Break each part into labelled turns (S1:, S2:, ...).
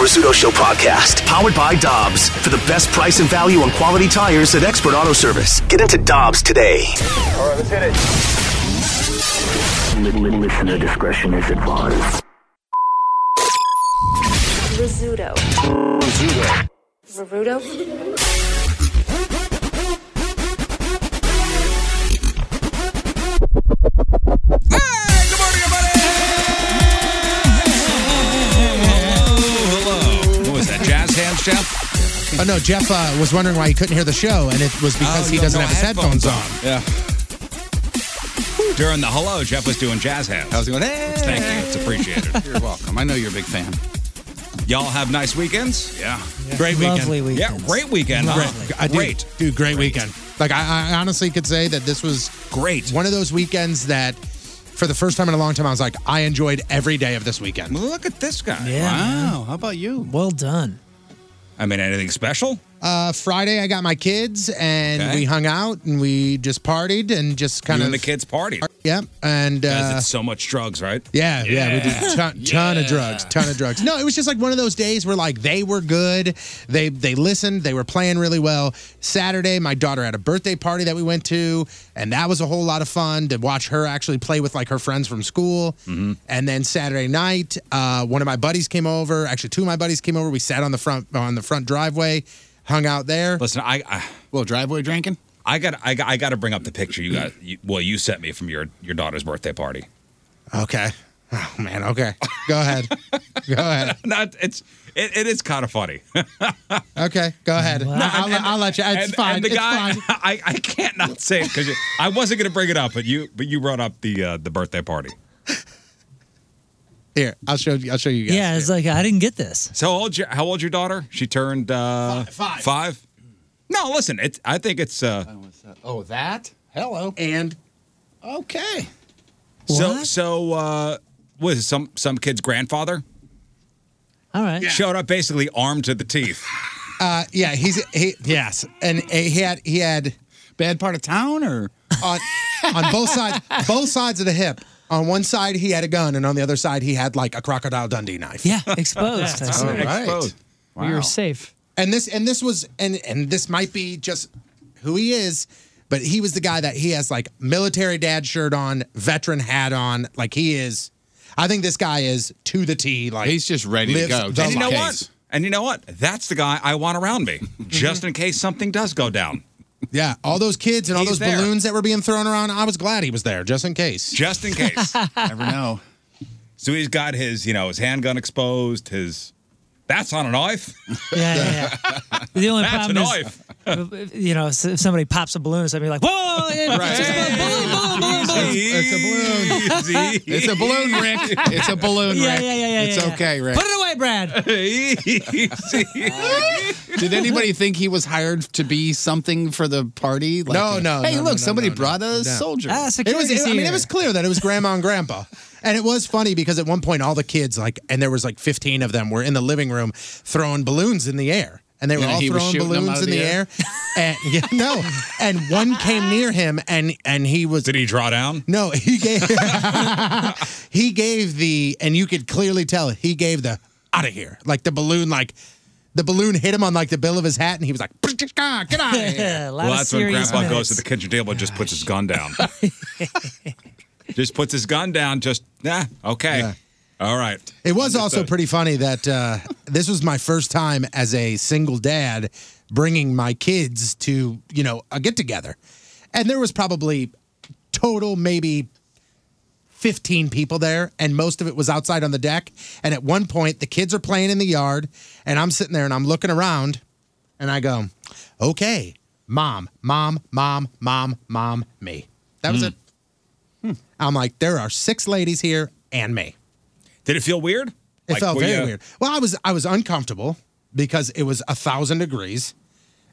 S1: Rizzuto Show podcast, powered by Dobbs, for the best price and value on quality tires at Expert Auto Service. Get into Dobbs today.
S2: All right, let's hit it.
S3: Listener discretion is advised.
S4: Rizzuto. Rizzuto.
S5: What was that, jazz hands, Jeff?
S6: Oh no, Jeff uh, was wondering why he couldn't hear the show, and it was because
S5: Oh,
S6: he
S5: you
S6: doesn't
S5: don't
S6: have his
S5: know
S6: headphones, on.
S5: Yeah. During the hello, Jeff was doing jazz hands.
S7: How's it going? Hey!
S5: Thank you. It's appreciated.
S7: You're welcome. I know you're a big fan.
S5: Y'all have nice weekends? Yeah.
S6: Great weekend.
S8: Lovely
S5: Yeah,
S8: weekend.
S5: great weekend. huh?
S6: Great. I do.
S5: Great.
S6: Dude, great, weekend. Like I, I honestly could say that this was
S5: Great.
S6: one of those weekends that, for the first time in a long time, I was like, I enjoyed every day of this weekend.
S5: Look at this guy.
S8: Yeah.
S7: Wow. How about you?
S8: Well done.
S5: I mean, anything special?
S6: Uh, Friday, I got my kids and
S5: Okay.
S6: we hung out and we just partied and just kind
S5: you
S6: of
S5: and the kids party.
S6: Yeah, and
S5: Guys,
S6: uh,
S5: it's so much drugs, right?
S6: Yeah, yeah, we did ton, ton of drugs, ton of drugs. No, it was just like one of those days where like they were good, they they listened, they were playing really well. Saturday, my daughter had a birthday party that we went to, and that was a whole lot of fun to watch her actually play with like her friends from school.
S7: Mm-hmm.
S6: And then Saturday night, uh, one of my buddies came over. Actually, two of my buddies came over. We sat on the front on the front driveway, hung out there.
S5: Listen, I, I
S7: Well, driveway drinking?
S5: I got I, got- I got to bring up the picture you got. You, well, you sent me from your your daughter's birthday party.
S6: Okay, oh man, okay, go ahead, go ahead.
S5: Not it's it, it is kind of funny.
S6: Okay, go ahead. No, I'll,
S5: and-
S6: I'll let you. It's
S5: and,
S6: fine.
S5: and the
S6: it's
S5: guy,
S6: fine.
S5: I, I can't not say it because I wasn't going to bring it up, but you but you brought up the uh, the birthday party.
S6: Here, I'll show you. I'll show you guys.
S8: Yeah, it's like I didn't get this.
S5: So how old your, how old your daughter? She turned uh,
S6: Fi- five.
S5: Five. No, listen. It's I think it's uh,
S7: Oh, that? Hello.
S6: and
S7: Okay.
S5: so
S8: What?
S5: so. Uh, what is it, some some kid's grandfather
S8: All right.
S5: showed up basically armed to the teeth.
S6: uh, yeah, he's he yes, and uh, he had he had
S7: Bad part of town or?
S6: on on both sides both sides of the hip. On one side he had a gun, and on the other side he had like a crocodile Dundee knife.
S8: Yeah, exposed. I
S5: Oh,
S8: see.
S6: All right.
S5: Exposed.
S7: Wow.
S8: We were safe.
S6: And this and this was and and this might be just who he is, but he was the guy that he has like military dad shirt on, veteran hat on, like he is. I think this guy is to the T. Like
S7: He's just ready to
S6: lives
S7: go.
S6: the
S7: Just
S5: And you know
S6: life.
S5: what? And you know what? That's the guy I want around me, just in case something does go down.
S6: Yeah, all those kids and all
S5: He's
S6: those
S5: there.
S6: balloons that were being thrown around. I was glad he was there, just in case.
S5: Just in case.
S7: Never know.
S5: So he's got his, you know, his handgun exposed, his that's on a knife.
S8: Yeah, yeah, yeah. The only
S5: That's a
S8: problem
S5: knife.
S8: is, you know, if if somebody pops a balloon, somebody like, whoa, it's just a balloon, balloon, balloon, balloon.
S5: It's a balloon.
S7: It's a balloon, Rick. It's a balloon,
S8: Yeah,
S7: Rick.
S8: yeah, yeah, yeah.
S7: It's
S8: yeah, yeah.
S7: okay, Rick.
S8: Put it away, Brad.
S7: Did anybody think he was hired to be something for the party? Like
S6: No,
S7: uh, a-
S6: no,
S7: Hey,
S6: no,
S7: look,
S6: no, no,
S7: somebody
S6: no,
S7: brought a
S6: no.
S7: soldier.
S8: Ah,
S6: It was.
S8: security's
S6: It, I mean,
S8: here.
S6: it was clear that it was grandma and grandpa, and it was funny because at one point all the kids like, and there was like fifteen of them were in the living room throwing balloons in the air, and they were
S7: And
S6: all
S7: he was
S6: throwing
S7: shooting them out
S6: balloons
S7: of
S6: in the,
S7: the
S6: air.
S7: air?
S6: and yeah, no, and one came near him, and and he was
S5: Did he draw down?
S6: no, he gave he gave the, and you could clearly tell he gave the out of here, like the balloon, like the balloon hit him on like the bill of his hat, and he was like, get out of here.
S8: Yeah, a lot
S5: Well,
S8: of
S5: that's when
S8: serious
S5: Grandpa goes
S8: minutes.
S5: to the kitchen table and just puts his gun down. just puts his gun down. Just nah. Okay.
S6: Yeah.
S5: All right.
S6: It was also
S5: Understood.
S6: pretty funny that uh, this was my first time as a single dad bringing my kids to, you know, a get together. And there was probably total maybe 15 people there and most of it was outside on the deck and at one point the kids are playing in the yard and I'm sitting there and I'm looking around and I go, "Okay, mom, mom, mom, mom, mom, me." That was it. I'm like, "There are six ladies here and me."
S5: Did it feel weird?
S6: It
S5: Like,
S6: felt
S5: were
S6: very
S5: you-
S6: weird. Well, I was I was uncomfortable because it was a thousand degrees,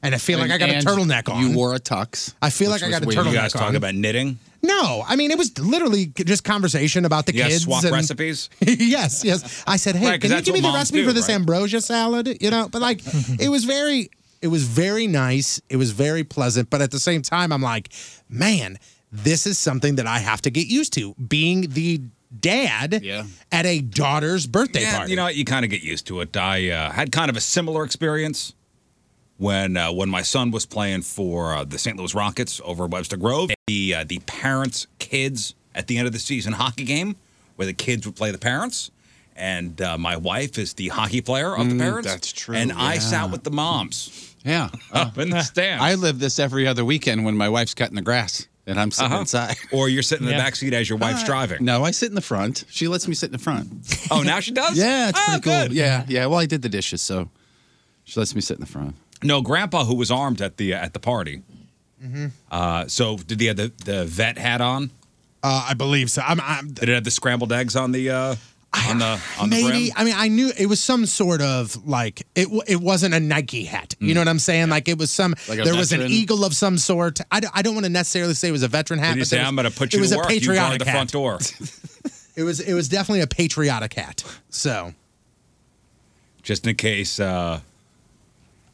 S6: and I feel like I got
S7: And
S6: a turtleneck on.
S7: You wore a tux.
S6: I feel
S7: which
S6: like I
S7: was
S6: got a
S7: weird.
S6: turtleneck
S5: You guys
S6: on.
S5: talk about knitting?
S6: no, I mean it was literally just conversation about the
S5: You guys
S6: kids.
S5: swap
S6: and-
S5: recipes?
S6: yes, yes. I said, hey,
S5: Right, 'cause
S6: can you
S5: that's
S6: give me
S5: what
S6: the
S5: moms
S6: recipe
S5: do,
S6: for this
S5: right?
S6: ambrosia salad? You know, but like it was very, it was very nice. It was very pleasant, but at the same time, I'm like, man, this is something that I have to get used to being the dad
S7: Yeah.
S6: at a daughter's birthday
S5: Yeah,
S6: party.
S5: You know, what? you kind of get used to it. I uh, had kind of a similar experience when uh, when my son was playing for uh, the St. Louis Rockets over at Webster Grove. The uh, the parents' kids at the end of the season hockey game where the kids would play the parents. And uh, my wife is the hockey player of the parents.
S2: that's true,
S5: And I
S2: yeah.
S5: sat with the moms
S7: Yeah. Uh,
S5: up in the stand.
S7: I live this every other weekend when my wife's cutting the grass and I'm sitting
S5: Uh-huh.
S7: inside.
S5: Or you're sitting in the
S8: Yeah.
S5: back seat as your wife's driving.
S7: No, I sit in the front. She lets me sit in the front.
S5: Oh, now she does?
S7: Yeah, it's
S5: oh,
S7: pretty cool.
S5: good.
S7: Yeah, yeah. Well, I did the dishes, so she lets me sit in the front.
S5: No, Grandpa, who was armed at the at the party. Uh, so did he have the, the vet hat on?
S6: Uh, I believe so. I'm, I'm
S5: Did it have the scrambled eggs on the uh, on the on the
S6: maybe.
S5: brim?
S6: I mean, I knew it was some sort of like it. w- It wasn't a Nike hat. You
S5: Mm.
S6: know what I'm saying? Like it was some.
S7: Like a
S6: there was an
S7: veteran?
S6: eagle of some sort. I don't, I don't want to necessarily say it was a veteran
S5: Did
S6: hat.
S5: he
S6: but
S5: say,
S6: there was-
S5: "I'm going to put
S6: it
S5: you
S6: was
S5: to
S6: a
S5: work. You guard
S6: patriotic
S5: the
S6: hat.
S5: front door."
S6: It was. It was definitely a patriotic hat. So
S5: Just in case, uh,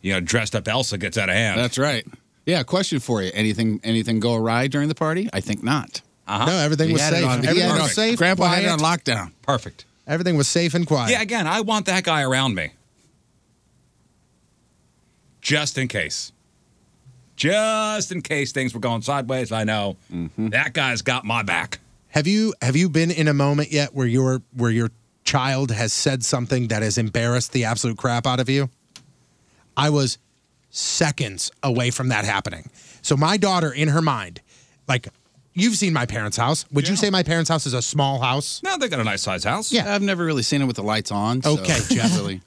S5: you know, dressed up Elsa gets out of hand.
S7: That's right. Yeah. Question for you: anything anything go awry during the party? I think not.
S5: Uh-huh.
S6: no, everything
S7: He
S6: was
S7: had it
S6: safe.
S7: on- he
S6: Everything
S7: had it
S6: was
S7: on-
S6: safe.
S7: Grandpa
S6: quiet.
S7: had it on lockdown.
S5: perfect.
S6: Everything was safe and quiet.
S5: Yeah, again, I want that guy around me, just in case. Just in case things were going sideways, I know
S7: Mm-hmm.
S5: that guy's got my back.
S6: Have you have you been in a moment yet where your where your child has said something that has embarrassed the absolute crap out of you? I was seconds away from that happening. So my daughter in her mind, like you've seen my parents' house. Would you
S5: Yeah.
S6: say my parents' house is a small house?
S5: Now they got a nice sized house.
S6: Yeah.
S7: I've never really seen it with the lights on. so
S6: Okay,
S7: it's
S6: Jeff.
S7: Really.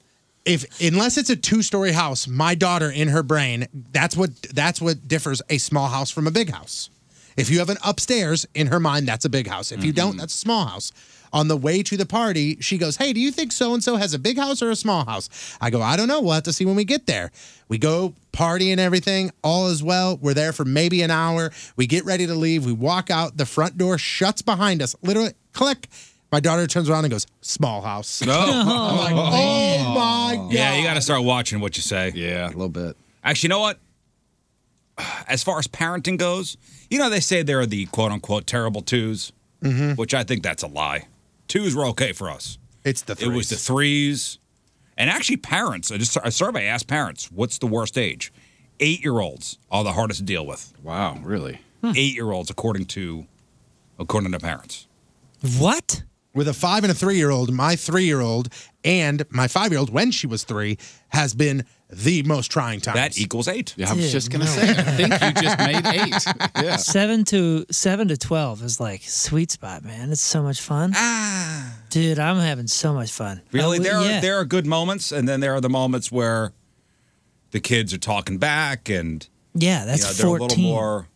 S6: If unless it's a two-story house, my daughter in her brain, that's what that's what differs a small house from a big house. If you have an upstairs in her mind, that's a big house. If you don't, that's a small house. On the way to the party, she goes, Hey, do you think so and so has a big house or a small house? I go, I don't know. We'll have to see when we get there. We go party and everything. All is well. We're there for maybe an hour. We get ready to leave. We walk out. The front door shuts behind us. Literally, click. My daughter turns around and goes, Small house.
S5: No.
S6: I'm like, Oh my God.
S5: Yeah, you got to start watching what you say.
S7: Yeah, a little bit.
S5: Actually, you know what? As far as parenting goes, you know, they say there are the quote unquote terrible 2s
S8: Mm-hmm.
S5: which I think that's a lie. Twos were okay for us.
S6: It's the
S5: It was the threes. And actually, parents, I just, a survey asked parents, what's the worst age? Eight year olds are the hardest to deal with.
S7: Wow, really?
S8: Hmm.
S5: Eight year olds, according to according to parents.
S8: What?
S6: with a five and a three year old, my three year old and my five year old when she was three has been the most trying times.
S5: That e-, equals eight.
S7: Yeah, I was
S8: Dude,
S7: just gonna
S8: no.
S7: say. I think you just made eight. Yeah.
S8: Seven to seven to twelve is like sweet spot, man. It's so much fun. Ah, dude, I'm having so much fun.
S5: Really,
S8: Oh,
S5: there
S8: yeah.
S5: are there are good moments, and then there are the moments where the kids are talking back, and
S8: yeah,
S5: you
S8: that's
S5: know, they're a little
S8: fourteen.
S5: more.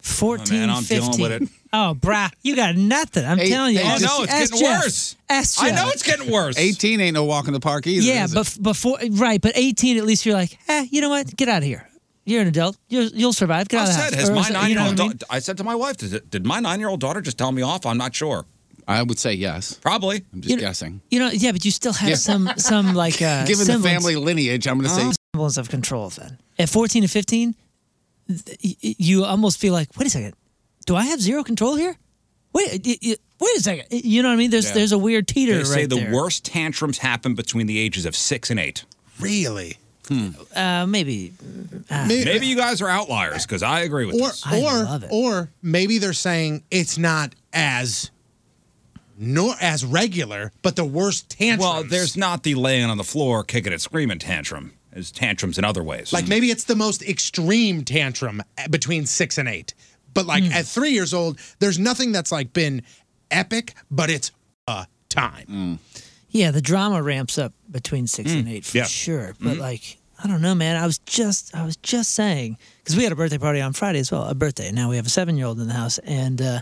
S8: 14,
S5: Oh, man, I'm dealing
S8: 15.
S5: with it.
S8: Oh, brah, you got nothing. I'm
S7: Hey,
S8: telling you.
S7: hey,
S8: ask-
S7: no,
S5: it's
S8: ask
S5: getting
S8: Jeff.
S5: worse.
S8: Ask
S5: I
S8: Jeff.
S5: know it's getting worse.
S7: Eighteen ain't no walk in the park either.
S8: Yeah,
S7: is it?
S8: but f- before right, but 18 at least you're like, eh, you know what? Get out of here. You're an adult. You'll, you'll survive. Get
S5: I
S8: out of the
S5: said,
S8: house.
S5: has
S8: Or-
S5: my
S8: you know
S5: nine year old
S8: what I
S5: daughter,
S8: mean?
S5: I said to my wife, did, it- did my nine year old daughter just tell me off? I'm not sure.
S7: I would say yes.
S5: Probably.
S7: I'm just
S8: know-
S7: guessing.
S8: You know, yeah, but you still have some some like uh,
S7: Given
S8: semblance,
S7: the family lineage, I'm gonna say
S8: semblance of control. Then at 14 and 15, th- y- y- you almost feel like, wait a second, do I have zero control here? Wait, y- y- wait a second. You know what I mean? There's
S7: Yeah.
S8: there's a weird teeter
S5: They
S8: right
S5: say the
S8: there.
S5: worst tantrums happen between the ages of six and eight.
S6: really.
S8: Uh, maybe
S5: Maybe you guys are outliers because I agree with
S6: Or
S5: this.
S8: Ah. I
S6: or
S8: love it.
S6: or maybe they're saying it's not as nor as regular, but the worst tantrums.
S5: Well, there's not the laying on the floor, kicking and screaming tantrum. There's tantrums in other ways.
S6: like maybe it's the most extreme tantrum at- between six and eight. But like
S8: Hmm.
S6: at three years old, there's nothing that's like been epic, but it's a time.
S8: Yeah, the drama ramps up between six
S7: Mm,
S8: and eight for
S5: yeah.
S8: sure. But
S7: Mm-hmm.
S8: like, I don't know, man. I was just, I was just saying because we had a birthday party on Friday as well, a birthday. Now we have a seven-year-old in the house, and uh,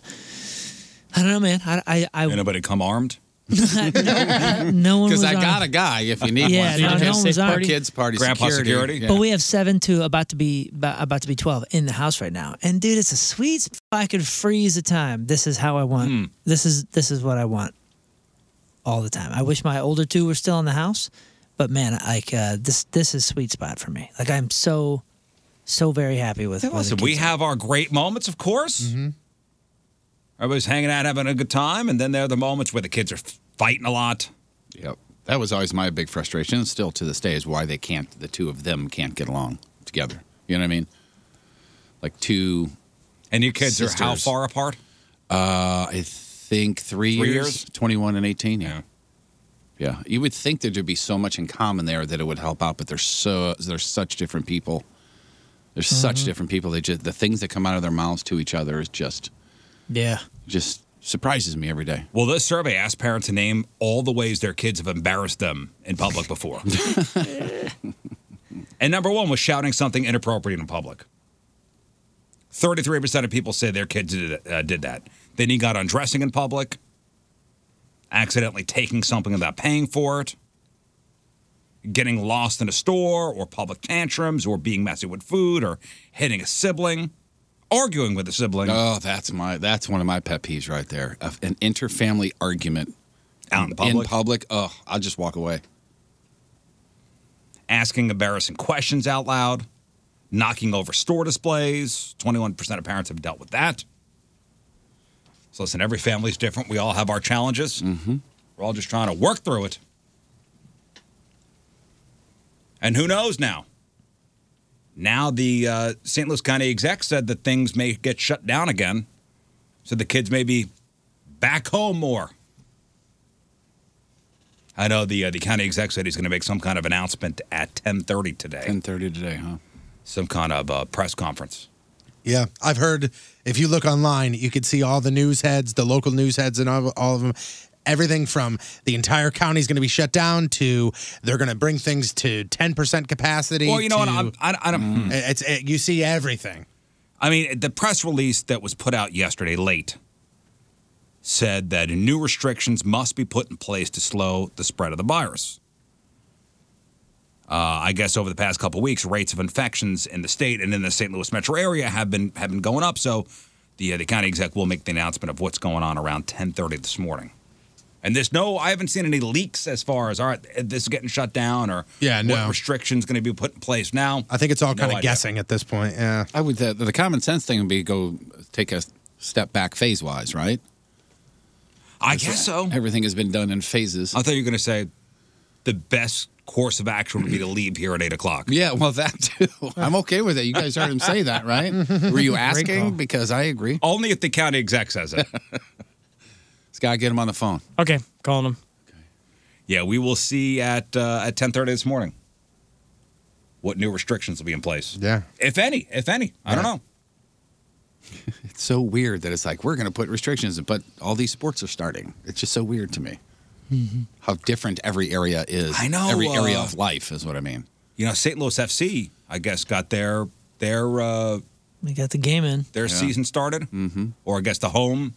S8: I don't know, man. I, I, I
S5: Anybody come armed?
S8: no one
S7: because
S8: was
S7: I
S8: on-
S7: got a guy if you need
S8: Yeah,
S7: one.
S8: no,
S7: for
S8: no
S7: kids-
S8: one was
S7: for
S8: on.
S7: kids party
S5: Grandpa security?
S7: Yeah.
S8: But we have seven to about to be about about to be twelve in the house right now, and dude, it's a sweet. sp- I could freeze the time. This is how I want.
S5: Hmm.
S8: This is this is what I want all the time. I wish my older two were still in the house, but man, like uh, this this is sweet spot for me. Like I'm so so very happy with. where the
S5: Listen, we
S8: kids are.
S5: have our great moments, of course. Everybody's hanging out, having a good time, and then there are the moments where the kids are fighting a lot.
S7: Yep. That was always my big frustration, and still to this day, is why they can't, the two of them can't get along together. You know what I mean? Like two,
S5: And your kids are how
S7: Sisters.
S5: far apart?
S7: uh, I think three,
S5: Three
S7: years,
S5: years?
S7: 21 and 18. Yeah. Yeah. You would think there'd be so much in common there that it would help out, but they're so, they're such different people. They're such different people. They just, the things that come out of their mouths to each other is just,
S8: Yeah.
S7: just surprises me every day.
S5: Well, this survey asked parents to name all the ways their kids have embarrassed them in public before. and number one was shouting something inappropriate in public. 33% of people say their kids did, uh, did that. Then he got undressing in public, accidentally taking something without paying for it, getting lost in a store, or public tantrums, or being messy with food, or hitting a sibling, arguing with a sibling
S7: Oh, that's my that's one of my pet peeves right there. Of An interfamily argument
S5: out in public.
S7: in public. Oh, I'll just walk away.
S5: asking embarrassing questions out loud, knocking over store displays. 21% of parents have dealt with that. So, listen, every family's different. We all have our challenges. Mm-hmm. We're all just trying to work through it. And who knows now? Now, the uh, St. Louis County exec said that things may get shut down again. So the kids may be back home more. I know the uh, the county exec said he's going to make some kind of announcement at 10:30 today.
S7: Ten thirty today, huh?
S5: Some kind of uh, press conference.
S6: Yeah, I've heard. If you look online, you can see all the news heads, the local news heads, and all, all of them. Everything from the entire county is going to be shut down to they're going to bring things to ten percent capacity.
S5: Well, you know what?
S6: to- Eh,
S5: I'm, I, I don't.
S6: it's it, you see everything.
S5: I mean, the press release that was put out yesterday late said that new restrictions must be put in place to slow the spread of the virus. Uh, I guess over the past couple weeks, rates of infections in the state and in the St. Louis metro area have been have been going up. So, the uh, the county exec will make the announcement of what's going on around 10:30 this morning. And there's no, I haven't seen any leaks as far as all right, this is getting shut down or
S6: Yeah,
S5: what
S6: no.
S5: restrictions going to be put in place now.
S6: I think it's all kind of
S5: idea.
S6: guessing at this point. Yeah,
S7: I would the, the common sense thing would be go take a step back phase wise, right?
S5: I guess so.
S7: Everything has been done in phases.
S5: I thought you were going to say the best course of action would be to leave here at eight o'clock.
S7: yeah, well, that too. I'm okay with it. You guys heard him say that, right? Oh. Were you asking? Because I agree.
S5: Only if the county exec says it.
S7: Scott, get him on the phone.
S2: Okay, calling them.
S5: yeah, we will see at uh, at ten thirty this morning what new restrictions will be in place.
S6: yeah.
S5: If any, if any, I don't know.
S7: It's so weird that it's like we're going to put restrictions, but all these sports are starting. It's just so weird to me. How different every area is.
S5: I know,
S7: every area
S5: uh,
S7: of life is what I mean.
S5: You know, St. Louis FC, I guess, got their their uh,
S8: We got the game in.
S5: their season started, mm-hmm. or I guess the home.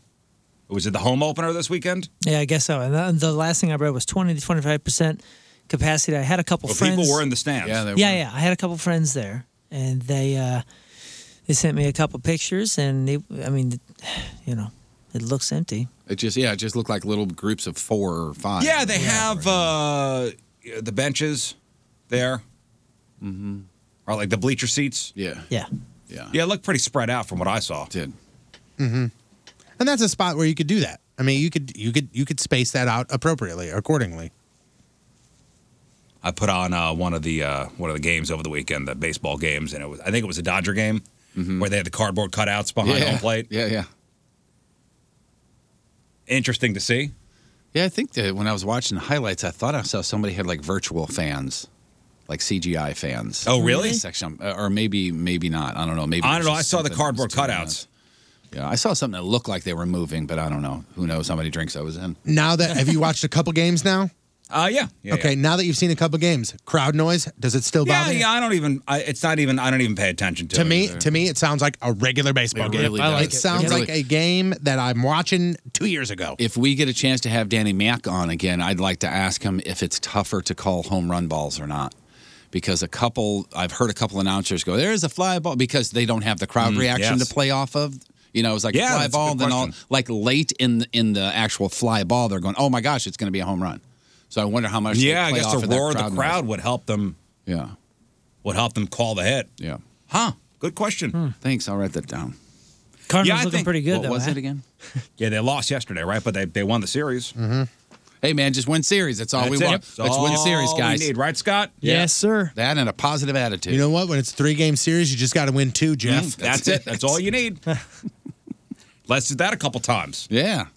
S5: Was it the home opener this weekend?
S8: Yeah, I guess so. And the, the last thing I read was 20 to 25% capacity. I had a couple
S5: Well,
S8: friends.
S5: people were in the stands.
S7: Yeah, they
S8: yeah,
S7: were.
S8: yeah. I had a couple friends there, and they uh, they sent me a couple pictures, and they, I mean, you know, it looks empty.
S7: It just yeah, it just looked like little groups of four or five.
S5: Yeah, they have uh, the benches there, mm-hmm. or like the bleacher seats.
S7: Yeah.
S8: Yeah,
S7: Yeah.
S5: Yeah, it looked pretty spread out from what I saw.
S7: It Did.
S6: And that's a spot where you could do that. I mean, you could you could you could space that out appropriately, accordingly.
S5: I put on uh, one of the uh, one of the games over the weekend, the baseball games, and it was I think it was a Dodger game where they had the cardboard cutouts behind
S7: yeah.
S5: home plate.
S7: Yeah, yeah.
S5: Interesting to see.
S7: Yeah, I think that when I was watching the highlights, I thought I saw somebody had like virtual fans, like CGI fans.
S5: Oh, really?
S7: Section, uh, or maybe maybe not. I don't know. Maybe
S5: I don't
S7: it was
S5: know.
S7: just
S5: I saw the
S7: something that was
S5: cardboard
S7: doing
S5: cutouts.
S7: that. Yeah, I saw something that looked like they were moving, but I don't know. Who knows how many drinks I was in?
S6: Now that have you watched a couple games now?
S5: Uh, yeah. yeah
S6: Okay, now that you've seen a couple games, crowd noise does it still
S5: Yeah.
S6: bother?
S5: yeah,
S6: you?
S5: yeah. I don't even. I, it's not even. I don't even pay attention to.
S6: To
S5: it.
S6: me, to me, it sounds like a regular baseball game.
S7: really
S2: I like
S6: it
S2: it.
S6: sounds
S7: Really-
S6: like a game that I'm watching two years ago.
S7: If we get a chance to have Danny Mack on again, I'd like to ask him if it's tougher to call home run balls or not. Because a couple, I've heard a couple announcers go, "There's a fly ball," because they don't have the crowd reaction
S5: Mm, yes.
S7: to play off of. You know, it's like
S5: Yeah,
S7: a fly
S5: that's a
S7: ball,
S5: good
S7: then all
S5: question.
S7: like late in the, in the actual fly ball, they're going, "Oh my gosh, it's going to be a home run." So I wonder how much.
S5: yeah,
S7: they
S5: I
S7: play
S5: guess
S7: off
S5: the
S7: of that
S5: roar of the
S7: noise.
S5: crowd would help them.
S7: Yeah,
S5: Would help them call the hit.
S7: yeah.
S5: Huh? Good question.
S7: Thanks. I'll write that down.
S8: Cardinals looking pretty good,
S7: What
S8: though,
S7: was
S8: eh?
S7: it again?
S5: Yeah, they lost yesterday, right? But they, they won the series. Mm-hmm.
S7: Hey man, just win series. That's all
S5: That's
S7: Oh, we
S5: it.
S7: want.
S5: That's
S7: Let's win
S5: all
S7: series,
S5: we
S7: guys.
S5: need, right, Scott?
S8: Yes, sir.
S7: That and a positive attitude.
S6: You know what? When it's a three game series, you just got to win two, Jeff.
S5: Mm, that's, it. That's all you need. Let's do that a couple times.
S7: yeah.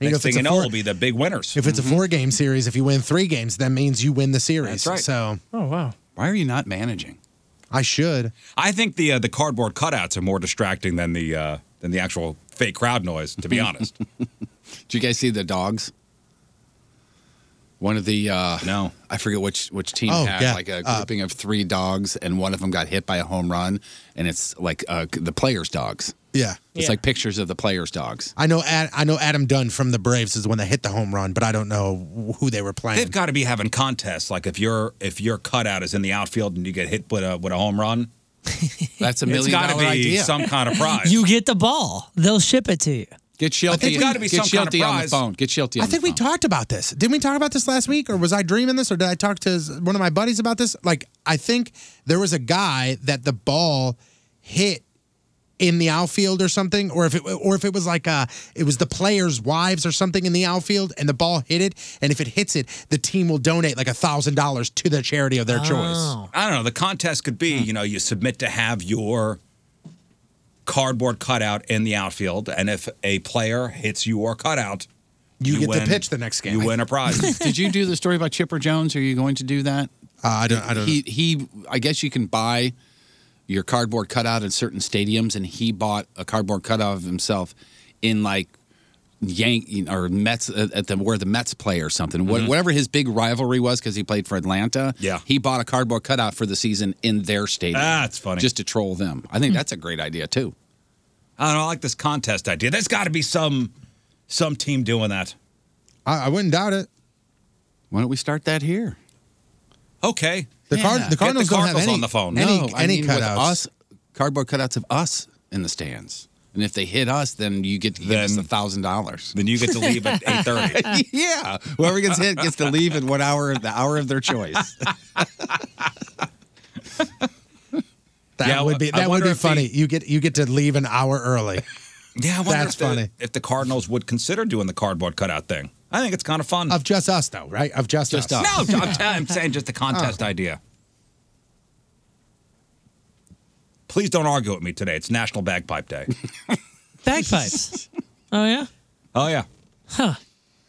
S6: You know,
S5: Next
S6: if it's
S5: thing you know,
S6: a four-
S5: we'll be the big winners.
S6: If it's a four game series, if you win three games, that means you win the series.
S5: That's right.
S6: So
S8: Oh wow.
S7: Why are you not managing?
S6: I should.
S5: I think the uh, the cardboard cutouts are more distracting than the uh, than the actual fake crowd noise. To be honest,
S7: Did you guys see the dogs? One of the uh,
S5: No.
S7: I forget which which team
S6: Oh,
S7: had
S6: yeah.
S7: like a
S6: Uh,
S7: grouping of three dogs, and one of them got hit by a home run, and it's like uh, the players' dogs.
S6: Yeah.
S7: It's
S8: Yeah.
S7: like pictures of the players' dogs.
S6: I know. Ad, I know Adam Dunn from the Braves is the one that hit the home run, but I don't know who they were playing.
S5: they've got to be having contests. Like if your if your cutout is in the outfield and you get hit with a with a home run,
S7: That's
S5: it's
S7: a million
S5: got to
S7: dollar
S5: be
S7: idea.
S5: some kind of prize.
S8: You get the ball. They'll ship it to you.
S7: Get Shelty.
S5: it's gotta be
S7: get
S5: some kind of
S7: Shelty on the
S5: prize.
S7: phone. Get Shelty.
S6: I
S7: On
S6: think we
S7: the phone.
S6: talked about this. Didn't we talk about this last week, or was I dreaming this, or did I talk to one of my buddies about this? Like, I think there was a guy that the ball hit in the outfield or something, or if it or if it was like uh it was the players' wives or something in the outfield, and the ball hit it, and if it hits it, the team will donate like a thousand dollars to the charity of their choice.
S5: I don't know. The contest could
S6: Hmm.
S5: be, you know, you submit to have your cardboard cutout in the outfield, and if a player hits your cutout,
S6: You, get
S5: win-
S6: to pitch the next game.
S5: You win a prize.
S7: Did you do the story about Chipper Jones? Are you going to do that?
S6: Uh, I don't. I don't.
S7: he he I guess you can buy your cardboard cutout in certain stadiums and he bought a cardboard cutout of himself in like Yank or Mets uh, at the where the Mets play or something. Wha- Whatever his big rivalry was cuz he played for Atlanta.
S5: Mm-hmm. Yeah.
S7: He bought a cardboard cutout for the season in their stadium.
S5: Ah, that's funny.
S7: Just to troll them. I
S6: Hmm.
S7: think that's a great idea too.
S5: I don't know, I like this contest idea. There's got to be some some team doing that.
S6: I, I wouldn't doubt it.
S7: Why don't we start that here?
S5: Okay.
S6: The,
S7: Yeah.
S6: card, the
S7: Get the
S6: Cardinals don't have
S5: Cardinals
S6: any
S5: on the phone.
S6: Any,
S7: no, I
S6: any
S7: mean with
S6: cutouts.
S7: us cardboard cutouts of us in the stands. And if they hit us, then you get to give us
S5: Then-
S7: a thousand dollars.
S5: Then you get to leave at 8:30.
S7: yeah. Whoever gets hit gets to leave in what hour, the hour of their choice.
S6: That
S5: Yeah,
S6: would be
S5: I
S6: that would
S5: wonder
S6: be
S5: if the-
S6: funny. you get you get to leave an hour early.
S5: Yeah, I wonder
S6: That's
S5: if the,
S6: funny.
S5: If the Cardinals would consider doing the cardboard cutout thing, I think it's kind of fun.
S6: Of just us though, right? Of just,
S7: Just
S6: us.
S7: us.
S5: no, I'm, t- I'm saying just the contest idea. Please don't argue with me today. It's National Bagpipe Day.
S8: Bagpipes. oh yeah.
S5: oh yeah.
S6: All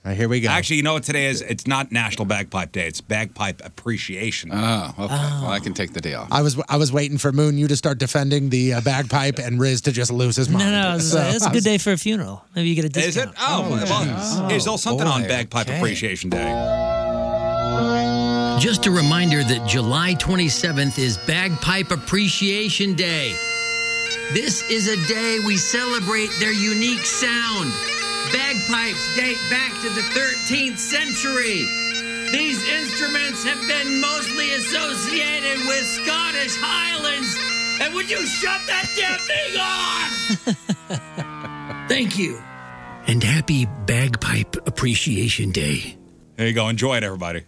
S6: right, here we go.
S5: Actually, you know what today is? It's not National Bagpipe Day. It's Bagpipe Appreciation. Day.
S7: Oh, okay. Well, I can take the day off.
S6: I was I was waiting for Moon you to start defending the uh, bagpipe and Riz to just lose his mind.
S8: No, no. It's,
S6: So-
S8: it's a good day for a funeral. Maybe you get a
S5: is it?
S8: discount.
S5: Oh, well, there's still something on
S7: boy.
S5: Bagpipe
S7: Okay.
S5: Appreciation Day.
S2: Just a reminder that July 27th is Bagpipe Appreciation Day. This is a day we celebrate their unique sound. Bagpipes date back to the 13th century. These instruments have been mostly associated with Scottish Highlands. And would you shut that damn thing off? Thank you. And happy Bagpipe Appreciation Day.
S5: There you go. Enjoy it, everybody.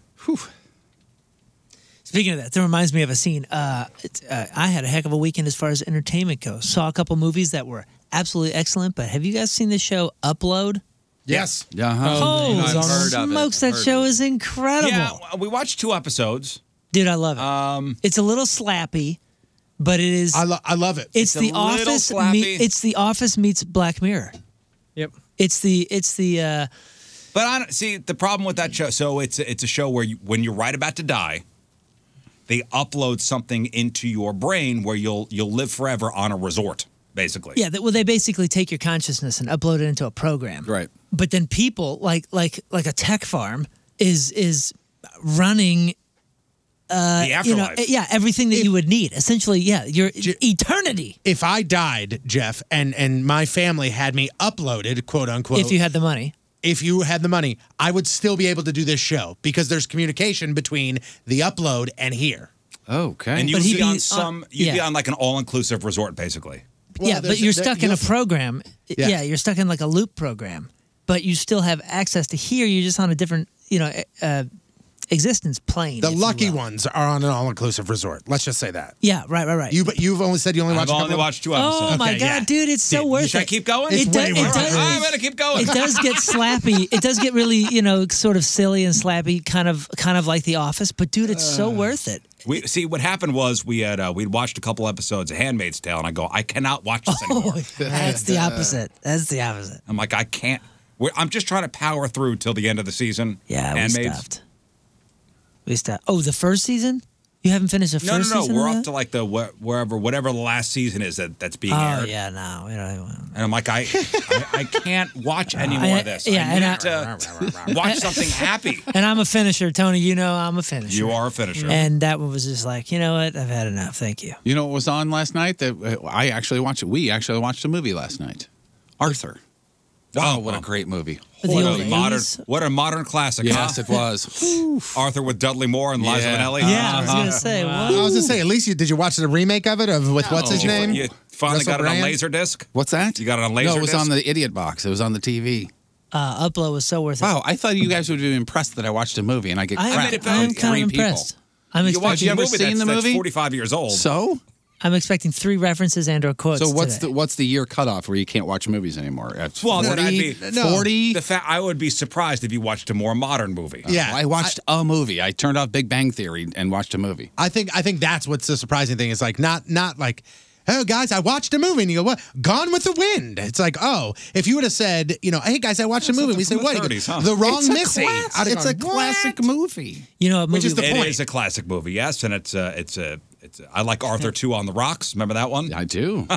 S8: Speaking of that, that reminds me of a scene. Uh, it's, uh, I had a heck of a weekend as far as entertainment goes. Saw a couple movies that were absolutely excellent. But have you guys seen the show Upload?
S6: yes.
S7: Uh-huh.
S8: Oh,
S7: I've heard of it.
S8: smokes! That
S7: Heard
S8: show
S7: of it.
S8: is incredible,
S5: Yeah, we watched two episodes.
S8: dude. I love it. Um, it's a little slappy, but it is.
S6: I, lo- I love it.
S8: it's,
S5: a
S8: the
S5: little
S8: office.
S5: slappy.
S8: it's the office meets Black Mirror.
S4: Yep.
S8: It's the it's the uh,
S5: But I don't see the problem with that show. So it's a, it's a show where you, when you're right about to die, they upload something into your brain where you'll you'll live forever on a resort, basically.
S8: Yeah, that, well, they basically take your consciousness and upload it into a program.
S7: Right.
S8: But then people like like like a tech farm is is running
S5: the
S8: Uh, you
S5: afterlife.
S8: know yeah everything that you would need essentially yeah your eternity
S6: If I died, Jeff, and and my family had me uploaded, quote unquote,
S8: if you had the money.
S6: if you had the money, I would still be able to do this show because there's communication between the upload and here.
S7: Okay.
S5: and you'd
S8: But he'd
S5: be,
S8: be
S5: on
S8: on-
S5: some you'd be
S8: yeah.
S5: on like an all inclusive resort, basically.
S6: Well,
S8: yeah, but
S6: there's-
S8: you're
S6: there-
S8: stuck in a
S6: you'll-
S8: program.
S6: Yeah.
S8: Yeah. you're stuck in like a loop program, but you still have access to here. You're just on a different you know e, uh, existence plane.
S6: The
S8: if you
S6: lucky
S8: will.
S6: ones are on an all-inclusive resort. Let's just say that.
S8: Yeah, right, right, right.
S6: You, but you've only said you only
S5: I've
S6: watched. a
S5: only
S6: couple of-
S5: watched two episodes.
S8: Oh my
S6: Okay,
S8: god,
S6: yeah.
S8: dude, it's so worth
S5: Should
S8: it.
S5: I keep going?
S6: It's
S8: It, do-
S6: way
S8: it
S6: worth
S8: does.
S6: it.
S5: I'm gonna keep going.
S8: It does get slappy. It does get really, you know, sort of silly and slappy, kind of, kind of like The Office. But dude, it's so worth it.
S5: We see what happened was we had uh, we'd watched a couple episodes of Handmaid's Tale, and I go, I cannot watch this
S8: Oh.
S5: anymore.
S8: That's the opposite. That's the opposite.
S5: I'm like, I can't. We're, I'm just trying to power through till the end of the season.
S8: Yeah, we
S5: Handmaid's.
S8: stopped. We stopped. Oh, the first season? You haven't finished the
S5: No,
S8: first
S5: no, no.
S8: season?
S5: We're
S8: of
S5: up
S8: that?
S5: to like the wh- wherever, whatever the last season is that that's being
S8: Oh
S5: aired.
S8: yeah, no, we don't. even-
S5: And I'm like, I, I, I can't watch any
S8: Uh, I-
S5: more of this.
S8: yeah,
S5: I
S8: and
S5: need
S8: I-
S5: to watch something happy.
S8: And I'm a finisher, Tony. You know I'm a finisher.
S5: You are a finisher.
S8: And that one was just like, you know what? I've had enough. Thank you.
S7: You know what was on last night that uh, I actually watched? We actually watched a movie last night. Arthur. Oh, what a great movie.
S8: The
S5: What
S8: old
S5: a modern,
S8: 80s?
S5: what a modern classic.
S7: Yes,
S5: huh?
S7: it was.
S5: Arthur with Dudley Moore and Liza
S7: Yeah.
S5: Minnelli. Uh-huh.
S8: Yeah, I was gonna say.
S6: I
S8: Wow.
S6: was gonna say, at least you did you watch the remake of it of with what's his
S7: No.
S6: name?
S5: You finally
S6: Russell
S5: got it
S6: Brand?
S5: on Laserdisc.
S7: What's that?
S5: You got it on
S7: No, it was
S5: Laserdisc?
S7: on the idiot box. It was on the TV.
S8: Uh, Upload was so worth it.
S7: Wow, I thought you guys would be impressed that I watched a movie and I get
S8: I
S7: crap
S8: am,
S5: it
S7: from
S8: I am
S5: found
S7: three
S8: kind of
S7: people.
S8: impressed. I'm
S5: You watch
S8: expecting.
S5: a
S7: ever
S5: movie
S7: seen
S5: that's,
S7: the
S5: that's
S7: movie?
S5: 45 years old.
S7: So,
S8: I'm expecting three references and or quotes.
S7: so what's
S8: today.
S7: the what's the year cutoff where you can't watch movies anymore? At
S5: Well, then
S7: 40,
S5: I'd be-
S6: no.
S7: 40?
S5: the fact I would be surprised if you watched a more modern movie.
S6: Yeah,
S7: I watched a movie. I turned off Big Bang Theory and watched a movie.
S6: I think I think that's what's the surprising thing is like not not like oh guys I watched a movie and you go what Gone with the Wind it's like oh if you would have said you know hey guys I watched a movie we say
S5: from the
S6: what You go,
S5: 30s, huh?
S6: the wrong
S7: It's a
S6: Missy
S7: classic.
S6: I'd have
S7: It's
S6: gone,
S7: a classic
S6: "What?"
S7: movie.
S8: You know, a movie
S6: Which is the
S5: It
S6: point.
S5: is a classic movie, yes, and it's uh, it's a it's. A, I like Arthur Two on the Rocks. Remember that one?
S7: I do.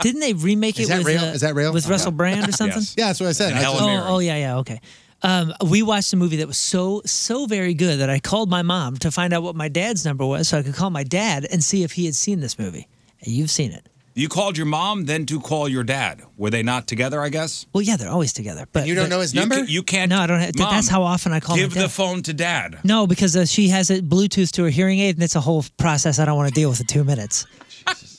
S8: didn't they remake
S6: Is
S8: it
S6: that
S8: with
S6: real?
S8: uh,
S6: Is that real?
S8: with
S6: Oh,
S8: Russell Brand or something?
S5: Yes.
S6: yeah that's what I said
S5: And
S6: I
S5: Helen
S6: just-
S5: Mirren.
S8: Oh, oh yeah, yeah, okay. Um, we watched a movie that was so so very good that I called my mom to find out what my dad's number was, so I could call my dad and see if he had seen this movie. And you've seen it.
S5: You called your mom, then to call your dad. Were they not together? I guess.
S8: Well, yeah, they're always together. But
S6: you don't
S8: the-
S6: know his
S5: You
S6: number
S5: ca- You, can't.
S8: No, I don't. Have, th-
S5: Mom,
S8: that's how often I call. my
S5: Give the
S8: dad.
S5: phone to dad.
S8: No, because uh, she has it Bluetooth to her hearing aid, and it's a whole process. I don't want to deal with in two minutes.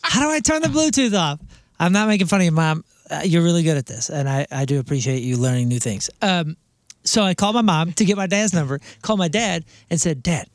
S8: How do I turn the Bluetooth off? I'm not making fun of you, mom. Uh, you're really good at this, and I, I do appreciate you learning new things. Um, so I called my mom to get my dad's number. Called my dad and said, "Dad,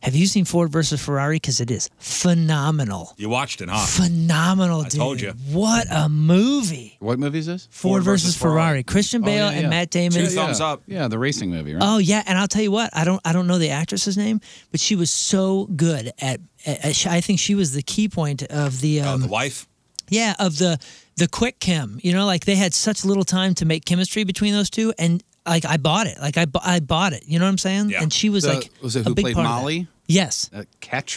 S8: have you seen Ford versus Ferrari? Because it is phenomenal,
S5: You watched it, huh?
S8: phenomenal, dude.
S5: told you.
S8: What a movie!
S7: what movie is this?
S8: Ford, versus, Ferrari.
S5: Ferrari.
S8: Christian Bale
S7: yeah, yeah.
S8: and Matt Damon.
S5: Two thumbs up.
S7: Yeah, the racing movie, right?
S8: Oh yeah, and I'll tell you what, I don't I don't know the actress's name, but she was so good at, at, at- I think she was the key point of the,
S5: Uh,
S8: um,
S5: the wife.
S8: yeah of the the quick chem. You know, like they had such little time to make chemistry between those two, and like I bought it, like I bu- I bought it. You know what I'm saying?
S5: Yeah.
S8: And she was
S7: The-
S8: like
S7: was it
S8: a
S7: who
S8: big
S7: played
S8: part of that.
S7: Molly?
S8: Yes,
S7: Uh,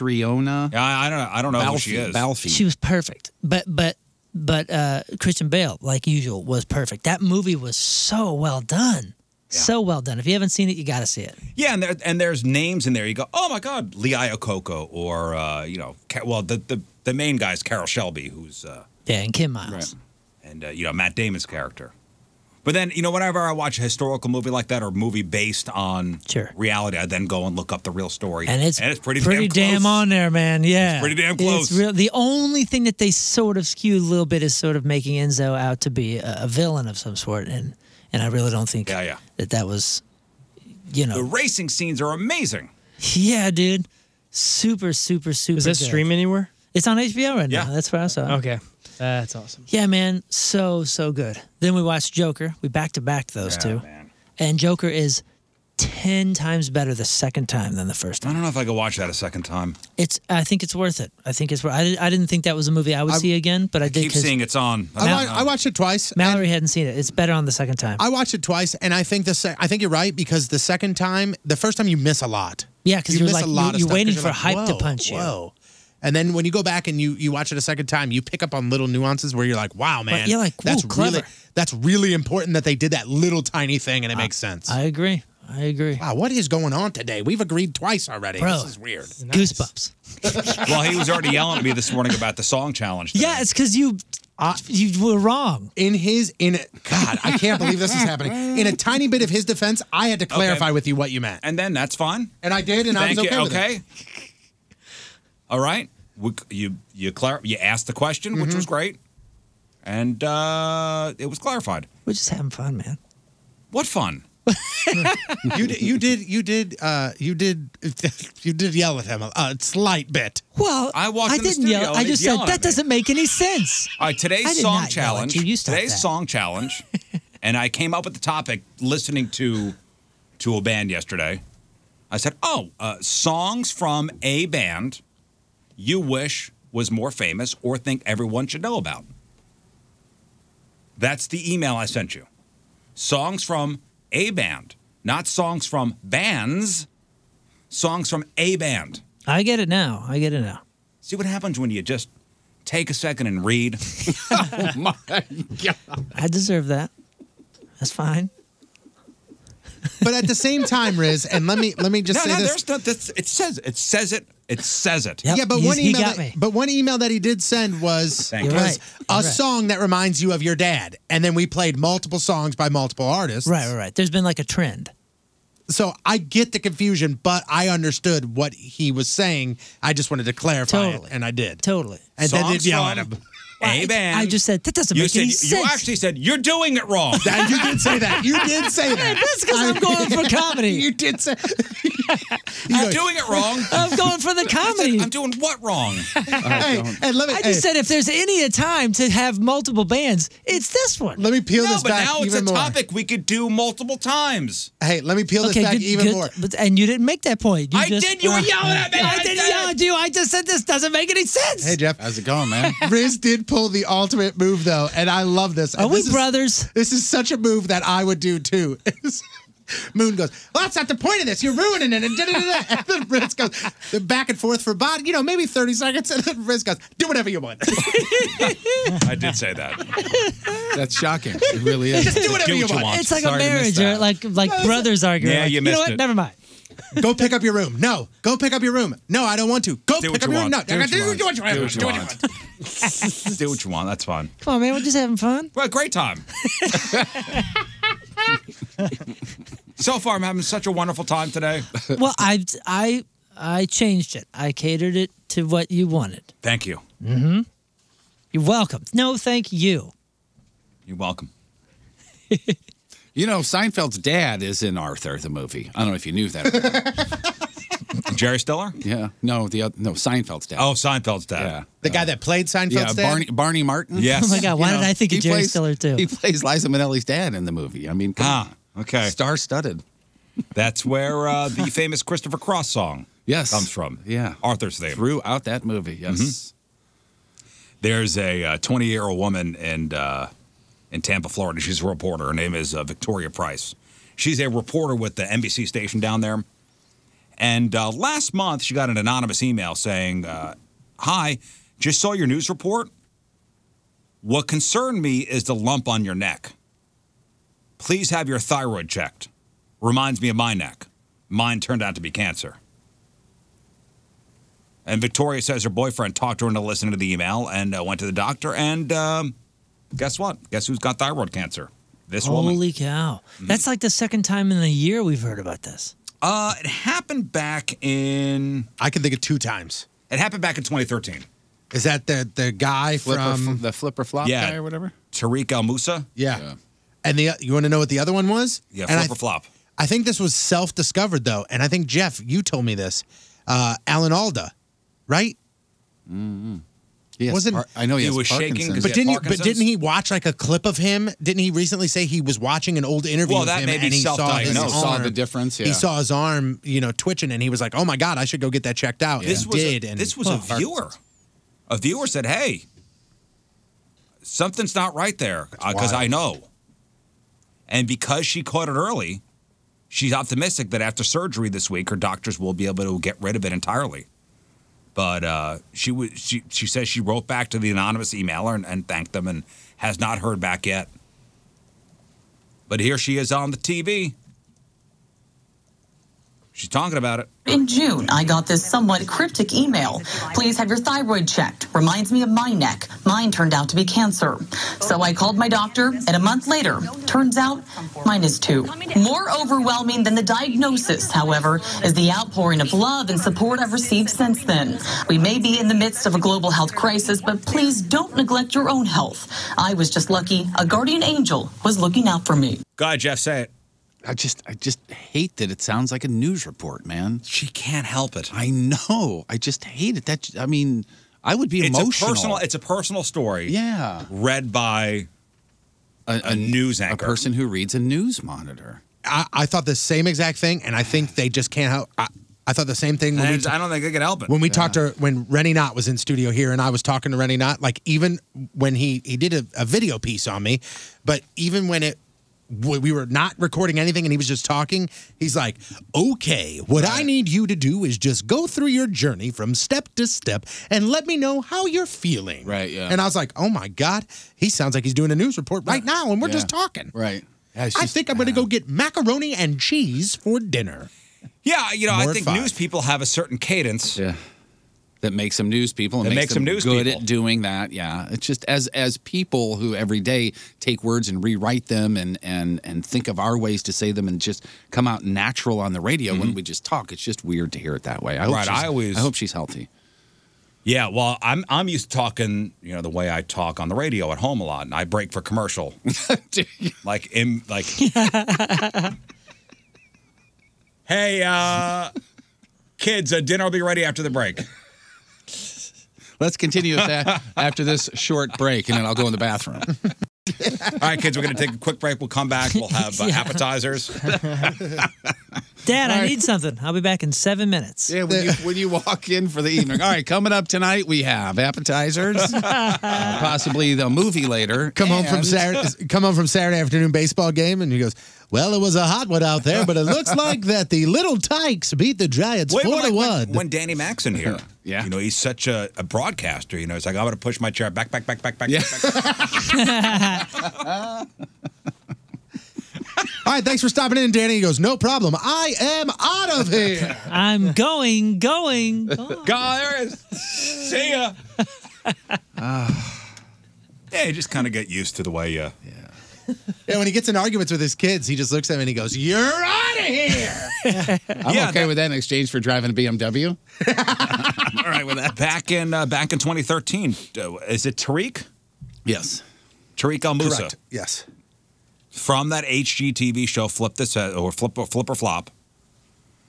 S7: Catriona.
S5: Yeah, I, I don't. know- I don't know who Oh, she is.
S7: Balfi.
S8: she was perfect, but but. But uh, Christian Bale, like usual, was perfect. That movie was so well done, so well done. If you haven't seen it, you got to see it.
S5: Yeah, and there and there's names in there. You go, oh my God, Lee Iacocca, or uh, you know, Ca- well the, the the main guy's Carol Shelby, who's uh,
S8: Yeah, and Kim Miles.
S7: Right.
S5: and uh, you know Matt Damon's character. But then you know, whenever I watch a historical movie like that or a movie based on
S8: Sure.
S5: reality, I then go and look up the real story,
S8: and it's
S5: pretty
S8: damn,
S5: close.
S8: on there, man. Yeah,
S5: pretty damn close.
S8: It's real. The only thing that they sort of skewed a little bit is sort of making Enzo out to be a, a villain of some sort, and and I really don't think
S5: Yeah, yeah.
S8: that that was, you
S5: The
S8: know,
S5: racing scenes are amazing.
S8: yeah, dude, super, super, super.
S4: Is that
S8: good.
S4: stream anywhere?
S8: It's on HBO right now.
S5: Yeah.
S8: That's where I saw. it.
S4: Okay, that's awesome.
S8: Yeah, man, so so good. Then we watched Joker. We back to back those two,
S5: man.
S8: and Joker is. Ten times better the second time than the first
S5: I
S8: time.
S5: don't know if I could watch that a second time.
S8: It's. I think it's worth it. I think it's. wor- I, did, I didn't think that was a movie I would see again, but I, did.
S5: Keep
S8: 'cause-
S5: seeing it's on.
S6: I, wa- I watched it twice and-
S8: Mallory hadn't seen it. It's better on the second time.
S6: I watched it twice, and I think the sec- I think you're right because the second time, the first time you miss a lot.
S8: Yeah, 'cause
S6: You
S8: you're
S6: miss
S8: like-
S6: a lot
S8: you-
S6: of stuff
S8: you're
S6: 'cause
S8: waiting
S6: you're
S8: for
S6: like,
S8: hype to
S6: "Whoa,
S8: punch you."
S6: Whoa. And then when you go back and you you watch it a second time, you pick up on little nuances where you're like, "Wow, man,
S8: you're like, "Ooh,
S6: that's really
S8: clever."
S6: that's really important that they did that little tiny thing, and it makes sense."
S8: I agree. I agree.
S6: wow, what is going on today? We've agreed twice already.
S8: Bro.
S6: This is weird.
S8: Goosebumps.
S5: well, he was already yelling at me this morning about the song challenge. thing.
S8: Yeah, it's because you you were wrong.
S6: In his in God, I can't believe this is happening. In a tiny bit of his defense, I had to clarify with you what you meant,
S5: and then that's fine.
S6: and I did, and I was
S5: Thank
S6: okay.
S5: you.
S6: with it.
S5: Okay. All right. We, you you clar- you asked the question,
S8: Mm-hmm.
S5: which was great, and uh, it was clarified.
S8: We're just having fun, man.
S5: What fun?
S6: you did, you did you did uh you did you did yell at him a, a slight bit.
S8: Well,
S5: I walked
S8: I
S5: in the
S8: didn't
S5: studio
S8: yell.
S5: and
S8: I
S5: he's
S8: just said
S5: yelling at
S8: that
S5: me."
S8: doesn't make any sense.
S5: All right, today's
S8: I did
S5: song
S8: not yell at
S5: challenge.
S8: you. You stop
S5: today's
S8: that.
S5: song challenge, and I came up with the topic listening to to a band yesterday. I said, "Oh, uh, songs from a band you wish was more famous or think everyone should know about." That's the email I sent you. Songs from a band, not songs from bands. Songs from a band.
S8: I get it now. I get it now.
S5: See what happens when you just take a second and read. oh my god.
S8: I deserve that. That's fine.
S6: But at the same time, Riz, and let me let me just
S5: no,
S6: say
S5: no,
S6: this.
S5: there's not. This, it says it says it. It says it.
S6: Yeah, but one email that, but one email that he did send was,
S5: Thank you.
S6: was
S5: You're
S6: a
S5: right.
S6: song that reminds you of your dad. And then we played multiple songs by multiple artists.
S8: Right, right, right. There's been like a trend.
S6: So I get the confusion, but I understood what he was saying. I just wanted to clarify
S8: Totally.
S6: it, and I did.
S8: Totally.
S6: And then did
S5: Songs
S6: yell at
S5: from
S6: him.
S5: A band.
S8: I just said that doesn't
S5: you
S8: make
S5: said,
S8: any
S5: You
S8: sense.
S5: actually said you're doing it wrong.
S6: That- you did say that. You did say that.
S8: That's 'cause I'm going for comedy.
S6: you did say.
S5: you're doing it wrong.
S8: I'm going for the comedy.
S5: I'm doing what wrong?
S6: Hey, and let me.
S8: I just
S6: hey,
S8: said if there's any a time to have multiple bands, it's this one.
S6: let me peel
S5: no,
S6: this
S5: but
S6: back
S5: now it's
S6: even
S5: a
S6: more.
S5: topic we could do multiple times.
S6: Hey, let me peel this back
S8: good-
S6: even
S8: good-
S6: more.
S8: But, and you didn't make that point. You
S5: I
S8: just- uh,
S5: did. You were yelling at me.
S8: I,
S5: I
S8: didn't
S5: did
S8: yell
S5: it.
S8: at you. I just said this doesn't make any sense.
S6: Hey, Jeff.
S7: How's it going, man?
S6: Riz did pull the ultimate move though, and I love this.
S8: Are
S6: And
S8: we
S6: this is-
S8: brothers?
S6: This is such a move that I would do too. Moon goes, well, that's not the point of this. You're ruining it. And, da-da-da-da. and then Riz goes, they're back and forth for about, you know, maybe 30 seconds. And then Riz goes, do whatever you want.
S5: I did say that.
S7: That's shocking. It really is.
S6: Do whatever
S5: Do
S6: you
S5: what you
S6: want.
S5: want.
S8: it's like a
S5: Sorry to miss
S8: marriage or
S5: that.
S8: like like brothers arguing.
S5: Yeah,
S8: like,
S5: you
S8: know
S5: missed
S8: what?
S5: it.
S8: Never mind.
S6: Go pick up your room. No. Go pick up your room. No, I don't want to.
S5: Do
S6: Go pick
S5: what
S6: up
S5: you
S6: your
S5: want.
S6: room. No, do what you want.
S5: Do what you want. Do what you want. That's fine.
S8: Come on, man. We're just having fun.
S5: Well, great time. so far, I'm having such a wonderful time today.
S8: well, I I I changed it. I catered it to what you wanted.
S5: Thank you.
S8: You're welcome. No, thank you.
S5: You're welcome.
S7: You know, Seinfeld's dad is in Arthur the movie. I don't know if you knew that. or not.
S5: Jerry Stiller.
S7: yeah. No, the oth- no Seinfeld's dad.
S5: Oh, Seinfeld's dad.
S7: yeah.
S6: The guy that played Seinfeld's
S7: Yeah,
S6: dad?
S7: Barney Barney Martin.
S5: Yes.
S8: Oh my God, why did I think
S7: He
S8: of Jerry
S7: plays-
S8: Stiller too?
S7: He plays Liza Minnelli's dad in the movie. I mean, come
S5: Ah,
S7: on.
S5: okay.
S7: Star-studded.
S5: That's where uh, the famous Christopher Cross song
S7: Yes.
S5: comes from.
S7: Yeah.
S5: Arthur's theme.
S7: Throughout that movie,
S5: Mm-hmm.
S7: yes.
S5: There's a 20 year old woman in, uh, in Tampa, Florida. She's a reporter. Her name is uh, Victoria Price. She's a reporter with the NBC station down there. And uh, last month, she got an anonymous email saying, uh, Hi, just saw your news report. What concerned me is the lump on your neck. Please have your thyroid checked. Reminds me of my neck. Mine turned out to be cancer. And Victoria says her boyfriend talked her into listening to the email and uh, went to the doctor. And um, guess what? Guess who's got thyroid cancer? This woman.
S8: Holy cow!
S7: Mm-hmm.
S8: That's like the second time in a year we've heard about this.
S5: Uh, it happened back in
S6: I can think of two times.
S5: it happened back in 2013.
S6: Is that the, the guy
S7: Flipper,
S6: from.
S7: the flipper flop
S5: Yeah.
S7: guy or whatever.
S5: Tariq El Musa.
S6: Yeah.
S7: Yeah.
S6: And the you want to know what the other one was?
S5: Yeah,
S6: And
S5: flip or
S6: I,
S5: flop.
S6: I think this was self-discovered though, and I think Jeff, you told me this. Uh, Alan Alda, right?
S7: He has
S6: Wasn't-
S7: par- I know he,
S5: He
S7: has
S5: was shaking 'cause
S7: Parkinson's.
S5: he
S6: But
S5: had
S6: didn't he, but
S5: Parkinson's?
S6: didn't he watch like a clip of him? Didn't he recently say he was watching an old interview?
S5: Well,
S6: of
S5: that
S6: him
S5: may be
S6: and he saw his
S5: self-diagnosed.
S7: Saw the
S6: arm-
S7: difference, yeah.
S6: He saw his arm, you know, twitching, and he was like, "Oh my god, I should go get that checked out."
S5: This
S6: and
S5: was
S6: did,
S5: a,
S6: and
S5: this was a viewer. A viewer said, "Hey, something's not right there because I know." And because she caught it early, she's optimistic that after surgery this week, her doctors will be able to get rid of it entirely. But uh, she was she she says she wrote back to the anonymous emailer and, and thanked them and has not heard back yet. But here she is on the TV. She's talking about it.
S4: In June, I got this somewhat cryptic email. Please have your thyroid checked. Reminds me of my neck. Mine turned out to be cancer. So I called my doctor, and a month later, turns out mine is too. More overwhelming than the diagnosis, however, is the outpouring of love and support I've received since then. We may be in the midst of a global health crisis, but please don't neglect your own health. I was just lucky a guardian angel was looking out for me.
S5: Go ahead, Jeff, say it.
S7: I just I just hate that it sounds like a news report, man.
S5: She can't help it.
S7: I know. I just hate it. That I mean, I would be
S5: it's
S7: emotional.
S5: A personal, it's a personal story.
S7: Yeah.
S5: Read by
S7: a,
S5: news anchor.
S7: a person who reads a news monitor.
S6: I, I thought the same exact thing, and I think they just can't help. I, I thought the same thing when we
S5: And I don't think they could help it.
S6: when we talked to when Rennie Knott was in studio here and I was talking to Rennie Knott, like even when he he did a, a video piece on me, but even when it w- we were not recording anything and he was just talking, he's like, "Okay, what I need you to do is just go through your journey from step to step and let me know how you're feeling."
S7: Right, yeah.
S6: And I was like, "Oh my god, he sounds like he's doing a news report right now, and we're
S7: Yeah.
S6: just talking."
S7: Right.
S6: I think I'm going to go get macaroni and cheese for dinner.
S5: yeah, you know, I
S6: More
S5: think
S6: five.
S5: news people have a certain cadence.
S7: Yeah. That makes them news people and
S5: That
S7: makes,
S5: makes
S7: them
S5: them news
S7: good
S5: people.
S7: at doing that. Yeah. It's just as as people who every day take words and rewrite them and and and think of our ways to say them and just come out natural on the radio when we just talk. It's just weird to hear it that way. I
S5: Mm-hmm.
S7: hope
S5: Right,
S7: she's-
S5: I always-
S7: I hope she's healthy.
S5: Yeah, well, I'm I'm used to talking, you know, the way I talk on the radio at home a lot, and I break for commercial, like in like. hey, uh, kids, uh, dinner will be ready after the break.
S7: Let's continue with that after this short break, and then I'll go in the bathroom.
S5: All right, kids, we're gonna take a quick break. We'll come back. We'll have uh,
S8: Yeah.
S5: appetizers.
S8: Dad, I need something. I'll be back in seven minutes.
S7: Yeah, when you, when you walk in for the evening. All right, coming up tonight, we have appetizers, uh, possibly the movie later.
S6: Come home from
S7: and-
S6: Saturday, come home from Saturday afternoon baseball game, and he goes, "Well, it was a hot one out there, but it looks like that the little Tykes beat the Giants
S5: Wait,
S6: four
S5: when, I-
S6: to one."
S5: when, when Danny Max in here,
S7: Yeah.
S5: you know, he's such a, a broadcaster. You know, it's like I'm gonna push my chair back, back, back, back, back,
S7: Yeah.
S5: back, back.
S6: All right, thanks for stopping in, Danny. He goes, "No problem. I am out of here."
S8: I'm going, going. Oh. going.
S5: God, there is. See ya. yeah, you just kind of get used to the way uh, you.
S6: and when he gets in arguments with his kids, he just looks at him and he goes, "You're out of here."
S7: I'm
S5: Yeah,
S7: okay
S5: that-
S7: with that in exchange for driving a BMW.
S5: All right, with that. Back in uh, back in 2013, uh, is it Tariq?
S7: Yes.
S5: Tariq Al Musa
S6: Yes.
S5: from that HGTV show Flip This uh, or Flip Flip or Flop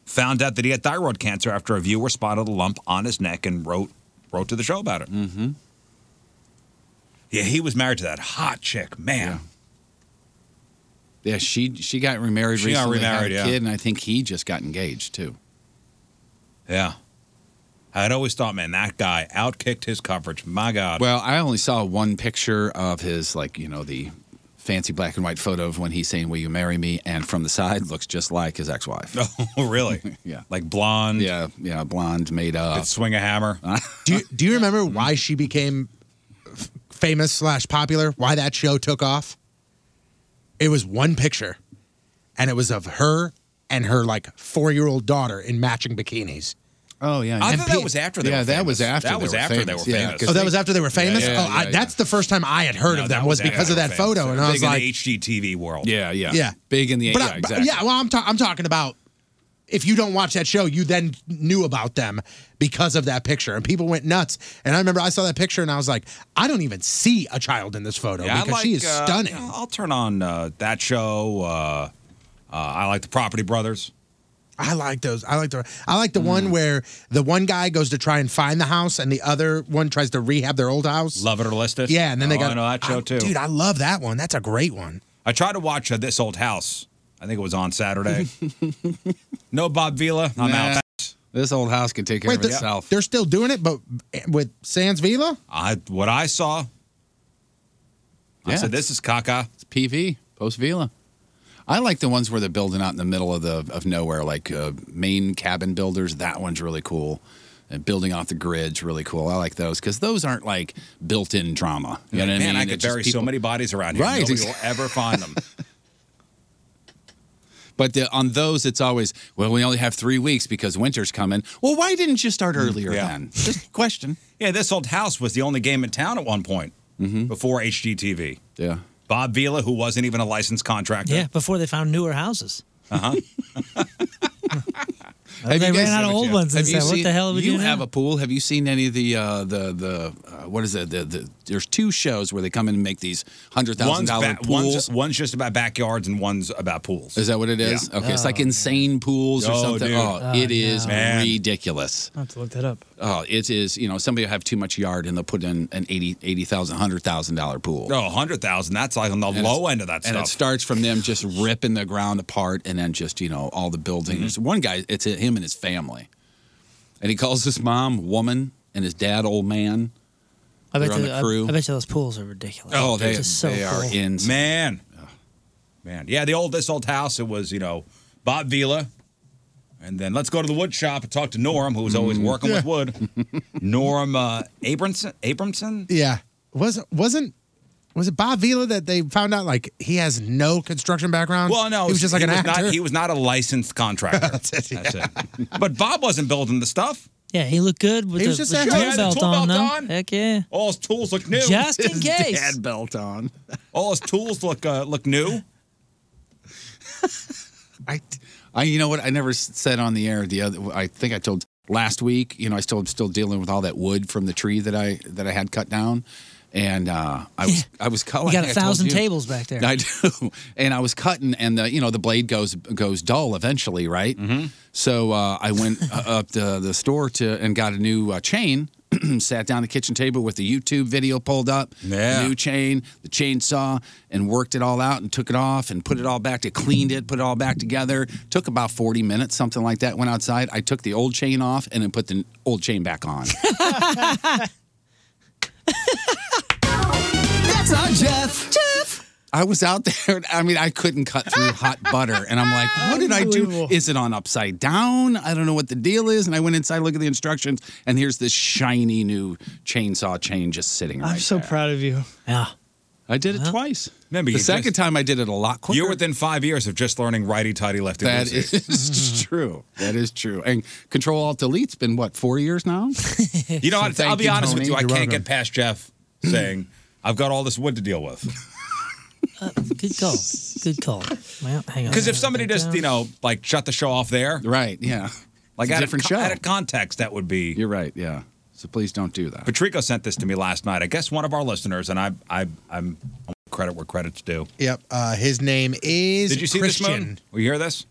S5: found out that he had thyroid cancer after a viewer spotted a lump on his neck and wrote wrote to the show about it. Mm-hmm. Yeah, he was married to that hot chick, man.
S7: Yeah, she she got remarried
S5: She got
S7: recently.
S5: remarried,
S7: had a
S5: yeah.
S7: kid, and I think he just got engaged too.
S5: Yeah. I'd always thought, man, that guy outkicked his coverage. My God.
S7: Well, I only saw one picture of his, like you know, the fancy black and white photo of when he's saying, "Will you marry me?" And from the side, looks just like his ex-wife.
S5: oh, really?
S7: Yeah.
S5: Like blonde.
S7: Yeah, yeah, blonde, made up.
S5: Could swing a hammer.
S6: Do you, Do you remember
S5: Mm-hmm.
S6: why she became f- famous slash popular? Why that show took off? It was one picture, and it was of her and her like four year old daughter in matching bikinis.
S7: oh yeah,
S5: I
S7: yeah.
S5: thought that was after they
S7: yeah,
S5: were
S7: that was
S5: famous.
S7: after
S5: That
S7: they
S5: was
S7: were
S5: after they
S7: famous.
S5: were
S7: Yeah,
S5: famous.
S7: 'cause
S6: Oh, that
S7: they-
S6: was after they were famous.
S7: yeah,
S6: oh,
S7: yeah,
S6: I,
S7: yeah.
S6: that's the first time I had heard
S5: No,
S6: of
S5: that
S6: them was
S5: was
S6: because of that
S5: after they were
S6: photo, and I
S5: Big
S6: was
S5: in
S6: like,
S5: the HGTV world.
S7: Yeah, yeah,
S6: Yeah.
S7: Big in the
S6: but I-
S7: yeah,
S6: but-
S7: exactly.
S6: yeah, well, I'm ta- I'm talking about if you don't watch that show, you then knew about them because of that picture, and people went nuts. And I remember I saw that picture, and I was like, I don't even see a child in this photo
S5: Yeah, I
S6: because she
S5: like,
S6: is
S5: uh,
S6: stunning.
S5: you know, I'll turn on uh, that show. Uh, uh, I like the Property Brothers.
S6: I like those. I like the I like the
S5: Hmm.
S6: one where the one guy goes to try and find the house, and the other one tries to rehab their old house.
S5: Love it or list it.
S6: yeah, and then they
S5: Oh,
S6: got
S5: I know that show
S6: I-
S5: too.
S6: Dude, I love that one. That's a great one.
S5: I tried to watch uh, This Old House. I think it was on Saturday. no Bob Vila. I'm
S7: Nah.
S5: out.
S7: This old house can take care of
S6: they're,
S7: itself.
S6: they're still doing it, but with Sans Vila.
S5: I what I saw. I
S7: Yeah.
S5: said this is caca.
S7: It's PV, Post Vila. I like the ones where they're building out in the middle of the of nowhere, like uh, main cabin builders. That one's really cool. And building off the grid's really cool. I like those because those aren't like built-in drama. You know what I mean?
S5: Man, I could
S7: It's just
S5: bury
S7: people-
S5: so many bodies around here.
S7: Right,
S5: Nobody
S7: exa-
S5: will ever find them.
S7: But the, on those, it's always well, we only have three weeks because winter's coming. Well, why didn't you start earlier
S5: Mm, Yeah.
S7: then? Just a question.
S5: yeah, This Old House was the only game in town at one point
S6: Mm-hmm.
S5: before HGTV.
S7: Yeah.
S5: Bob Vila, who wasn't even a licensed contractor.
S8: Yeah, before they found newer houses.
S7: Have
S8: they
S7: you
S8: ran
S7: guys-
S8: out of old ones and
S7: Have you
S8: said, "What
S7: seen-
S8: the hell are we
S7: you
S8: doing?"
S7: have
S8: now?"
S7: a pool. Have you seen any of the uh, the the uh, what is it the the there's two shows where they come in and make these hundred thousand
S5: One's,
S7: dollar
S5: ba-
S7: pools.
S5: one's, one's just about backyards and one's about pools.
S7: Is that what it is?
S5: Yeah.
S7: Okay, it's
S8: Oh,
S7: like insane pools or
S5: Oh,
S7: something.
S5: dude.
S7: Oh,
S5: Oh,
S7: it is
S5: no. Man.
S7: ridiculous.
S8: I have to look that up.
S7: Oh, it is. You know, somebody will have too much yard and they'll put in an eighty, eighty thousand, hundred thousand dollar pool.
S5: Oh, 100,000. That's like on the
S7: And
S5: low
S7: it's-
S5: end of that
S7: and it
S5: stuff.
S7: starts from them just ripping the ground apart and then just you know all the buildings.
S5: Mm-hmm.
S7: One guy, it's him and his family, and he calls his mom woman and his dad old man.
S8: I bet,
S7: They're on
S8: you,
S7: the
S8: I-
S7: crew.
S8: I, bet you those pools are ridiculous.
S7: Oh,
S8: They're
S7: they,
S8: just so
S7: they are
S8: cool.
S7: in
S5: man, man. Yeah, the old this old house. It was you know Bob Vila, and then let's go to the wood shop and talk to Norm, who was always working with wood. Norm uh, Abramson. Abramson.
S6: Yeah. Was wasn't was it Bob Vila that they found out like he has no construction background?
S5: Well, no,
S6: he was just like
S5: he
S6: an
S5: was
S6: actor.
S5: Not, he was not a licensed contractor. That's it. But Bob wasn't building the stuff.
S8: Yeah, he looked good with
S6: He
S8: the,
S6: was just
S8: with the
S6: acting.
S8: tool
S6: Yeah, the
S8: belt
S5: tool
S8: on,
S5: belt
S8: though.
S5: on.
S8: Heck yeah.
S5: All his tools look new.
S8: Just in case.
S7: belt on.
S5: All his tools look uh, look new.
S7: I, I, you know what? I never s- said on the air the other. I think I told last week. You know, I still am still dealing with all that wood from the tree that I that I had cut down, and uh, I was I was cutting.
S8: You got a thousand tables back there.
S7: I do, and I was cutting, and the you know the blade goes goes dull eventually, right? Mm-hmm. So uh, I went uh, up to the store to and got a new uh, chain. sat down at the kitchen table with the YouTube video pulled up,
S5: Yeah.
S7: new chain, the chainsaw, and worked it all out and took it off and put it all back to cleaned it, put it all back together. Took about forty minutes, something like that. Went outside. I took the old chain off and then put the n- old chain back on. I was out there. and, I mean, I couldn't cut through hot butter, and I'm like, "What did I do? Is it on upside down? I don't know what the deal is." And I went inside, look at the instructions, and here's this shiny new chainsaw chain just sitting. Right there.
S9: proud of you.
S8: yeah.
S7: I did it twice.
S5: Remember,
S7: the
S5: you
S7: second
S5: just-
S7: time I did it a lot quicker.
S5: You're within five years of just learning righty tighty lefty
S7: that
S5: loosey.
S7: is true. That is true. And Control Alt Delete's been what four years now.
S5: You know, what?
S7: thank
S5: I'll be
S7: you,
S5: honest with
S7: Tony.
S5: you. I
S7: You're
S5: can't
S7: welcome.
S5: get past Jeff saying I've got all this wood to deal with.
S8: Good call. Good call. Well, hang on.
S5: Because if somebody just you know like shut the show off there,
S7: right? Yeah.
S5: like
S7: It's a
S5: out
S7: different
S5: of,
S7: show.
S5: con- out of context, that would be.
S7: You're right. Yeah. So please don't do that.
S5: Patrico sent this to me last night. I guess one of our listeners, and I, I, I'm I want credit where credit's due.
S6: yep. Uh, his name is
S5: Did you see
S6: Christian.
S5: this, Moon? Will you hear this?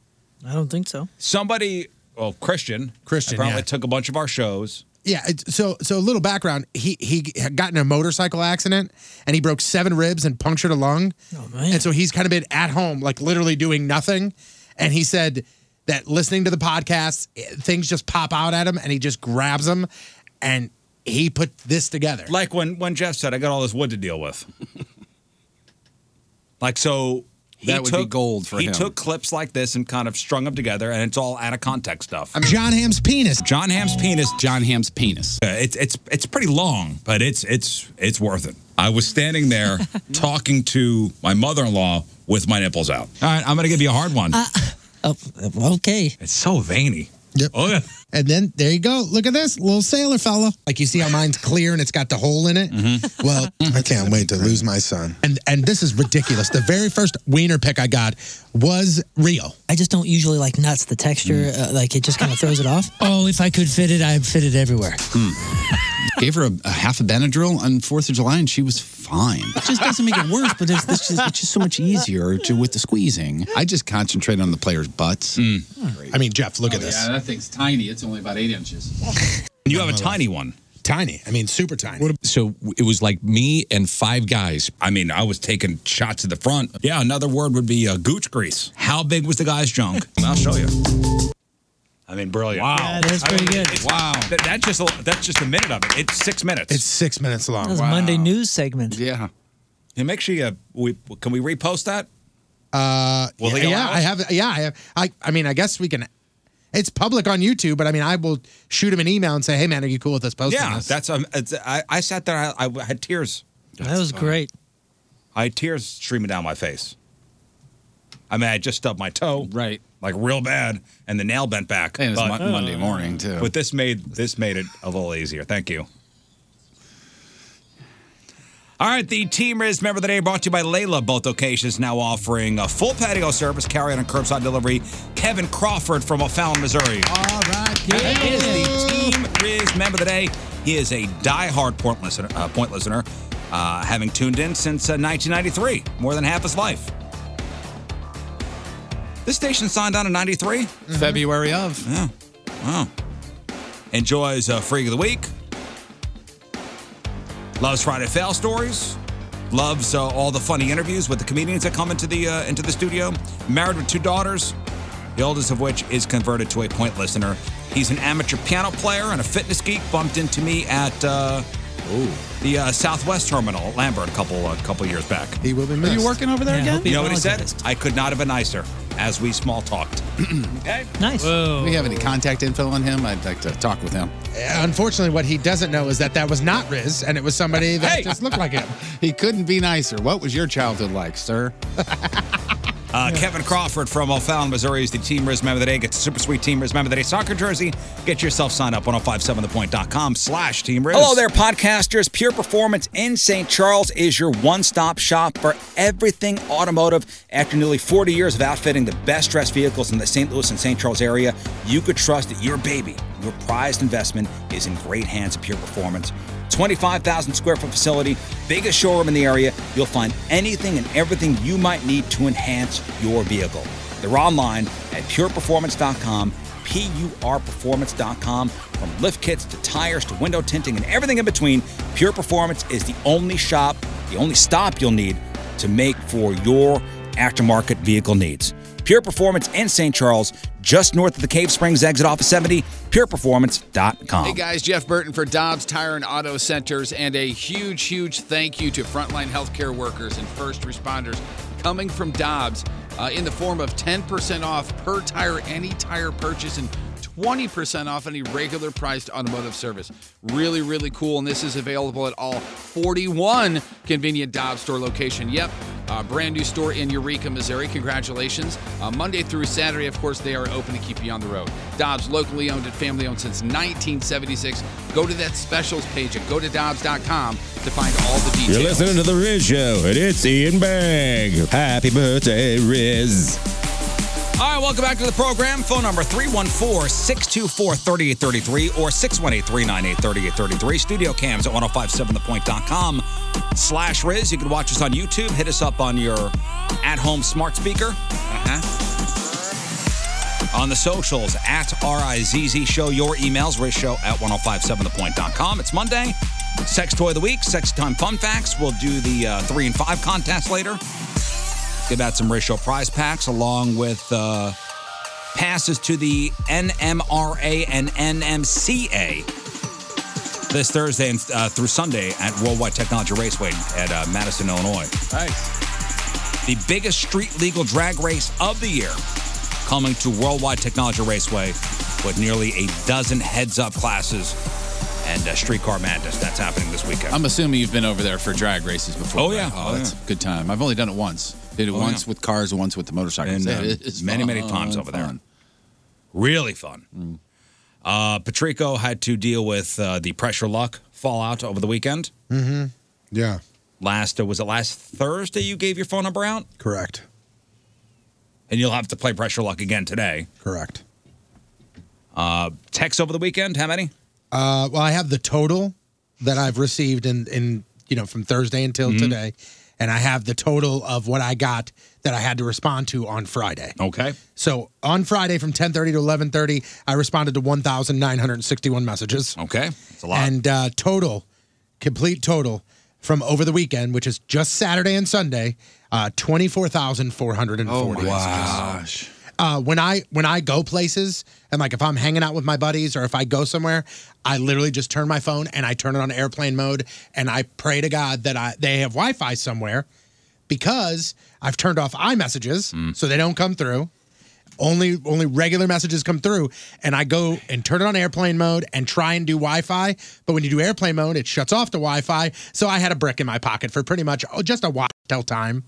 S8: I don't think so.
S5: Somebody, well, Christian,
S6: Christian,
S5: apparently
S6: yeah.
S5: took a bunch of our shows.
S6: Yeah. it's- So so a little background. He he had gotten in a motorcycle accident and he broke seven ribs and punctured a lung.
S8: Oh, man.
S6: And so he's kind of been at home, like literally doing nothing. And he said that listening to the podcast, it- things just pop out at him, and he just grabs them, and he put this together.
S5: Like when when Jeff said, "I got all this wood to deal with." like so, he
S7: That would be
S5: took-
S7: gold for
S5: he
S7: him.
S5: took clips like this and kind of strung them together, and it's all out of context stuff.
S6: I'm John Ham's penis.
S5: John Ham's penis
S7: John Ham's penis.
S5: Uh, It's it's it's pretty long, but it's it's it's worth it. I was standing there talking to my mother-in-law with my nipples out. All right, I'm gonna give you a hard
S7: Uh,
S5: one.
S8: Oh, okay.
S5: it's so veiny.
S6: Yep.
S5: Oh yeah.
S6: And then there you go. Look at this little sailor fella. Like you see how mine's clear and it's got the hole in it. Well, Mm-hmm. I can't wait to lose my son. And and this is ridiculous. the very first wiener pick I got was real.
S8: I just don't usually like nuts. The texture, uh, like it just kind of throws it off. Oh, if I could fit it, I'd fit it everywhere.
S7: Gave her a, a half a Benadryl on Fourth of July, and she was fine. It just doesn't make it worse, but it's, it's, just, it's just so much easier to, with the squeezing. I just concentrate on the players' butts.
S6: I mean, Jeff, look at this.
S7: Mm. that thing's tiny. It's only about eight inches.
S5: You have a tiny one.
S6: Tiny. I mean, super tiny.
S10: So it was like me and five guys.
S5: I mean, I was taking shots at the front. Yeah, another word would be uh, gooch grease. How big was the guy's junk? I'll show you. I mean, brilliant. Wow.
S8: Yeah, that's pretty good.
S5: Wow. That, that's just a, that's just a minute of it. It's six minutes.
S6: It's six minutes
S8: That
S6: long.
S8: was a Monday news segment.
S7: Yeah.
S5: and make sure you uh, we can we repost that. Uh,
S6: yeah, yeah, I have. Yeah, I have. I, I mean, I guess we can. It's public on YouTube, but I mean, I will shoot him an email and say, "Hey, man, are you cool with us posting
S5: Yeah,
S6: this?"
S5: that's um, it's, I, I sat there. I, I had tears.
S8: that was great.
S5: I had tears streaming down my face. I mean, I just stubbed my toe,
S7: Right.
S5: like real bad, and the nail bent back.
S7: And it's
S5: but,
S7: Mon- Monday morning too.
S5: but this made this made it a little easier. Thank you. All right, the Team Riz member of the day brought to you by Layla. Both locations now offering a full patio service, carry on and curbside delivery. Kevin Crawford from O'Fallon, Missouri.
S6: all right.
S5: That is the Team Riz member of the day. He is a diehard point listener. Uh, point listener. uh, having tuned in since uh, 1993, more than half his life. This station signed on in 93.
S7: February of.
S5: Yeah. Wow. Enjoys uh, Freak of the Week. Loves Friday Fail Stories. Loves uh, all the funny interviews with the comedians that come into the uh, into the studio. Married with two daughters, the oldest of which is converted to a point listener. He's an amateur piano player and a fitness geek. Bumped into me at uh, the uh, Southwest Terminal, at Lambert, a couple a couple years back.
S6: He will be missed.
S7: over
S8: there Yeah, I again? hope he
S5: You know what he said? I could not have been nicer. As we small talked. okay.
S8: Nice.
S7: Do we have any contact info on him? I'd like to talk with him.
S6: Uh, Unfortunately, what he doesn't know is that that was not Riz, and it was somebody that
S5: Hey!
S6: just looked like him.
S7: He couldn't be nicer. What was your childhood like, sir?
S5: Uh, Kevin Crawford from O'Fallon, Missouri is the Team Riz member of the day. Gets a super sweet Team Riz member of the day soccer jersey. Get yourself signed up 1057thepoint.com slash Team Riz. Hello there, podcasters. Pure Performance in St. Charles is your one stop shop for everything automotive. After nearly 40 years of outfitting the best dressed vehicles in the St. Louis and St. Charles area, you could trust that your baby, your prized investment, is in great hands at Pure Performance. 25,000 square foot facility, biggest showroom in the area. You'll find anything and everything you might need to enhance your vehicle. They're online at pureperformance.com, P U R performance.com. From lift kits to tires to window tinting and everything in between, Pure Performance is the only shop, the only stop you'll need to make for your aftermarket vehicle needs. Pure Performance in St. Charles, just north of the Cave Springs exit off of 70, pureperformance.com.
S7: Hey guys, Jeff Burton for Dobbs Tire and Auto Centers, and a huge, huge thank you to frontline healthcare workers and first responders coming from Dobbs uh, in the form of 10% off per tire, any tire purchase, and 20% off any regular priced automotive service. Really, really cool, and this is available at all 41 convenient Dobbs store location. Yep, uh, brand new store in Eureka, Missouri. Congratulations. Uh, Monday through Saturday, of course, they are open to keep you on the road. Dobbs, locally owned and family owned since 1976. Go to that specials page at go to Dobbs.com to find all the details.
S10: You're listening to The Riz Show, and it's Ian Bang. Happy birthday, Riz.
S5: All right, welcome back to the program. Phone number 314 624 3833 or 618 398 3833. Studio cams at 1057thepoint.com slash Riz. You can watch us on YouTube. Hit us up on your at home smart speaker. Uh-huh. On the socials at RIZZ Show. Your emails, Show at 1057thepoint.com. It's Monday. Sex Toy of the Week, Sex Time Fun Facts. We'll do the uh, three and five contest later. Give out some racial prize packs along with uh, passes to the NMRA and NMCA this Thursday and uh, through Sunday at Worldwide Technology Raceway at uh, Madison, Illinois.
S7: Nice.
S5: The biggest street legal drag race of the year coming to Worldwide Technology Raceway with nearly a dozen heads up classes and uh, streetcar madness. That's happening this weekend.
S7: I'm assuming you've been over there for drag races before.
S5: Oh,
S7: right?
S5: yeah.
S7: Oh,
S5: Oh,
S7: that's
S5: yeah.
S7: a good time. I've only done it once. Did it
S5: Oh,
S7: once
S5: yeah.
S7: with cars and once with the motorcycles.
S5: And,
S7: That
S5: uh,
S7: is
S5: many, many times over there. Really fun.
S7: Mm.
S5: Uh, Patrico had to deal with uh, the pressure luck fallout over the weekend.
S6: Yeah,
S5: Last uh, was it last Thursday you gave your phone number out,
S6: correct,
S5: and you'll have to play pressure luck again today.
S6: correct.
S5: Text over the weekend. How many?
S6: Uh, well, I have the total that I've received in, in you know from Thursday until today, and I have the total of what I got that I had to respond to on Friday.
S5: Okay.
S6: So on Friday from 10:30 to 11:30, I responded to 1,961 messages.
S5: Okay. It's a lot.
S6: And uh, total, complete total from over the weekend, which is just Saturday and Sunday, uh,
S5: Oh,
S6: 24,440.
S7: Gosh.
S6: Uh, when I when I go places and like if I'm hanging out with my buddies or if I go somewhere, I literally just turn my phone and I turn it on airplane mode and I pray to God that I they have Wi-Fi somewhere because I've turned off iMessages
S5: Mm.
S6: so they don't come through. Only only regular messages come through and I go and turn it on airplane mode and try and do Wi-Fi, but when you do airplane mode it shuts off the Wi-Fi. So I had a brick in my pocket for pretty much oh, just a while till time.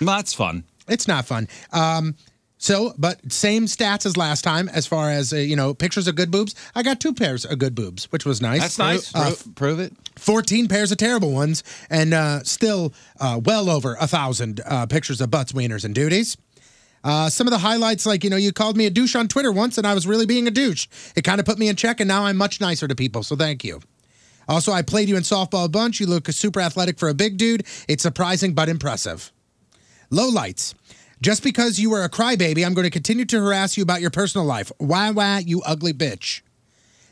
S5: Well, that's fun.
S6: It's not fun. Um, so, but same stats as last time as far as uh, you know, pictures of good boobs. I got two pairs of good boobs, which was nice.
S5: That's nice.
S6: Uh,
S7: Pro- prove it.
S6: Fourteen pairs of terrible ones, and uh, still uh, well over a thousand uh, pictures of butts, wieners, and duties. Uh, some of the highlights, like you know, you called me a douche on Twitter once, and I was really being a douche. It kind of put me in check, and now I'm much nicer to people. So thank you. Also, I played you in softball a bunch. You look super athletic for a big dude. It's surprising but impressive. Low lights. Just because you were a crybaby, I'm going to continue to harass you about your personal life. Why, why, you ugly bitch.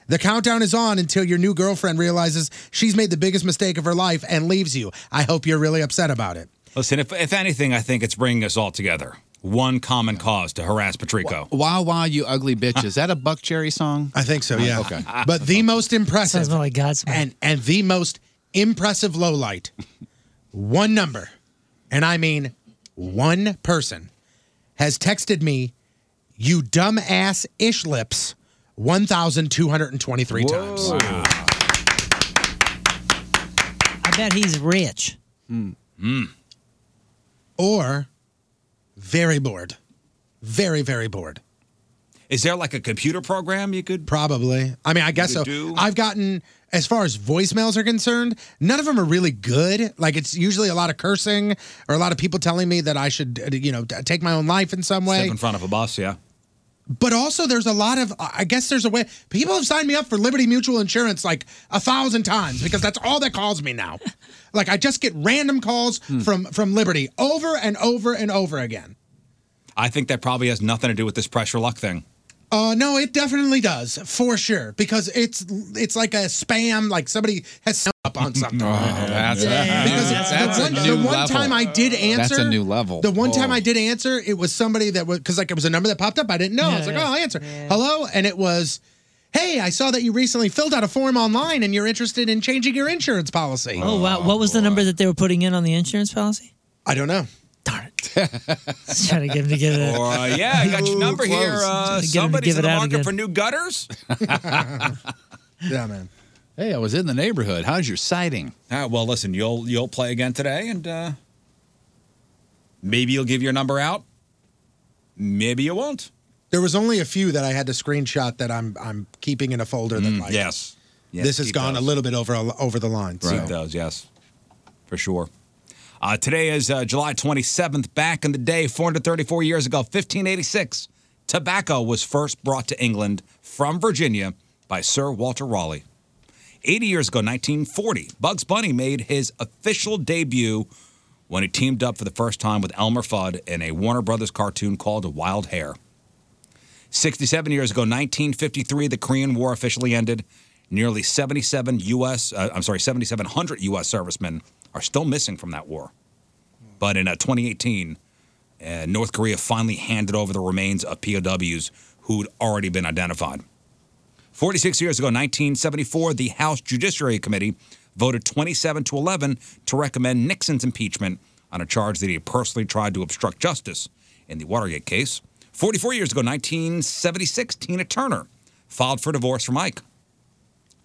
S6: The countdown is on until your new girlfriend realizes she's made the biggest mistake of her life and leaves you. I hope you're really upset about it.
S5: Listen, if, if anything, I think it's bringing us all together. One common cause to harass Patrico.
S7: Wow, wow, you ugly bitch. Is that a Buck Cherry song?
S6: I think so, yeah.
S7: Okay.
S6: But the most impressive. Sounds more like God's and, and the most impressive lowlight. one number, and I mean one person, has texted me, you dumbass ish lips, 1,223 times.
S8: I bet he's rich.
S6: Or very bored. Very, very bored.
S5: Is there like a computer program you could?
S6: Probably. I mean, I guess
S5: You
S6: so.
S5: do?
S6: I've gotten, as far as voicemails are concerned, none of them are really good. Like, it's usually a lot of cursing or a lot of people telling me that I should, uh, you know, t- take my own life in some way.
S5: Step in front of a bus, yeah.
S6: But also, there's a lot of, I guess there's a way, people have signed me up for Liberty Mutual Insurance like a thousand times because that's all that calls me now. like, I just get random calls from from Liberty over and over and over again.
S5: I think that probably has nothing to do with this pressure luck thing.
S6: Uh, no, it definitely does for sure because it's it's like a spam. Like somebody has s- up on something.
S7: That's,
S6: Oh, Because
S7: Oh. that's
S6: the
S7: a
S6: one,
S7: new
S6: the one
S7: level.
S6: time I did answer,
S7: That's a new level.
S6: The one time
S7: Oh.
S6: I did answer, it was somebody that was because like it was a number that popped up. I didn't know. I was like, oh, I'll answer. Hello, and it was, hey, I saw that you recently filled out a form online and you're interested in changing your insurance policy.
S8: Oh, wow. What was the number that they were putting in on the insurance policy?
S6: I don't know.
S8: Darn it. Just trying to get him to give it.
S5: Or, uh, yeah, I got your number here.
S8: Get
S5: Uh,
S8: him to
S5: somebody's
S8: give
S5: in the
S8: it out
S5: market
S8: again.
S5: for new gutters.
S6: Yeah, man.
S7: Hey, I was in the neighborhood. How's your sighting?
S5: Ah, well, listen, you'll you'll play again today, and uh, maybe you'll give your number out. Maybe you won't.
S6: There was only a few that I had to screenshot that I'm I'm keeping in a folder
S7: Mm,
S6: that like
S5: yes. Yes,
S6: this has
S5: keep
S6: gone
S5: those.
S6: a little bit over over the line.
S5: Keep
S6: So.
S5: those, yes, for sure. Uh, today is uh, July 27th. Back in the day, 434 years ago, 1586, tobacco was first brought to England from Virginia by Sir Walter Raleigh. 80 years ago, 1940, Bugs Bunny made his official debut when he teamed up for the first time with Elmer Fudd in a Warner Brothers cartoon called Wild Hare. 67 years ago, 1953, the Korean War officially ended. Nearly 77 U.S. Uh, I'm sorry, 7,700 U.S. servicemen are still missing from that war. But in uh, 2018, uh, North Korea finally handed over the remains of POWs who'd already been identified. 46 years ago, 1974, the House Judiciary Committee voted 27 to 11 to recommend Nixon's impeachment on a charge that he had personally tried to obstruct justice in the Watergate case. 44 years ago, 1976, Tina Turner filed for divorce from Ike.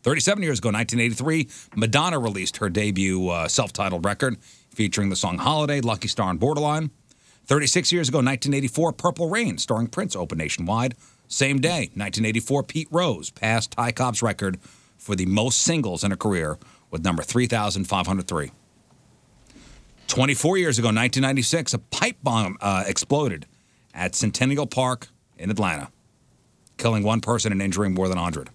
S5: 37 years ago, 1983, Madonna released her debut uh, self titled record featuring the song Holiday, Lucky Star, and Borderline. 36 years ago, 1984, Purple Rain, starring Prince, opened nationwide. Same day, 1984, Pete Rose passed Ty Cobb's record for the most singles in a career with number 3,503. 24 years ago, 1996, a pipe bomb uh, exploded at Centennial Park in Atlanta, killing one person and injuring more than 100.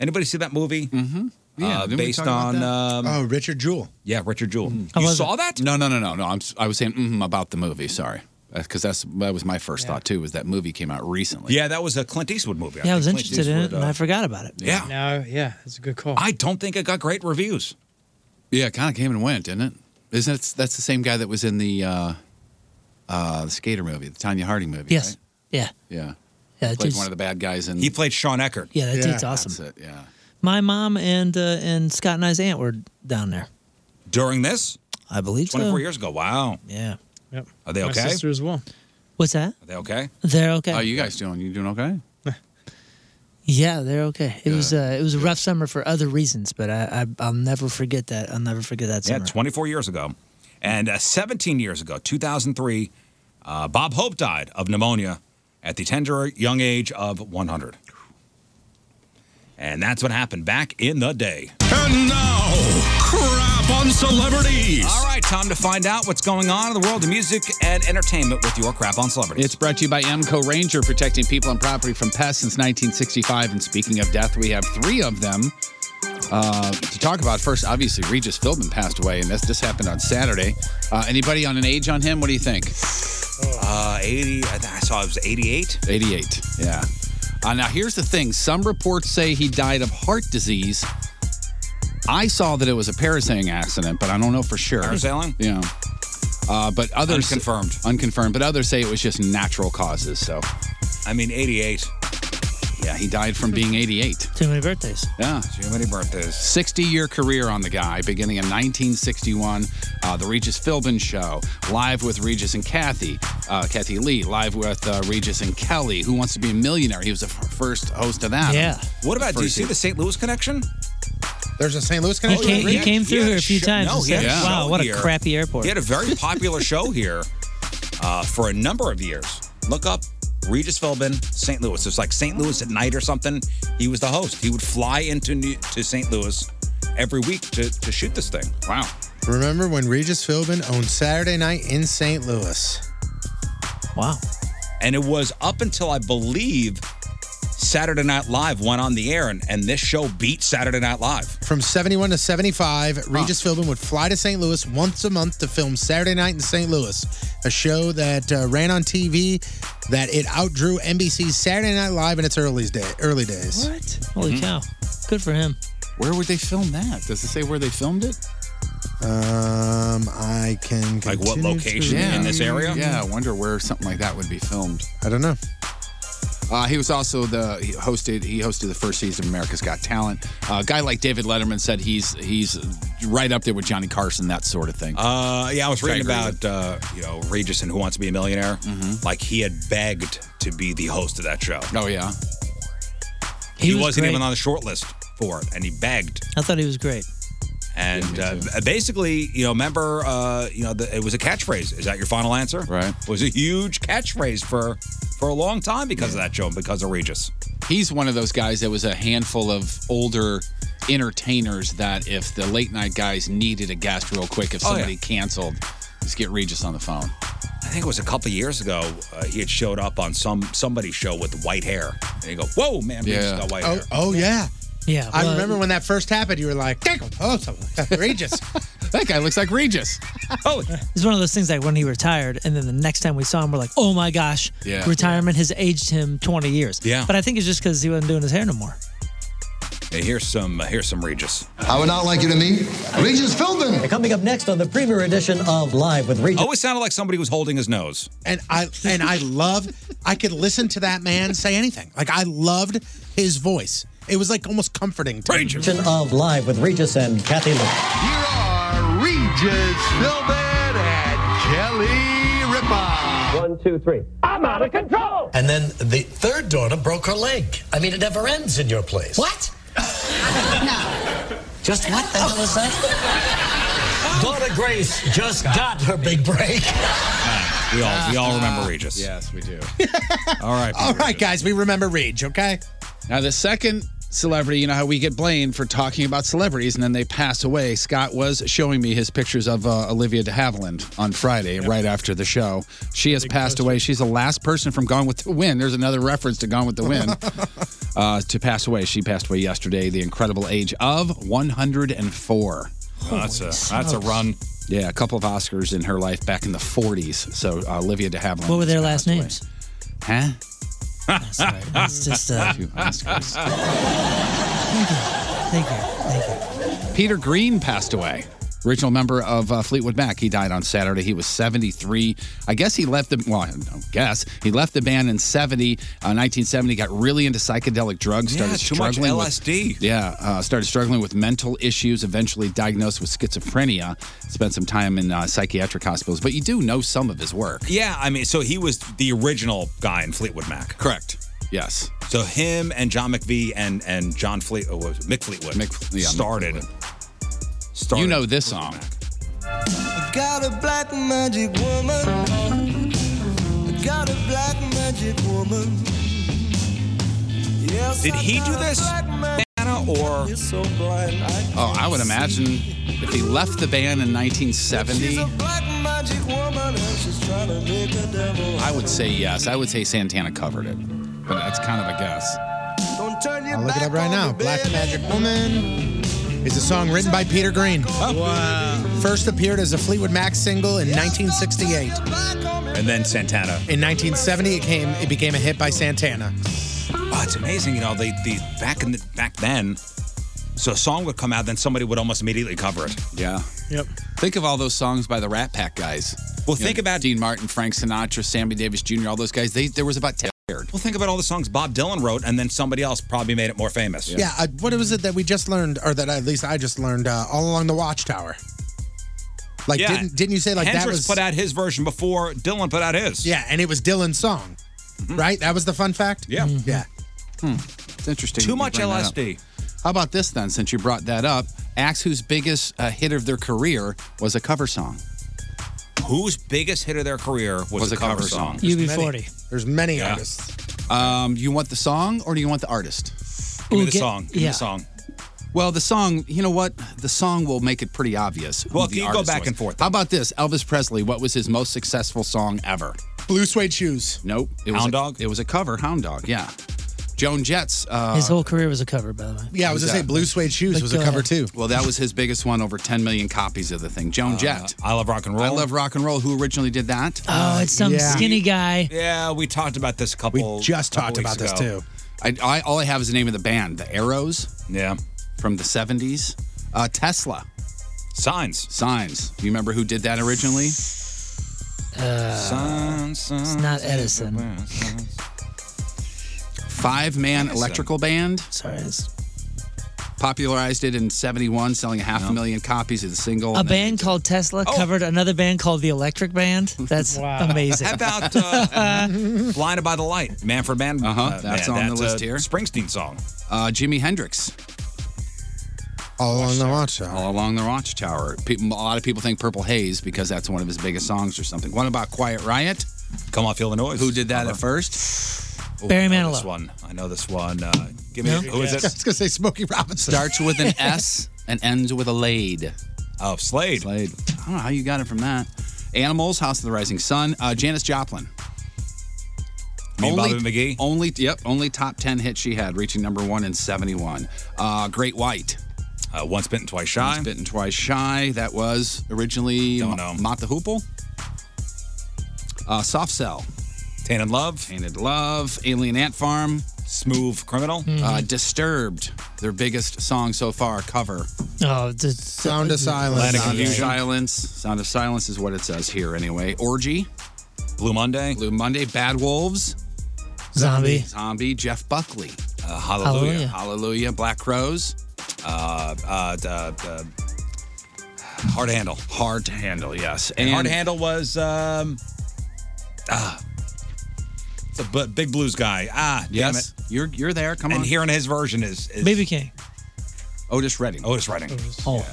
S5: Anybody see that movie? Mm-hmm.
S7: Yeah,
S5: uh,
S7: didn't we
S5: based on
S7: talk about that?
S5: um,
S9: Mm.
S6: Oh, Richard Jewell.
S5: yeah, Richard Jewell.
S9: Mm-hmm.
S5: You
S8: was
S6: Oh,
S5: saw that?
S7: No, no, no, no, no. I'm, si was saying mm about the movie. Sorry, because that's that was my first thought too. Was that movie came out recently?
S5: Yeah, that was a Clint Eastwood movie.
S8: Yeah, I was
S5: think Clint
S8: interested in it,
S5: Eastwood,
S8: and
S5: uh,
S8: I forgot about it.
S5: yeah.
S9: No, yeah, it's a good call.
S5: I don't think it got great reviews.
S7: yeah. It kind of came and went, didn't it? Isn't it, that's the same guy that was in the uh, uh, the skater movie, the Tanya Harding movie?
S8: Yes.
S7: right?
S8: Yeah.
S7: Yeah.
S8: Yeah, that
S7: Played
S8: dude's-
S7: one of the bad guys in.
S5: He played Sean Eckert.
S8: yeah, that
S6: Yeah.
S8: dude's
S7: That's
S8: awesome.
S7: it. Yeah.
S8: My mom and uh, and Scott and I's aunt were down there.
S5: During this,
S8: I believe
S5: 24
S8: so.
S5: years ago. Wow.
S8: Yeah.
S9: Yep.
S5: Are they
S9: My
S5: okay?
S9: sister as well.
S8: What's that?
S5: Are they okay?
S8: They're okay.
S7: How you guys doing? You doing okay?
S8: Yeah, they're okay. It was uh, it was a rough summer for other reasons, but I, I I'll never forget that. I'll never forget that
S5: Yeah,
S8: summer.
S5: 24 years ago. And uh, 17 years ago, 2003, uh, Bob Hope died of pneumonia at the tender young age of 100. And that's what happened back in the day.
S10: And now, crap on celebrities.
S5: All right, time to find out what's going on in the world of music and entertainment with your crap on celebrities.
S7: It's brought to you by Emco Ranger, protecting people and property from pests since 1965. And speaking of death, we have three of them Uh, to talk about first, obviously Regis Philbin passed away, and this this happened on Saturday. Uh, anybody on an age on him? What do you think?
S5: Uh, 80. I, th- I saw it was 88.
S7: 88. Yeah. Uh, now here's the thing: some reports say he died of heart disease. I saw that it was a parasailing accident, but I don't know for sure.
S5: Parasailing?
S7: Yeah. Uh, but others
S5: Unconfirmed.
S7: Unconfirmed. But others say it was just natural causes. So,
S5: I mean, 88.
S7: Yeah, he died from being 88.
S8: Too many birthdays.
S7: Yeah.
S5: Too many birthdays.
S7: 60 year career on the guy, beginning in 1961. Uh, the Regis Philbin Show, live with Regis and Kathy, uh, Kathy Lee, live with uh, Regis and Kelly, Who Wants to Be a Millionaire. He was the f- first host of that.
S8: Yeah.
S5: What about, do you
S7: First
S5: see
S7: year.
S5: the St. Louis connection?
S6: There's a St. Louis
S8: He
S6: connection.
S8: came, he
S5: yeah,
S8: came through
S5: yeah,
S8: here a few
S5: sure.
S8: times.
S5: No,
S8: and
S5: he had
S8: said,
S5: a
S8: wow,
S5: show
S8: what a
S5: here.
S8: crappy airport.
S5: He had a very popular show here uh, for a number of years. Look up Regis Philbin, St. Louis. It's like St. Louis at night or something. He was the host. He would fly into New- to St. Louis every week to, to shoot this thing.
S7: Wow.
S6: Remember when Regis Philbin owned Saturday Night in St. Louis?
S8: wow.
S5: And it was up until I believe Saturday Night Live went on the air, and, and this show beat Saturday Night Live.
S6: From 71 to 75, Regis Philbin would fly to St. Louis once a month to film Saturday Night in St. Louis, a show that uh, ran on TV that it outdrew NBC's Saturday Night Live in its early, day, early days.
S8: What? Holy
S5: Mm-hmm.
S8: cow. Good for him.
S7: Where would they film that? Does it say where they filmed it?
S6: Um, I can
S5: Like what
S6: continue to-
S5: location? In this area?
S7: Yeah, I wonder where something like that would be filmed.
S6: I don't know.
S7: Uh, he was also the he hosted. He hosted the first season of America's Got Talent. Uh, a guy like David Letterman said he's he's right up there with Johnny Carson, that sort of thing.
S5: Uh, yeah, I was reading
S7: I agree
S5: about uh, you know Regis and Who Wants to Be a Millionaire. Like he had begged to be the host of that show.
S7: oh yeah,
S5: he,
S8: was
S5: wasn't
S8: great.
S5: even on the short list for it, and he begged.
S8: I thought he was great.
S5: And uh, basically, you know, remember, uh, you know, the, it was a catchphrase. Is that your final answer?
S7: Right.
S5: It was a huge catchphrase for for a long time because of that show and because of Regis.
S7: he's one of those guys that was a handful of older entertainers that if the late night guys needed a guest real quick, if
S5: Oh, yeah.
S7: somebody canceled, just get Regis on the phone.
S5: I think it was a couple years ago. Uh, he had showed up on some somebody's show with white hair, and you go, "Whoa, man, Regis
S7: Yeah.
S5: got white
S6: Oh,
S5: hair."
S6: oh yeah.
S8: Yeah.
S6: I
S8: well,
S6: remember when that first happened, you were like, oh, Regis.
S7: That guy looks like Regis.
S5: Oh,
S8: It's one of those things like when he retired, and then the next time we saw him, we're like, oh my gosh,
S7: Yeah.
S8: retirement has aged him 20 years.
S5: Yeah.
S8: But I think it's just because he wasn't doing his hair no more.
S5: Hey, here's some uh, here's some Regis.
S9: I would not like you to meet Regis Philbin.
S11: Coming up next on the premier edition of Live with Regis.
S5: Always sounded like somebody was holding his nose.
S6: and I and I love I could listen to that man say anything. Like I loved his voice. It was like almost comforting to me.
S5: Regis.
S11: Edition of Live with Regis and Kathy Lee.
S9: Here are Regis Philbin and Kelly Ripa.
S11: One, two, three. I'm out of control. And then the third daughter broke her leg. I mean, it never ends in your place. What? no. Just what the hell is that? Daughter Grace just got her big break.
S5: We all we
S7: Ah.
S5: all remember Regis.
S7: Yes, we do.
S5: All right.
S6: All right, guys, we remember Rage, okay?
S7: Now, the second celebrity, you know how we get blamed for talking about celebrities and then they pass away. Scott was showing me his pictures of uh, Olivia de Havilland on Friday, right after the show. She has passed away. She's the last person from Gone with the Wind. There's another reference to Gone with the Wind uh, to pass away. She passed away yesterday, the incredible age of 104.
S5: Well, that's a that's a
S8: Hmm.
S5: run.
S7: Yeah, a couple of Oscars in her life back in the 40s. So uh, Olivia de Havilland.
S8: What were their
S7: just
S8: last
S7: passed away.
S8: names?
S7: Huh?
S8: Sorry. It's just, uh,
S7: Two Oscars.
S8: thank you. Thank you.
S7: Peter Green passed away. Original member of uh, Fleetwood Mac. He died on Saturday. He was 73. I guess he left the well, I don't guess he left the band in 70, uh, 1970. Got really into psychedelic drugs.
S5: Yeah,
S7: started
S5: too much
S7: struggling with-
S5: LSD.
S7: yeah, uh, started struggling with mental issues, eventually diagnosed with schizophrenia, spent some time in uh, psychiatric hospitals, but you do know some of his work.
S5: Yeah, I mean, so he was the original guy in Fleetwood Mac.
S7: Correct. Yes.
S5: So him and John McVie and and John Fleet oh, what was it? Mick Fleetwood
S7: Mick- yeah, Mick
S5: started. Started.
S7: You know this song.
S11: Got a black magic woman. Got a black magic woman. Yes,
S5: Did he do this, Anna, or
S11: so blind. I
S7: Oh, I would imagine if he left the band in 1970,
S11: black magic woman, and she's trying to make a devil.
S7: I would say yes. I would say Santana covered it, but that's kind of a guess.
S11: Don't turn your
S6: I'll look it up right now. Black Magic Woman. is a song written by Peter Green.
S5: Oh.
S6: First appeared as a Fleetwood Mac single in 1968.
S5: And then Santana.
S6: In 1970, it came it became a hit by Santana.
S5: Oh, it's amazing, you know. They, they back in the, back then, so a song would come out, then somebody would almost immediately cover it.
S7: Yeah.
S6: Yep.
S7: Think of all those songs by the Rat Pack guys.
S5: Well, think
S7: about Dean Martin, Frank Sinatra, Sammy Davis Jr., all those guys. They there was about ten.
S5: Well, think about all the songs Bob Dylan wrote, and then somebody else probably made it more famous.
S6: Yeah, uh, what was it that we just learned, or that at least I just learned, uh, all along the Watchtower? Like,
S5: Yeah.
S6: didn't didn't you say like that
S5: Hendrix
S6: was
S5: put out his version before Dylan put out his.
S6: Yeah, and it was Dylan's song, right? That was the fun fact. Mm-hmm.
S5: Yeah.
S6: yeah.
S7: Hmm. It's interesting.
S6: Too
S7: that you
S6: much
S7: bring that up.
S5: LSD.
S7: How about this then? Since you brought that up, acts whose biggest uh, hit of their career was a cover song.
S5: Whose biggest hit of their career was, a cover, song?
S6: There's many
S7: artists. Um, you want the song or do you want the artist?
S5: Give me the song. Give me the song.
S7: Well, the song, you know what? The song will make it pretty obvious. who
S5: Well,
S7: the
S5: you go
S7: artist
S5: back
S7: was.
S5: and forth
S7: How about this? Elvis Presley, what was his most successful song ever?
S6: Blue suede shoes.
S7: Nope. It was
S5: Hound
S7: a, Dog? It was a cover, Hound Dog, yeah. Joan Jett's. Uh,
S8: His whole career was a cover, by the way.
S7: Yeah, I was gonna say Blue
S6: Suede Shoes
S7: Like,
S6: was a
S7: uh,
S6: cover too.
S7: Well, that was his biggest one, over 10 million copies of the thing. Joan
S5: Uh,
S7: Jett.
S5: I Love Rock and Roll.
S7: I Love Rock and Roll. Who originally did that?
S8: Oh, it's some skinny guy.
S5: Yeah, we talked about this a couple. couple weeks ago.
S7: I, I, all I have is the name of the band, the Arrows.
S5: Yeah.
S7: From the 70s. Uh, Tesla.
S5: Signs.
S7: Signs. You remember who did that originally?
S8: Uh, it's not Edison.
S7: Five man
S8: Edison.
S7: electrical band.
S8: Sorry.
S7: Popularized it in 71, selling half a million copies of the single.
S8: A
S7: and then-
S8: band called Tesla
S5: Oh.
S8: covered another band called the Electric Band. That's amazing.
S5: How about uh, Blinded by the Light? Man for Man.
S7: Uh-huh, that's on the list
S5: here. Springsteen song.
S7: Uh, Jimi Hendrix.
S6: All along the Watchtower.
S7: All along the Watchtower. People, a lot of people think Purple Haze because that's one of his biggest songs or something. What about Quiet Riot?
S5: Come on, feel the noise.
S7: Who did that at first?
S5: Oh, I know This one. I know this one. Uh, give me. Who is
S6: I
S5: it?
S6: was gonna say Smokey Robinson.
S7: Starts with an S and ends with a laid.
S5: Oh, Slade.
S7: Slade. I don't know how you got it from that. Animals, House of the Rising Sun, uh, Janis Joplin.
S5: Me and Bobby McGee.
S7: Only, yep, only top 10 hit she had, reaching number one in 71. Uh, Great White.
S5: Uh, once bitten, twice shy.
S7: Once bitten, twice shy. That was originally Don't know. Mott the Hoople. Uh, Soft Cell.
S5: Tainted Love.
S7: Tainted Love. Alien Ant Farm.
S5: Smooth Criminal.
S7: Uh, Disturbed. Their biggest song so far, cover.
S8: Oh, the
S6: Sound of Silence.
S7: Sound of Silence. Sound of Silence is what it says here, anyway. Orgy.
S5: Blue Monday.
S7: Blue Monday. Bad Wolves.
S8: Zombie.
S7: Zombie. Jeff Buckley.
S5: Uh,
S8: Hallelujah.
S5: hallelujah.
S7: Hallelujah. Black Rose.
S5: Uh, uh, d- uh, d- hard to handle.
S7: Hard to handle. Yes.
S5: And, hard to
S7: And-
S5: handle was um, ah, it's a bu- big blues guy. Ah,
S7: Yes. You're you're there. Come
S5: damn it.
S7: on.
S5: And hearing his version is, is
S8: Baby King.
S7: Otis Redding.
S5: Otis Redding.
S8: Oh,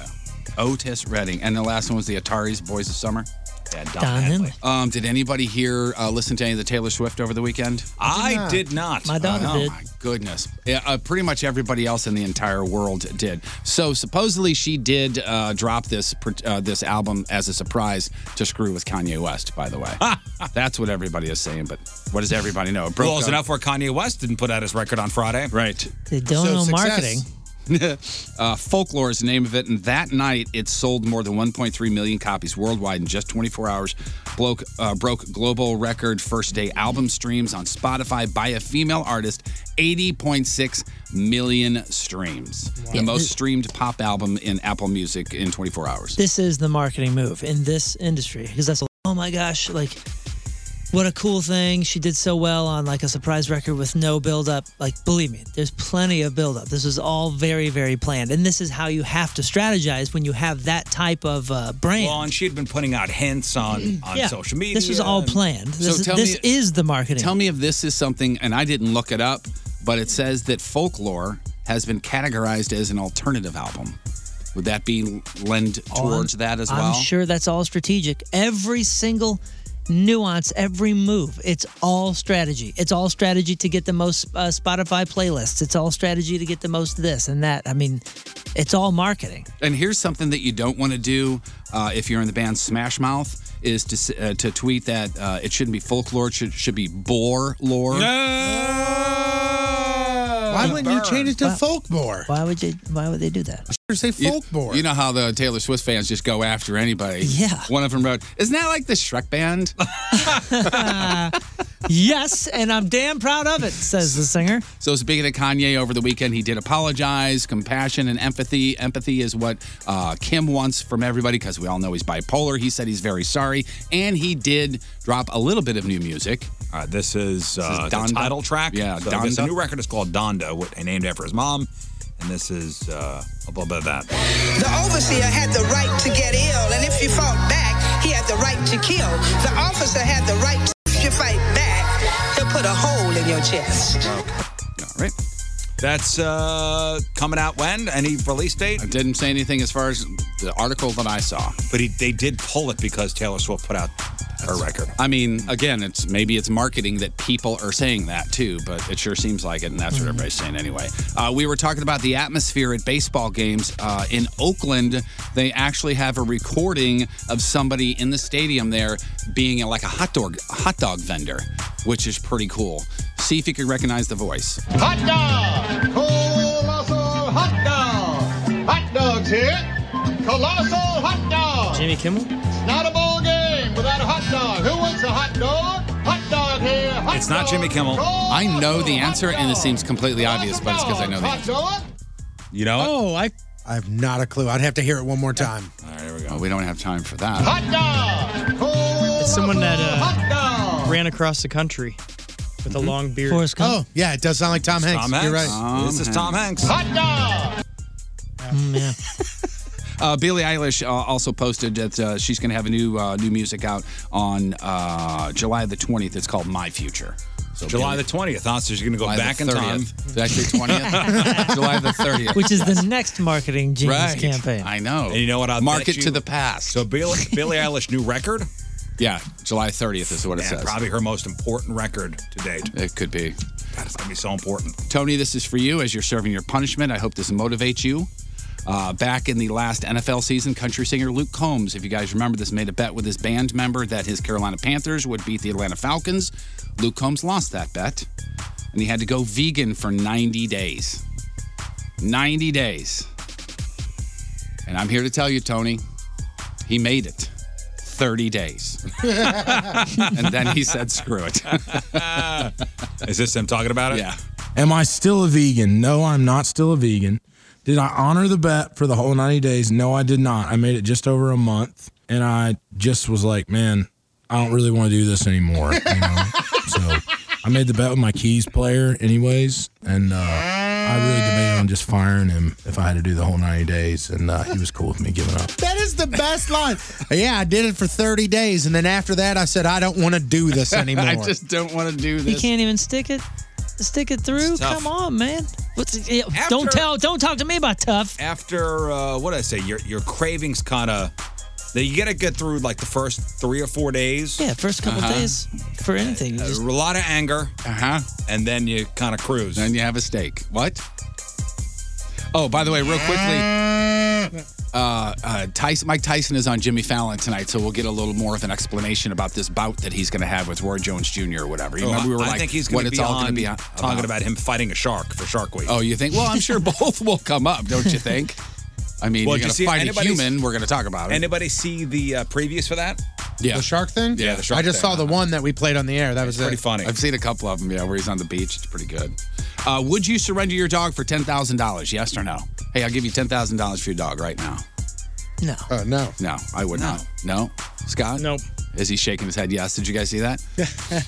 S7: Otis Redding. And the last one was the Atari's Boys of Summer.
S5: Yeah, Don
S8: Don
S5: Henley.
S8: Henley.
S7: Um, did anybody here uh, listen to any of the Taylor Swift over the weekend?
S5: I did not. Uh,
S8: My daughter
S7: oh
S8: did.
S7: my goodness! Yeah, uh, pretty much everybody else in the entire world did. So supposedly she did uh, drop this pr- uh, this album as a surprise to screw with Kanye West. By the way, that's what everybody is saying. But what does everybody know? It broke
S5: Well, it's
S7: up-
S5: enough where Kanye West didn't put out his record on Friday.
S7: right?
S8: The Dono
S6: success.
S8: Marketing.
S7: uh, Folklore is the name of it, and that night it sold more than 1.3 million copies worldwide in just 24 hours. Broke, uh, broke global record first day album streams on Spotify by a female artist, 80.6 million streams. The most streamed pop album in Apple Music in 24 hours.
S8: This is the marketing move in this industry because that's oh my gosh, like what a cool thing. She did so well on like a surprise record with no build up. Like believe me, there's plenty of build up. This is all very very planned. And this is how you have to strategize when you have that type of uh, brand.
S5: Well, and she had been putting out hints on, on
S8: yeah.
S5: social media.
S8: This was all
S5: and-
S8: planned. This,
S7: tell
S8: this
S7: me-
S8: is the marketing.
S7: Tell me if this is something, and I didn't look it up, but it says that folklore has been categorized as an alternative album. Would that be lend towards that as well?
S8: I'm sure that's all strategic. Every single nuance, every move, it's all strategy. It's all strategy to get the most uh, Spotify playlists. It's all strategy to get the most this and that. I mean, it's all marketing.
S7: And here's something that you don't want to do uh, if you're in the band Smash Mouth is to s- uh, to tweet that uh, it shouldn't be folklore, it should, should be bore lore.
S5: No!
S6: Why wouldn't you change it to folkmore?
S8: Why would you? Why would they do that?
S6: Say folkmore.
S7: You, know how the Taylor Swift fans just go after anybody.
S8: Yeah.
S7: One of them wrote, "Isn't that like the Shrek band?"
S8: yes, and I'm damn proud of it, says the singer.
S7: So speaking of Kanye over the weekend, he did apologize. Compassion and empathy. Empathy is what uh, Kim wants from everybody because we all know he's bipolar. He said he's very sorry, and he did drop a little bit of new music.
S5: Uh, this is, uh, the title track.
S7: Yeah,
S5: so
S7: Donda.
S5: this new record is called Donda, wh- named after his mom, and this is uh, a little bit of that.
S12: The overseer had the right to get ill, and if you fought back, he had the right to kill. The officer had the right to, if you fight back, he'll put a hole in your chest.
S7: All right.
S5: That's uh, coming out when? Any release date? I
S7: didn't say anything as far as the article that I saw.
S5: But he, they did pull it because Taylor Swift put out her record.
S7: I mean, again, it's maybe it's marketing that people are saying that too, but it sure seems like it, and that's what everybody's saying anyway. Uh, we were talking about the atmosphere at baseball games uh, in Oakland. They actually have a recording of somebody in the stadium there being uh, like a hot dog hot dog vendor, which is pretty cool. See if you can recognize the voice.
S9: Hot dog! Colossal hot dog! Hot dogs here! Colossal hot dog!
S13: Jimmy Kimmel?
S9: It's not a ball game without a hot dog. Who wants a hot dog? Hot dog here! Hot
S7: It's not Jimmy Kimmel. I know the answer, and it seems completely obvious, but it's because I know the
S9: hot
S7: answer.
S9: dog!
S5: You know?
S6: Oh, I I have not a clue. I'd have to hear it one more time.
S7: All right, here we go. we don't have time for that.
S9: Hot dog! It's
S13: someone that
S9: hot dog!
S13: uh, ran across the country with a
S8: Mm-hmm.
S13: long beard.
S6: Oh, yeah, it does sound like Tom Hanks. You're right.
S9: Hot dog!
S7: Uh, Billie Eilish uh, also posted that uh, she's going to have a new uh, new music out on uh, July the 20th. It's called My Future. So
S5: July the 20th, huh? So she's going to go
S7: July the
S5: back in time.
S7: 30th. Is it actually 20th? July the 30th.
S8: Which is the next marketing genius campaign.
S7: I know.
S5: And you know what? I'll
S7: Mark
S5: bet
S7: it
S5: you-
S7: to the past.
S5: So Billie, Billie Eilish new record.
S7: Yeah, July 30th is what it
S5: Man,
S7: says.
S5: Probably her most important record to date.
S7: It could be.
S5: God, it's going to be so important.
S7: Tony, this is for you as you're serving your punishment. I hope this motivates you. Uh, back in the last NFL season, country singer Luke Combs, if you guys remember this, made a bet with his band member that his Carolina Panthers would beat the Atlanta Falcons. Luke Combs lost that bet, and he had to go vegan for 90 days. 90 days. And I'm here to tell you, Tony, he made it 30 days. and then he said, screw it.
S5: Is this him talking about it?
S7: Yeah.
S14: Am I still a vegan? No, I'm not still a vegan. Did I honor the bet for the whole 90 days? No, I did not. I made it just over a month and I just was like, man, I don't really want to do this anymore. You know? so I made the bet with my keys player, anyways. And uh, I really debated on just firing him if I had to do the whole 90 days. And uh, he was cool with me giving
S4: Uh.
S14: up.
S6: That is the best line. Yeah, I did it for 30 days, and then after that, I said, I don't want to do this anymore.
S7: I just don't want to do
S8: You
S7: this.
S8: can't even stick it, stick it through.
S5: tough.
S8: Come on, man. What's, yeah,
S5: After-
S8: don't tell, don't talk to me about tough.
S5: After uh, what did I say? Your your cravings kind of. You gotta get through like the first three or four days.
S8: Yeah, first couple
S5: Uh-huh.
S8: days for anything.
S5: A lot of anger. Uh
S7: huh.
S5: And then you kind of cruise. Then
S7: you have a steak. What? Oh, by the way, real quickly, uh, uh, Tyson, Mike Tyson is on Jimmy Fallon tonight, so we'll get a little more of an explanation about this bout that he's going to have with Roy Jones Jr. or whatever. You
S5: Oh,
S7: remember we were
S5: I
S7: like,
S5: think he's
S7: what
S5: gonna
S7: it's
S5: be
S7: all
S5: on
S7: going to be on,
S5: talking about him fighting a shark for Shark Week.
S7: Oh, you think? Well, I'm sure both will come up, don't you think? I mean,
S5: Well,
S7: you're
S5: did you
S7: going to
S5: see
S7: fight a
S5: anybody's-
S7: human. We're going to talk about it.
S5: Anybody see the uh, previews for that?
S7: yeah.
S6: The shark thing?
S7: Yeah, the shark
S6: I just
S7: thing.
S6: saw the one that we played on the air. That was it.
S7: funny. I've seen a couple of them, yeah, where he's on the beach. It's pretty good. Uh, would you surrender your dog for ten thousand dollars? Yes or no? Hey, I'll give you ten thousand dollars for your dog right now.
S8: No.
S6: Uh, no.
S7: No, I would not. No, Scott. Nope. Is he shaking his head? Yes. Did you guys see that?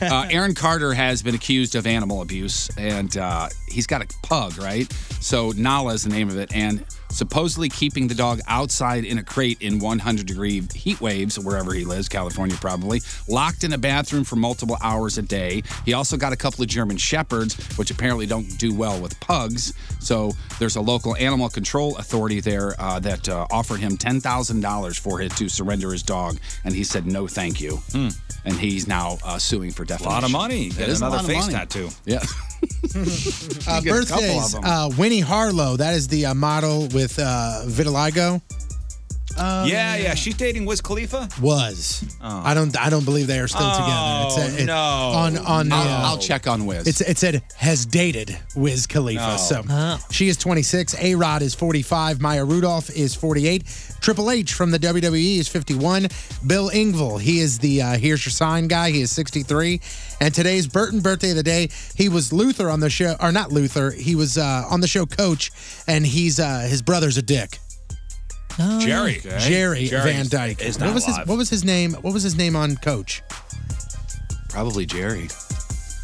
S7: uh, Aaron Carter has been accused of animal abuse, and uh, he's got a pug, right? So Nala is the name of it, and supposedly keeping the dog outside in a crate in 100 degree heat waves wherever he lives, California probably, locked in a bathroom for multiple hours a day. He also got a couple of German shepherds, which apparently don't do well with pugs. So there's a local animal control authority there uh, that uh, offered him $10,000 for it to surrender his dog, and he said no, thank you. And he's now uh, suing for defamation.
S5: lot of money. Get
S7: That is
S5: another
S7: a lot of
S5: face
S7: Hmm. money.
S5: tattoo.
S7: Yeah.
S6: Uh,
S7: You get a couple of
S6: birthdays.
S7: them.
S6: Uh, Winnie Harlow. That is the uh, model with uh, vitiligo. Oh,
S5: yeah, yeah. She's dating Wiz Khalifa.
S6: Was
S7: Oh.
S6: I don't I don't believe they are still
S5: Oh,
S6: together. It said- it-
S5: no.
S6: on on the,
S5: I'll-
S6: uh,
S5: I'll check on Wiz.
S6: It's, it said has dated Wiz
S5: No.
S6: Khalifa. So she is 26. A Rod is 45. Maya Rudolph is 48. Triple H from the WWE is 51. Bill Ingvall he is the uh, here's your sign guy. He is 63. And today's Burton birthday of the day. He was Luther on the show or not Luther. He was uh, on the show Coach, and he's uh, his brother's a dick.
S5: Jerry.
S6: Jerry
S5: Jerry
S6: Van
S5: is-
S6: Dyke.
S5: is
S6: what
S5: not
S6: was
S5: alive.
S6: his What was his name? What was his name on Coach?
S7: Probably Jerry.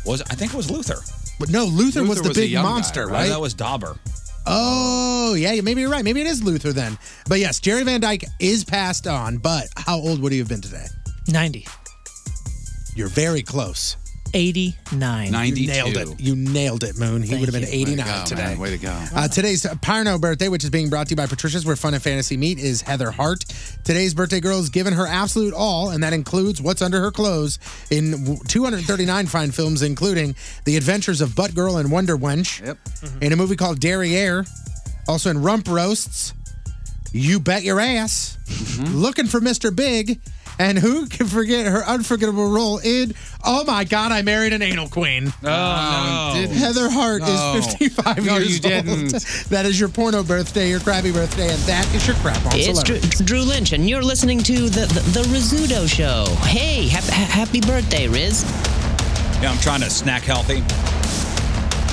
S5: Was I think it was Luther.
S6: But no, Luther, was the
S5: a
S6: big
S5: young guy,
S6: monster,
S5: right?
S6: right?
S5: That was Dauber.
S6: oh, yeah. Maybe you're right. Maybe it is Luther then. But yes, Jerry Van Dyke is passed on. But how old would he have been today?
S8: Ninety.
S6: You're very close.
S8: 89.
S6: You nailed it. You nailed it, Moon. He
S8: Thank
S6: would have been
S8: you. Way to
S6: 89
S7: go, man.
S6: today.
S7: Oh, Way to go.
S6: Uh, today's Parno birthday, which is being brought to you by Patricia's, where fun and fantasy meet, is Heather Hart. Today's birthday girl has given her absolute all, and that includes what's under her clothes in w- 239 fine films, including The Adventures of Butt Girl and Wonder Wench, yep. in a movie called Derriere, also in Rump Roasts, You Bet Your Ass,
S5: Mm-hmm.
S6: Looking for Mr. Big, and who can forget her unforgettable role in Oh My God, I Married an Anal Queen?
S7: Oh, no. didn't.
S6: Heather Hart
S7: No.
S6: is 55
S7: No,
S6: years
S7: you didn't.
S6: old. That is your porno birthday, your crabby birthday, and that is your crap on
S15: It's Drew,
S6: celebrity.
S15: it's Drew Lynch, and you're listening to the the, the Rizzuto Show. Hey, hap- happy birthday, Riz!
S5: Yeah, I'm trying to snack healthy.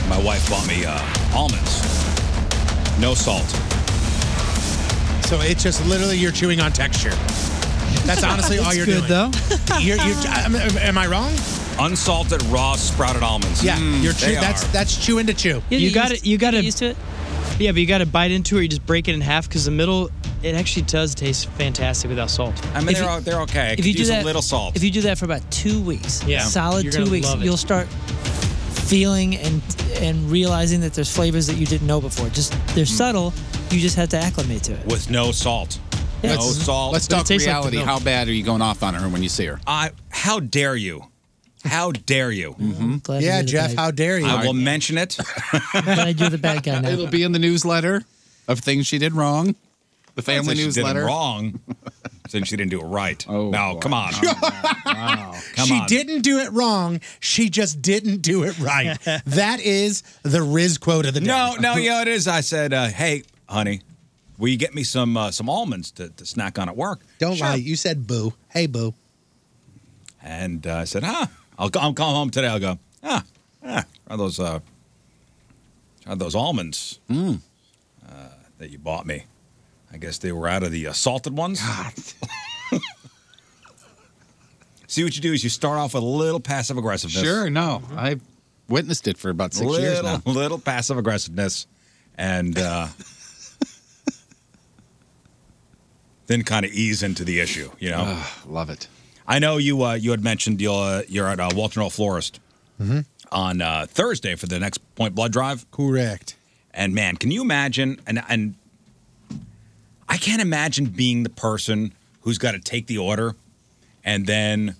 S5: My wife bought me uh, almonds, no salt.
S6: So it's just literally you're chewing on texture. That's honestly all
S5: It's
S6: you're
S5: good,
S6: doing. though. You're, you're, am, am I wrong?
S5: Unsalted raw sprouted almonds.
S6: Yeah,
S5: Mm,
S6: you're chew,
S5: they
S6: that's
S5: are.
S6: that's chewing to chew.
S13: you got it. You got to used to it. Yeah, but you got to bite into it. You just break it in half because the middle, it actually does taste fantastic without salt.
S5: I mean, they're, o- they're okay. I could use a little salt.
S8: If you do that for about two weeks,
S5: Yeah.
S8: solid
S5: You're
S8: two
S5: gonna
S8: weeks,
S5: love it.
S8: you'll start feeling and and realizing that there's flavors that you didn't know before. Just they're
S5: Mm.
S8: subtle. You just have to acclimate to it.
S5: with no salt.
S8: Yeah,
S5: no
S8: it's-
S5: salt.
S7: Let's talk reality. How bad are you going off on her when you see her?
S5: I. How dare you? How dare you?
S8: Glad
S6: Yeah, Jeff, how dare you?
S5: Mm-hmm. I will mention it.
S8: Glad you're the bad guy now.
S7: It'll be in the newsletter of things she did wrong. The family
S5: Since she did it
S7: newsletter.
S5: wrong. Since she didn't do it right. Oh, no, come on. Come
S6: she
S5: on.
S6: didn't do it wrong. She just didn't do it right. that is the Riz quote of the day.
S5: No, no, you know what it is. I said, uh, hey, honey, will you get me some uh, some almonds to, to snack on at work?
S6: Don't lie. You said boo. Hey, boo.
S5: And uh, I said, ah, I'll, go- I'll come home today. I'll go, ah, ah, try those, uh, try those almonds
S7: Hmm.
S5: uh, that you bought me. I guess they were out of the uh, salted ones. See what you do is you start off with a little passive aggressiveness.
S7: Sure, no, I've witnessed it for about six
S5: little,
S7: years now.
S5: Little passive aggressiveness, and uh, then kind of ease into the issue. You know,
S7: love it.
S5: I know you. Uh, you had mentioned you'll, uh, you're at uh, Walter Noel Florist
S6: Mhm.
S5: on uh, Thursday for the next Point Blood Drive.
S6: Correct.
S5: And man, can you imagine? And and I can't imagine being the person who's got to take the order and then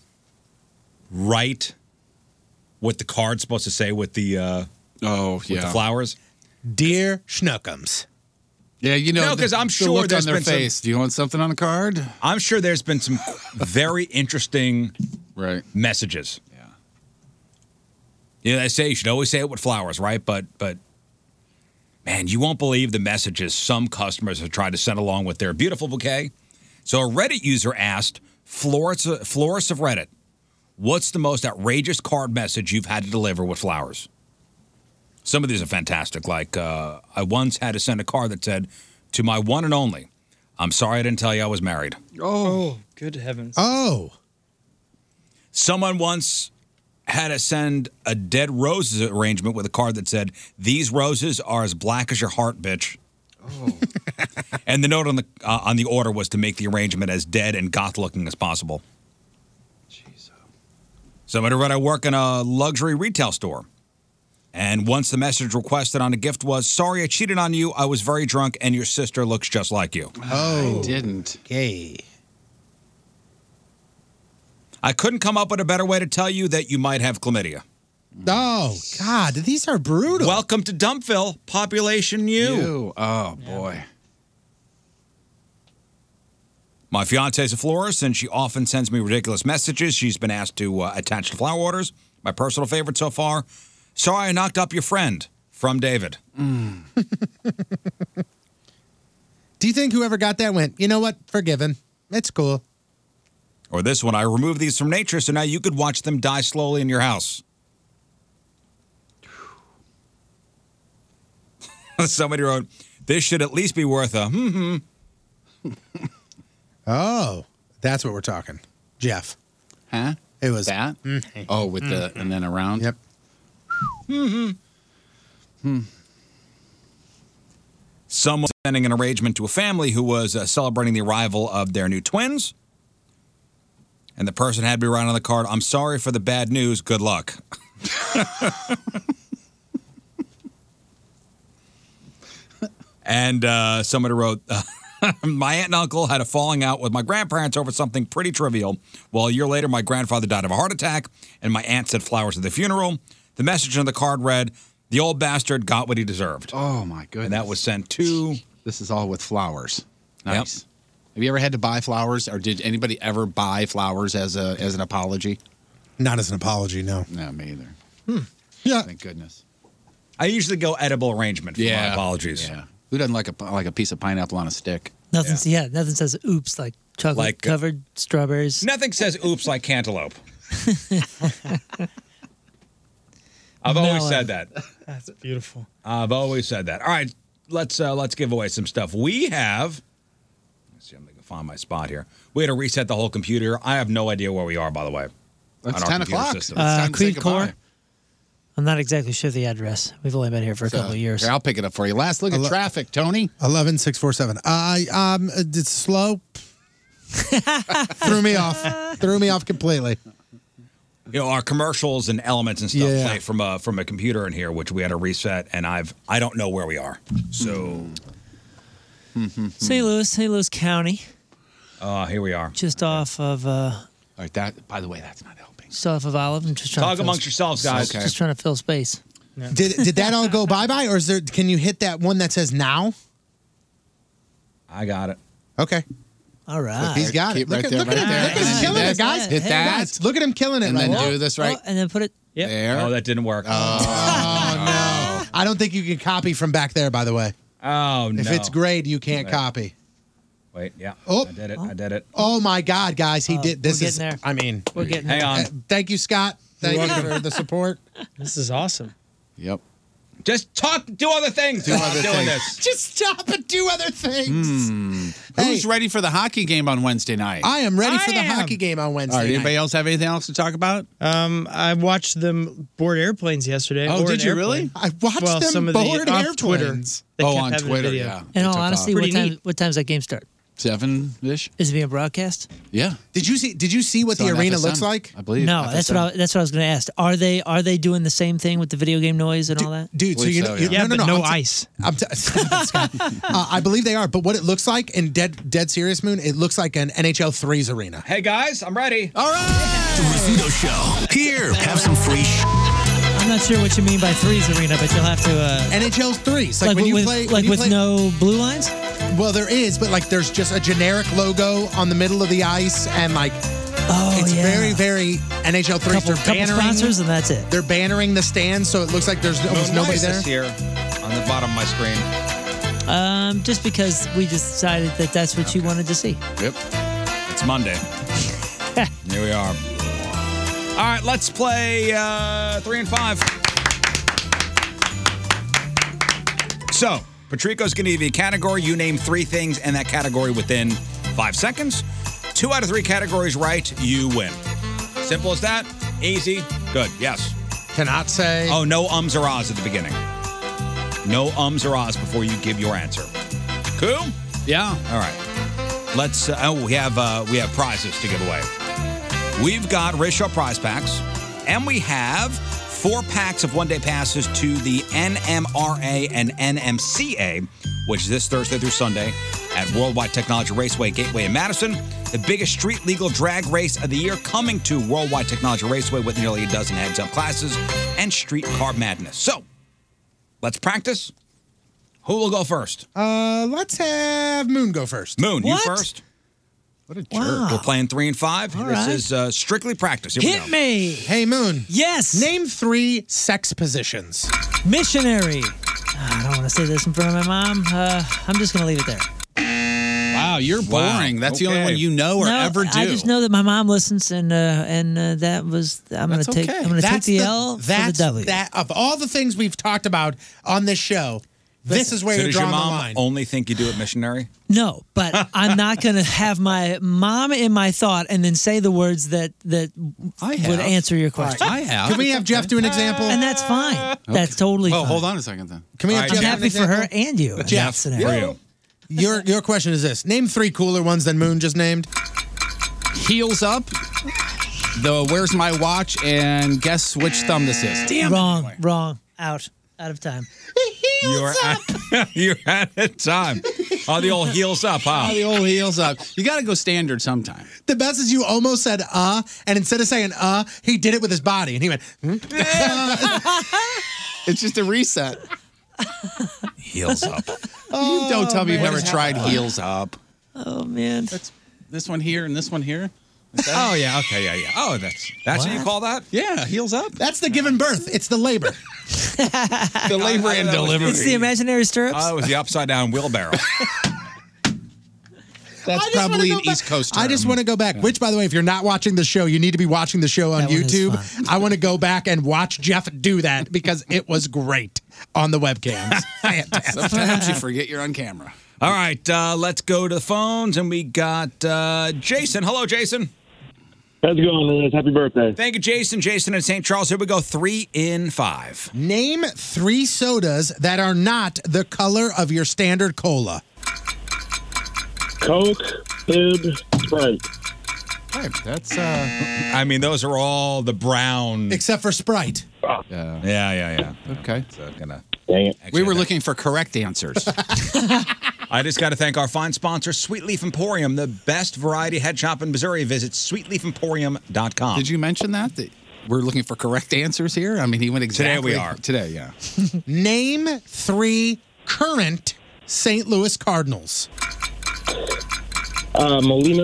S5: write what the card's supposed to say with the uh,
S7: oh
S5: with the
S6: yeah.
S5: flowers.
S6: Dear Schnuckums.
S7: Yeah, you know,
S5: No, 'cause
S7: the-
S5: I'm
S7: the
S5: sure
S7: look
S5: there's
S7: on their
S5: been some-
S7: face. Do you want something on a card?
S5: I'm sure there's been some very interesting
S7: right
S5: messages. Yeah. You know, they say you should always say it with flowers, right? But but man, you won't believe the messages some customers have tried to send along with their beautiful bouquet. So a Reddit user asked florists, florists of Reddit, "What's the most outrageous card message you've had to deliver with flowers?" Some of these are fantastic. Like uh, I once had to send a card that said, "To my one and only, I'm sorry I didn't tell you I was married."
S13: Oh, good heavens.
S6: Oh.
S5: Someone once had to send a dead roses arrangement with a card that said, "These roses are as black as your heart, bitch." Oh. and the note on the uh, on the order was to make the arrangement as dead and goth looking as possible. Somebody read I work in a luxury retail store. And once the message requested on a gift was, sorry, I cheated on you. I was very drunk, and your sister looks just like you.
S7: Oh, I didn't.
S6: Okay.
S5: I couldn't come up with a better way to tell you that you might have chlamydia.
S6: Oh, God. These are brutal.
S5: Welcome to Dumpville, population U.
S7: Oh boy.
S5: My fiance is a florist, and she often sends me ridiculous messages. She's been asked to uh, attach to flower orders. My personal favorite so far. Sorry, I knocked up your friend. From David.
S6: Do you think whoever got that went, you know what? Forgiven. It's cool.
S5: Or this one. I removed these from nature, so now you could watch them die slowly in your house. Somebody wrote, "This should at least be worth a." hmm
S6: Oh, that's what we're talking. Jeff.
S7: Huh?
S6: It was
S7: that. Oh, with the and then around. Yep.
S6: Mm-hmm.
S7: Hmm.
S5: Someone sending an arrangement to a family who was uh, celebrating the arrival of their new twins. And the person had me write on the card, I'm sorry for the bad news. Good luck. and uh, somebody wrote, My aunt and uncle had a falling out with my grandparents over something pretty trivial. Well, a year later, my grandfather died of a heart attack, and my aunt sent flowers at the funeral. The message on the card read, The old bastard got what he deserved.
S7: Oh my goodness.
S5: And that was sent to.
S7: This is all with flowers. Nice. Have you ever had to buy flowers, or did anybody ever buy flowers as a as an apology?
S6: Not as an apology, no.
S7: No, me either.
S6: Yeah.
S7: Thank goodness.
S5: I usually go edible arrangement.
S7: For yeah. My
S5: apologies.
S7: Yeah. Who doesn't like a like a piece of pineapple on a stick?
S8: Nothing. Yeah. nothing says oops like chocolate
S7: Like, uh,
S8: covered strawberries.
S5: Nothing says oops like cantaloupe. I've always said that.
S13: That's beautiful.
S5: I've always said that. All right, let's uh, let's give away some stuff. We have. Let's see, I'm gonna find my spot here. We had to reset the whole computer. I have no idea where we are, by the way.
S8: It's
S5: on our
S8: 10
S5: computer
S8: o'clock.
S5: system.
S8: Uh, Creed Core. I'm not exactly sure the address. We've only been here for a couple of years.
S7: Here, I'll pick it up for you. Last look at
S6: Ele-
S7: traffic, Tony.
S6: 11647. I um it's slow. Threw me off. Threw me off completely.
S5: You know, our commercials and elements and stuff
S6: Yeah.
S5: play from a from a computer in here, which we had to reset, and I've I don't know where we are. So,
S8: St. Louis, St. Louis County,
S5: uh, here we are.
S8: just off of uh,
S7: All right, that. By the way, that's not helping.
S8: just off of Olive. I'm just trying
S5: Talk
S8: to fill
S5: amongst
S8: sp-
S5: yourselves, guys. Okay.
S8: Just trying to fill space.
S6: Did did that all go bye bye, or is there? Can you hit that one that says now?
S5: I got it.
S6: Okay.
S8: All right.
S6: Look, he's got it. Look, at look at him. Look at him killing it, guys. Guys, look at him killing it.
S7: And
S6: right
S7: then
S6: now.
S7: do this right
S8: Oh, and then put it
S7: there.
S5: Oh, that didn't work.
S6: I don't think you can copy from back there. By the way,
S5: oh no.
S6: if it's grade, you can't
S5: Wait.
S6: copy.
S5: Wait, yeah.
S6: Oh.
S5: I did it. I did it.
S6: Oh my God, guys, he did. This
S13: we're
S6: is.
S13: getting there.
S6: I mean,
S13: We're
S8: Oh.
S13: getting
S5: Hang
S13: there.
S5: on.
S6: Uh, Thank you, Scott. Thank you for the support.
S13: This is awesome.
S7: Yep.
S5: Just talk. Do other things.
S7: Do
S5: while I'm
S7: other
S5: doing this.
S7: things.
S6: Just stop and do other things.
S7: Who's ready for the hockey game on Wednesday night?
S6: I am ready
S7: I
S6: for the
S7: am.
S6: hockey game on Wednesday.
S7: All right. Anybody
S6: night.
S7: else have anything else to talk about?
S8: Uh,
S13: Um, I watched them board airplanes yesterday.
S7: Oh,
S13: Or
S7: did
S13: an
S7: you really?
S13: airplane.
S6: I watched
S13: well,
S6: them
S13: some of
S6: board
S13: the,
S6: airplanes.
S13: Off Twitter. They
S7: Oh,
S13: kept
S7: on
S13: having a
S7: Twitter,
S13: video.
S7: yeah.
S8: In all honesty, what
S13: Pretty
S8: time,
S13: neat.
S8: what time's that game start?
S7: Seven ish.
S8: Is it being broadcast?
S7: Yeah.
S6: Did you see? Did you see what
S7: It's
S6: the
S7: on
S6: arena
S7: FSM,
S6: looks like?
S7: I believe.
S8: no, that's what I, that's what I was going to ask. Are they are they doing the same thing with the video game noise and all that?
S6: Dude, so you know, you-
S13: Yeah,
S6: no, no,
S13: but
S6: no,
S13: no
S6: I'm t-
S13: ice.
S6: I'm t- Scott, uh, I believe they are, but what it looks like in dead, dead serious moon, it looks like an NHL threes arena.
S5: Hey guys, I'm ready.
S7: All right.
S1: The Rizzuto Show. Here, have some free sh-
S8: I'm not sure what you mean by threes arena, but you'll have to. Uh,
S6: NHL threes, like, when you
S8: with,
S6: play,
S8: like
S6: when you
S8: with
S6: play-
S8: no blue lines.
S6: Well, there is, but like there's just a generic logo on the middle of the ice, and like
S8: Oh
S6: it's
S8: yeah.
S6: very, very NHL threes.
S8: couple,
S6: they're
S8: couple
S6: bannering,
S8: sponsors and that's it.
S6: they're bannering the stands, so it looks like there's almost nobody there.
S5: This here on the bottom of my screen.
S8: Um, just because we decided that that's what you wanted to see.
S7: Yep.
S5: It's Monday. Here we are. All right, let's play uh, three and five. So, Patrico's going to give you a category. You name three things in that category within five seconds. Two out of three categories right, you win. Simple as that. Easy. Good. Yes.
S6: Cannot say.
S5: Oh, no ums or ahs at the beginning. No ums or ahs before you give your answer. Cool.
S7: Yeah.
S5: All right. Let's. Uh, oh, we have uh, we have prizes to give away. We've got Risha prize packs, and we have four packs of one day passes to the NMRA and NMCA, which is this Thursday through Sunday at Worldwide Technology Raceway Gateway in Madison. The biggest street legal drag race of the year coming to Worldwide Technology Raceway with nearly a dozen heads up classes and street car madness. So, let's practice. Who will go first?
S6: Uh, let's have Moon go first.
S5: Moon, you first.
S6: What a jerk.
S5: We're playing three and five.
S6: All
S5: this
S6: right.
S5: is uh, strictly practice. Here we go.
S6: me. Hey, Moon.
S8: Yes.
S6: Name three sex positions.
S8: Missionary. Ah, I don't want to say this in front of my mom. Uh, I'm just going to leave it there.
S7: Wow, you're boring. That's the only one you know or
S8: No,
S7: ever do.
S8: I just know that my mom listens, and uh, and uh, that was I'm going to take I'm going to take
S6: That's
S8: the, L for the
S6: that's
S8: W.
S6: That, of all the things we've talked about on this show, this is where
S5: so
S6: you're
S5: does your
S6: drawing
S5: mom
S6: the line.
S5: only think you do it missionary?
S8: No, but I'm not going to have my mom in my thought and then say the words that that would answer your question.
S7: I have.
S6: Can we have Jeff do an example?
S8: And that's fine. That's totally.
S7: Oh,
S8: fine.
S7: hold on a second then.
S6: Can we have
S8: I'm
S6: Jeff do an
S8: happy for
S6: example?
S8: her and you. in that
S6: Jeff,
S8: scenario.
S6: Your your question is this: Name three cooler ones than Moon just named.
S7: Heels up. The where's my watch and guess which thumb this is.
S8: wrong, wrong, out, out of time.
S5: You're at, you're at a time. Oh, the old heels up, huh?
S6: Ah.
S7: Oh, the old heels up. You got to go standard sometime.
S6: The best is you almost said uh, and instead of saying uh, he did it with his body, and he went. Hmm?
S7: it's just a reset. Heels up. you don't tell me you've
S6: Oh, man.
S7: never tried heels up.
S8: Oh man,
S7: that's this one here and this one here.
S5: Oh yeah, okay, yeah, yeah. Oh, that's that's what, you call that?
S7: Yeah, heels up.
S6: That's the giving birth. It's the labor.
S5: the labor and delivery.
S8: It's the imaginary stirrups.
S5: Oh, it was the upside down wheelbarrow.
S7: That's
S6: I just wanna
S7: probably
S6: go
S7: an
S6: back-
S7: East Coast
S6: I just want to go back. Which, by the way, if you're not watching the show, you need to be watching the show on
S8: one is
S6: YouTube. I want to go back and watch Jeff do that because it was great on the webcams.
S7: Sometimes you forget you're on camera.
S5: All right, uh, let's go to the phones, and we got uh, Jason. Hello, Jason.
S16: How's it going, Liz? Happy birthday.
S5: Thank you, Jason. Jason in St. Charles. Here we go. Three in five.
S6: Name three sodas that are not the color of your standard cola.
S16: Coke, Bib, Sprite.
S7: that's. uh
S5: I mean, those are all the brown.
S6: Except for Sprite.
S7: Yeah,
S5: yeah, yeah.
S7: Okay.
S5: So gonna.
S16: Dang it.
S7: we were looking for correct answers.
S5: I just got to thank our fine sponsor, Sweetleaf Emporium, the best variety head shop in Missouri. Visit sweetleafemporium.com.
S7: Did you mention that? That we're looking for correct answers here? I mean, he went exactly.
S5: Today we are.
S7: Today, yeah.
S6: Name three current St. Louis Cardinals.
S16: Uh, Molina.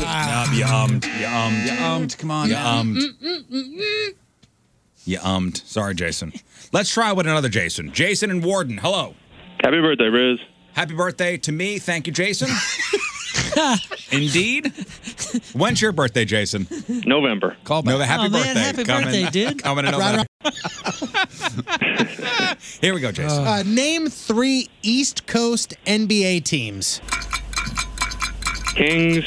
S5: Yum, you ummed. You ummed. You
S7: ummed. Come on.
S5: You ummed. You ummed. Sorry, Jason. Let's try with another Jason. Jason and Warden. Hello.
S16: Happy birthday, Riz.
S5: Happy birthday to me. Thank you, Jason. Indeed. When's your birthday, Jason?
S16: November.
S5: Call back. Nova, happy
S16: Oh, man,
S5: birthday.
S16: happy
S5: Coming-
S16: birthday, dude.
S5: Coming in November. Here we go, Jason.
S6: Uh, name three East Coast NBA teams.
S16: Kings.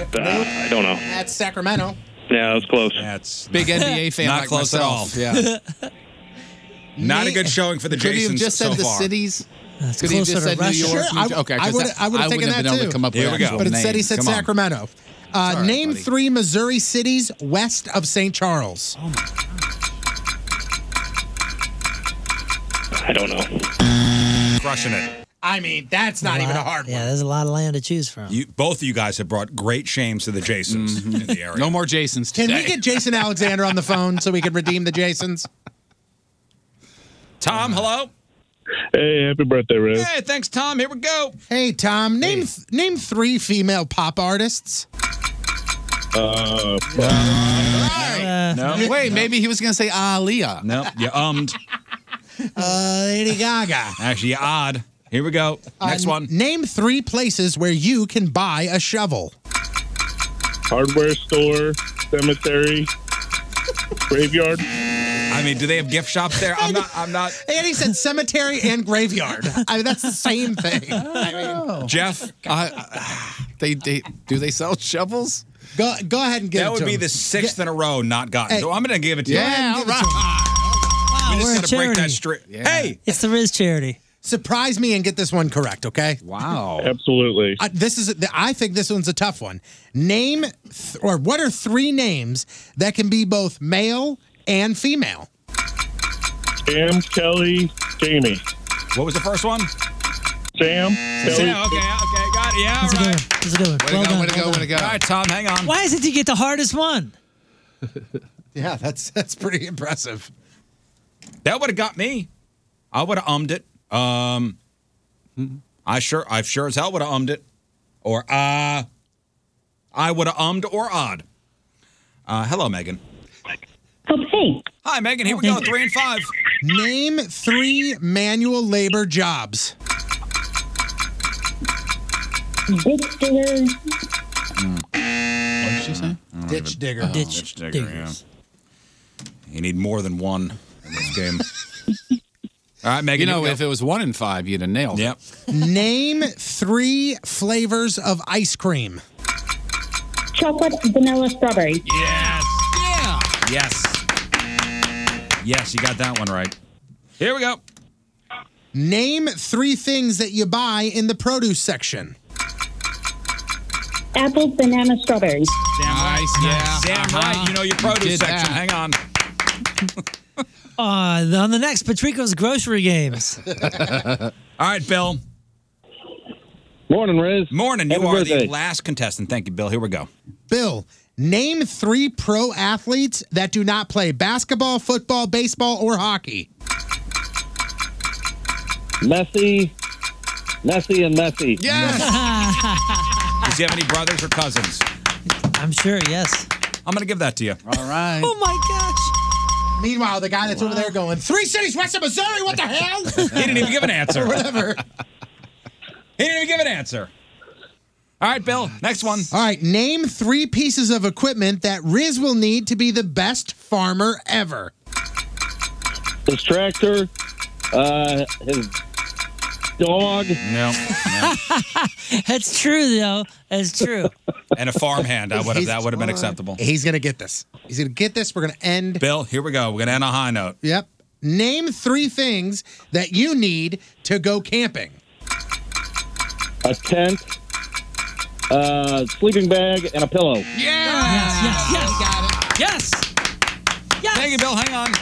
S16: Uh, I don't know.
S6: That's Sacramento.
S16: Yeah, that was close.
S5: That's
S7: Big NBA fan
S5: Not
S7: like
S5: close at
S7: myself.
S5: all.
S7: Yeah.
S5: Not a good showing for the
S7: Could he have
S5: Jasons
S7: just said
S5: so
S7: the
S5: far.
S7: cities?
S8: That's
S7: Could he have
S8: closer
S7: just
S8: to
S7: said New
S8: Russia.
S7: York?
S8: Sure,
S7: New-
S8: I
S6: w-
S7: okay,
S6: I
S7: 'cause
S6: would've-
S7: that-
S6: I would've taken
S7: wouldn't have
S6: that
S7: been able
S6: too.
S7: to come up
S6: Here
S7: with
S6: we go.
S7: actual
S6: But instead he
S7: names.
S6: said
S7: Come on.
S6: Sacramento. Uh, name three Missouri cities west of St. Charles.
S16: I don't know.
S5: Crushing it.
S6: I mean, that's not even a hard
S8: Yeah, there's a lot of land to choose from.
S5: You, both of you guys have brought great shames to the Jasons in the area.
S7: No more Jasons.
S6: Can we
S7: today.
S6: get Jason Alexander on the phone so we can redeem the Jasons?
S5: Tom, hello.
S16: Hey, happy birthday, Riz.
S5: Hey, thanks, Tom. Here we go.
S6: Hey, Tom, name th- name three female pop artists.
S16: Uh,
S7: No. Wait, maybe he was going to say Aaliyah.
S5: No, you ummed.
S6: Uh, Lady Gaga.
S5: Actually, you odd. Here we go. Next
S6: Uh,
S5: one.
S6: Name three places where you can buy a shovel.
S16: hardware store, cemetery, graveyard.
S5: I mean, do they have gift shops there? I'm not. I'm not.
S6: And he said cemetery and graveyard. I mean, that's the same thing. I mean,
S5: Jeff,
S7: they, they do they sell shovels?
S6: go go ahead and get
S5: that would be the sixth in a row not gotten.
S6: Hey.
S5: So I'm going to give it to you.
S6: Yeah, all right.
S5: We
S8: we're
S5: just
S8: a
S5: got to break that
S8: charity.
S5: straight. Hey,
S8: It's the Riz charity.
S6: Surprise me and get this one correct, okay?
S7: Wow.
S16: Absolutely.
S6: Uh, this is. I think this one's a tough one. Name th- or what are three names that can be both male and female?
S16: Sam, Kelly, Jamie.
S5: what was the first one?
S16: Sam, Kelly.
S5: Yeah, okay, okay, got it. Yeah, all right.
S8: That's a good one.
S7: Way to
S8: Well
S7: go,
S8: done.
S7: way to go,
S8: well
S7: way to
S8: done.
S7: go.
S5: All right, Tom, hang on.
S8: Why is it you get the hardest one?
S6: Yeah, that's that's pretty impressive.
S5: That would have got me. I would have ummed it. Um, I sure, I sure as hell would have ummed it, or uh, I would have ummed or odd. Uh, hello, Megan.
S6: Hey.
S5: Hi, Megan. Here we go. Three and five.
S6: Name three manual labor jobs.
S17: Ditch digger.
S5: What did she say?
S6: Ditch digger. Ditch
S5: ditch digger. Yeah.
S6: diggers.
S5: You need more than one in this game. All right, Megan.
S7: You know,
S5: here we go.
S7: if it was one in five, you'd have nailed.
S5: Yep.
S6: Name three flavors of ice cream.
S17: Chocolate, vanilla, strawberry.
S5: Yes. Yeah. Yes. Yes, you got that one right. Here we go.
S6: Name three things that you buy in the produce section.
S17: Apples, banana, strawberries.
S5: Nice. Yeah. Damn
S7: Uh-huh.
S5: right. You know your
S8: You
S5: produce
S8: did
S5: section. Hang
S8: that.
S5: on.
S8: Uh, the- on the next Patrico's grocery games.
S5: All right, Bill. Morning, Riz. Morning. You
S6: Happy
S5: are
S6: birthday.
S5: the last contestant. Thank you, Bill. Here we go.
S6: Bill, name three pro athletes that do not play basketball, football, baseball, or hockey.
S16: Messy, messy, and messy.
S5: Does he have any brothers or cousins?
S8: I'm sure, yes.
S5: I'm going to give that to you. All right.
S8: oh my gosh.
S6: Meanwhile, the guy that's over there going, Three cities west of Missouri, what the hell?
S5: he didn't even give an answer.
S6: Whatever.
S5: He didn't even give an answer. All right, Bill, next one.
S6: All right, name three pieces of equipment that Riz will need to be the best farmer ever.
S16: His tractor, uh, his dog.
S5: No.
S8: That's true, though. That's true.
S5: And a farmhand. I would have.
S6: He's-
S5: That would have been acceptable.
S6: He's going to get this. He's going to get this. We're going to end.
S5: Bill, here we go. We're going to end on a high note.
S6: Yep. Name three things that you need to go camping.
S16: a tent, uh, sleeping bag, and a pillow.
S8: Yes, yes, yes. Yes.
S5: Thank you, Bill. Hang on.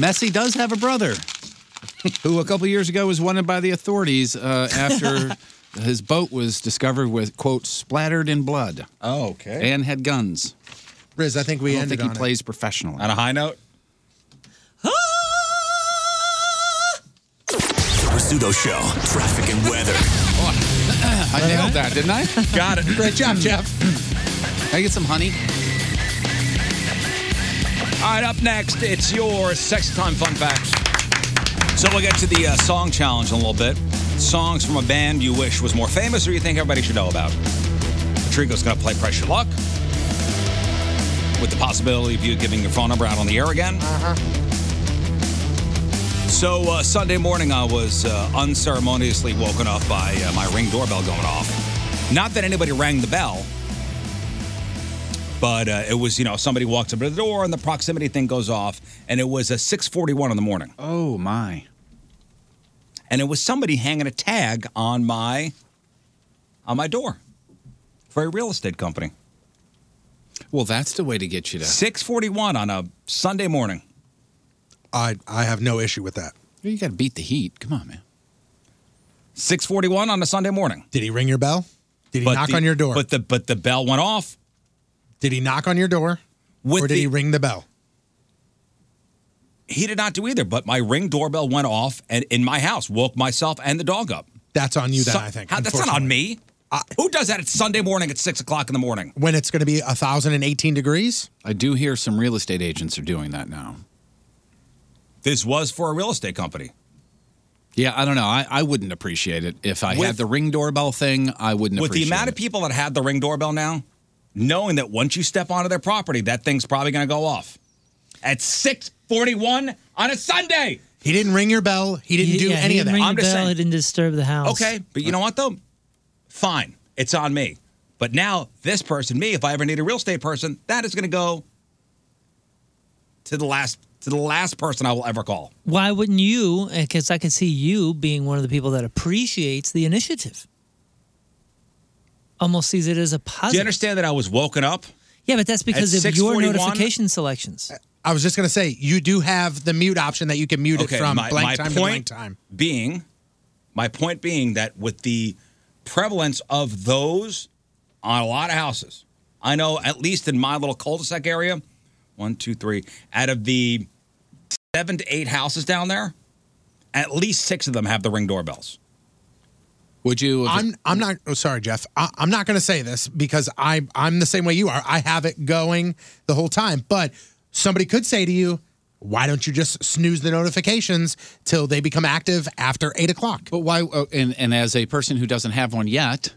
S7: Messi does have a brother who a couple years ago was wanted by the authorities uh, after his boat was discovered with, quote, splattered in blood.
S6: Oh, okay.
S7: And had guns.
S6: Riz, I think we
S7: I don't
S6: ended
S7: think he
S6: on it.
S7: plays professionally.
S5: On a high note?
S1: The Rizzuto Show. Traffic and weather.
S7: I nailed that, didn't I?
S5: Got it.
S7: Great job, Jeff. Can I get some honey?
S5: All right, up next, it's your Sexy Time Fun Facts. So we'll get to the uh, song challenge in a little bit. Songs from a band you wish was more famous or you think everybody should know about. Patrico's going to play Pressure Luck with the possibility of you giving your phone number out on the air again. So uh, Sunday morning, I was uh, unceremoniously woken up by uh, my ring doorbell going off. Not that anybody rang the bell, but uh, it was you know somebody walks up to the door and the proximity thing goes off, and it was a 6:41 in the morning.
S7: Oh my!
S5: And it was somebody hanging a tag on my on my door for a real estate company.
S7: Well, that's the way to get you to
S5: 6:41 on a Sunday morning.
S6: I I have no issue with that.
S7: You got to beat the heat. Come on, man.
S5: 6:41 on a Sunday morning.
S6: Did he ring your bell? Did he knock
S5: the-
S6: on your door?
S5: But the but the bell went off.
S6: Did he knock on your door?
S5: With
S6: or did
S5: the-
S6: he ring the bell?
S5: He did not do either, but my ring doorbell went off and in my house woke myself and the dog up.
S6: That's on you then,
S5: So-
S6: I think.
S5: How- that's not on me. Who does that at Sunday morning at six o'clock in the morning?
S6: When it's going to be 1,018 degrees?
S7: I do hear some real estate agents are doing that now.
S5: This was for a real estate company.
S7: Yeah, I don't know. I, I wouldn't appreciate it if I
S5: With-
S7: had the ring doorbell thing. I wouldn't
S5: With the
S7: appreciate
S5: amount
S7: it.
S5: of people that have the ring doorbell now, knowing that once you step onto their property, that thing's probably going to go off at six forty-one on a Sunday.
S6: He didn't ring your bell. He didn't do
S8: Yeah, he
S6: any of
S8: didn't
S6: that.
S8: ring the bell, It didn't disturb the house.
S5: Okay, but you know what though? Fine, it's on me. But now this person, me, if I ever need a real estate person, that is going to go to the last to the last person I will ever call.
S8: Why wouldn't you? Because I can see you being one of the people that appreciates the initiative. Almost sees it as a
S5: Do you
S8: positive.
S5: understand that I was woken up?
S8: Yeah, but that's because
S5: At
S8: of your
S5: 6:41?
S8: notification selections.
S6: I was just going to say, you do have the mute option that you can mute it from blank time to blank time.
S5: Being, my point being that with the prevalence of those on a lot of houses, I know at least in my little cul-de-sac area, one, two, three, out of the seven to eight houses down there, at least six of them have the ring doorbells.
S7: Would you?
S6: I'm I'm not. Oh, sorry, Jeff. I, I'm not going to say this because I I'm the same way you are. I have it going the whole time, but somebody could say to you, "Why don't you just snooze the notifications till they become active after eight o'clock?"
S7: But why? Oh, and and as a person who doesn't have one yet,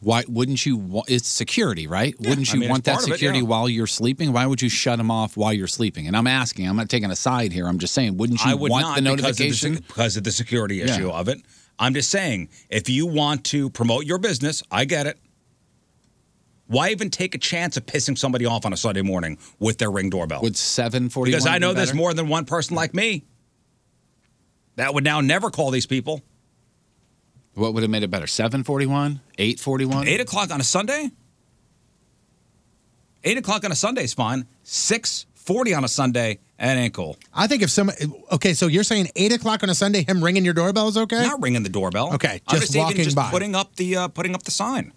S7: why wouldn't you? Wa- it's security, right? wouldn't
S6: I
S7: you
S6: mean,
S7: want
S6: it's
S7: that
S6: part of it,
S7: security
S6: yeah.
S7: while you're sleeping? Why would you shut them off while you're sleeping? And I'm asking. I'm not taking a side here. I'm just saying. Wouldn't you
S5: I would
S7: want
S5: not
S7: the
S5: because of the
S7: notification?
S5: sec- because of the security
S7: Yeah.
S5: issue of it. I'm just saying, if you want to promote your business, I get it. Why even take a chance of pissing somebody off on a Sunday morning with their ring doorbell?
S7: Would seven forty?
S5: Because I know
S7: be
S5: there's
S7: better?
S5: more than one person like me that would now never call these people.
S7: What would have made it better? Seven forty-one, eight forty-one,
S5: eight o'clock on a Sunday. Eight o'clock on a Sunday's fine. Six forty on a Sunday, that ain't cool.
S6: I think if some okay, so you're saying eight o'clock on a Sunday, him ringing your doorbell is okay?
S5: Not ringing the doorbell.
S6: Eh. Okay,
S5: I'm
S6: just
S5: just
S6: walking
S5: even just
S6: by.
S5: putting up the uh, putting up the sign.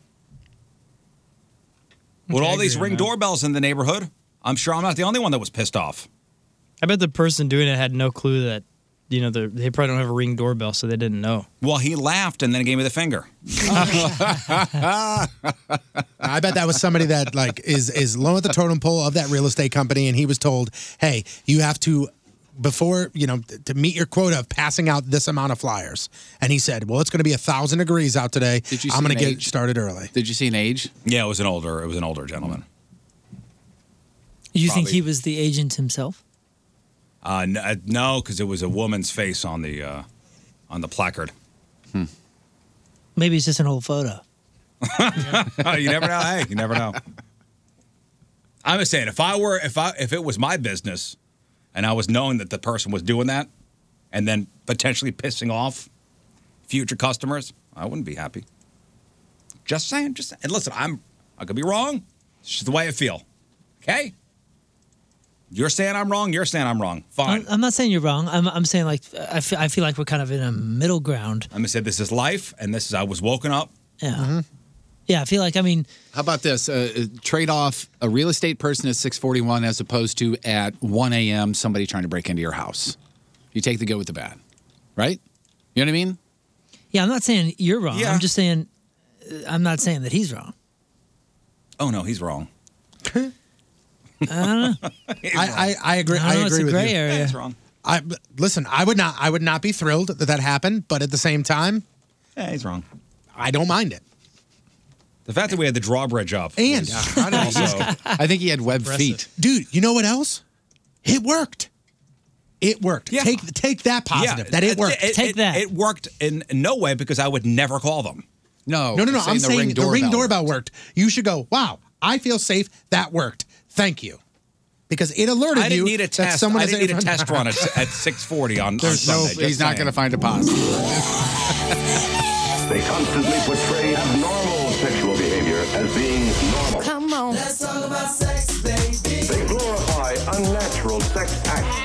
S5: With
S13: Okay, I
S5: all these
S13: agree on
S5: ring
S13: that.
S5: doorbells in the neighborhood, I'm sure I'm not the only one that was pissed off.
S13: I bet the person doing it had no clue that, you know, they're- they probably don't have a ring doorbell, so they didn't know.
S5: Well, he laughed and then gave me the finger.
S6: I bet that was somebody that like is is low at the totem pole of that real estate company, and he was told, "Hey, you have to." Before you know to meet your quota of passing out this amount of flyers, and he said, "Well, it's going to be a thousand degrees out today.
S7: Did you see
S6: I'm going
S7: an
S6: to get
S7: age?
S6: started early."
S7: Did you see an age?
S5: Yeah, it was an older. It was an older gentleman.
S8: You think
S5: Probably.
S8: he was the agent himself?
S5: Uh, n- uh, no, because it was a woman's face on the uh, on the placard.
S8: Maybe it's just an old photo.
S5: you never know. Hey, you never know. I'm just saying, if I were, if I, if it was my business, and I was knowing that the person was doing that, and then potentially pissing off future customers, I wouldn't be happy. Just saying. Just and listen, I'm, I could be wrong. It's just the way I feel. Okay. You're saying I'm wrong. You're saying I'm wrong. Fine.
S8: I'm, I'm not saying you're wrong. I'm, I'm saying like I feel, I feel like we're kind of in a middle ground.
S5: I'm gonna say this is life, and this is I was woken up.
S8: Yeah. Yeah, I feel like I mean,
S7: How about this? Uh, uh, trade off a real estate person at 641 as opposed to at 1 a.m. somebody trying to break into your house. You take the good with the bad, right? You know what I mean?
S8: yeah, I'm not saying you're wrong.
S7: Yeah.
S8: I'm just saying I'm not saying that he's wrong.
S5: Oh no, he's wrong.
S8: I don't know.
S6: I, I, I agree.
S8: I
S6: I,
S8: don't
S6: agree
S8: know, Oh, it's a
S6: with
S8: gray
S6: you.
S8: area. Yeah, it's
S5: wrong.
S6: I listen. I would not. I would not be thrilled that that happened, but at the same time,
S5: yeah, he's wrong.
S6: I don't mind it.
S5: The fact that we had the drawbridge up,
S6: And-
S5: was
S6: I don't-
S5: also,
S7: I think he had web feet.
S6: dude. You know what else? It worked. It worked. Take take that positive. that it worked.
S5: it, It worked in no way because I would never call them.
S7: No,
S6: no, no, no. I'm saying the ring doorbell worked. You should go. Wow, I feel safe. That worked. Thank you, because it alerted
S5: I didn't
S6: you
S5: need a
S6: that
S5: test.
S6: someone
S5: I
S6: is
S5: didn't need
S6: in
S5: a
S6: front-
S5: test run at, at 6:40 on,
S7: There's
S5: on
S7: no-
S5: Sunday.
S7: he's not gonna find a positive.
S3: They constantly portray abnormal sexual behavior as being normal.
S18: Come on. Let's talk about sex, baby.
S3: They glorify unnatural sex acts.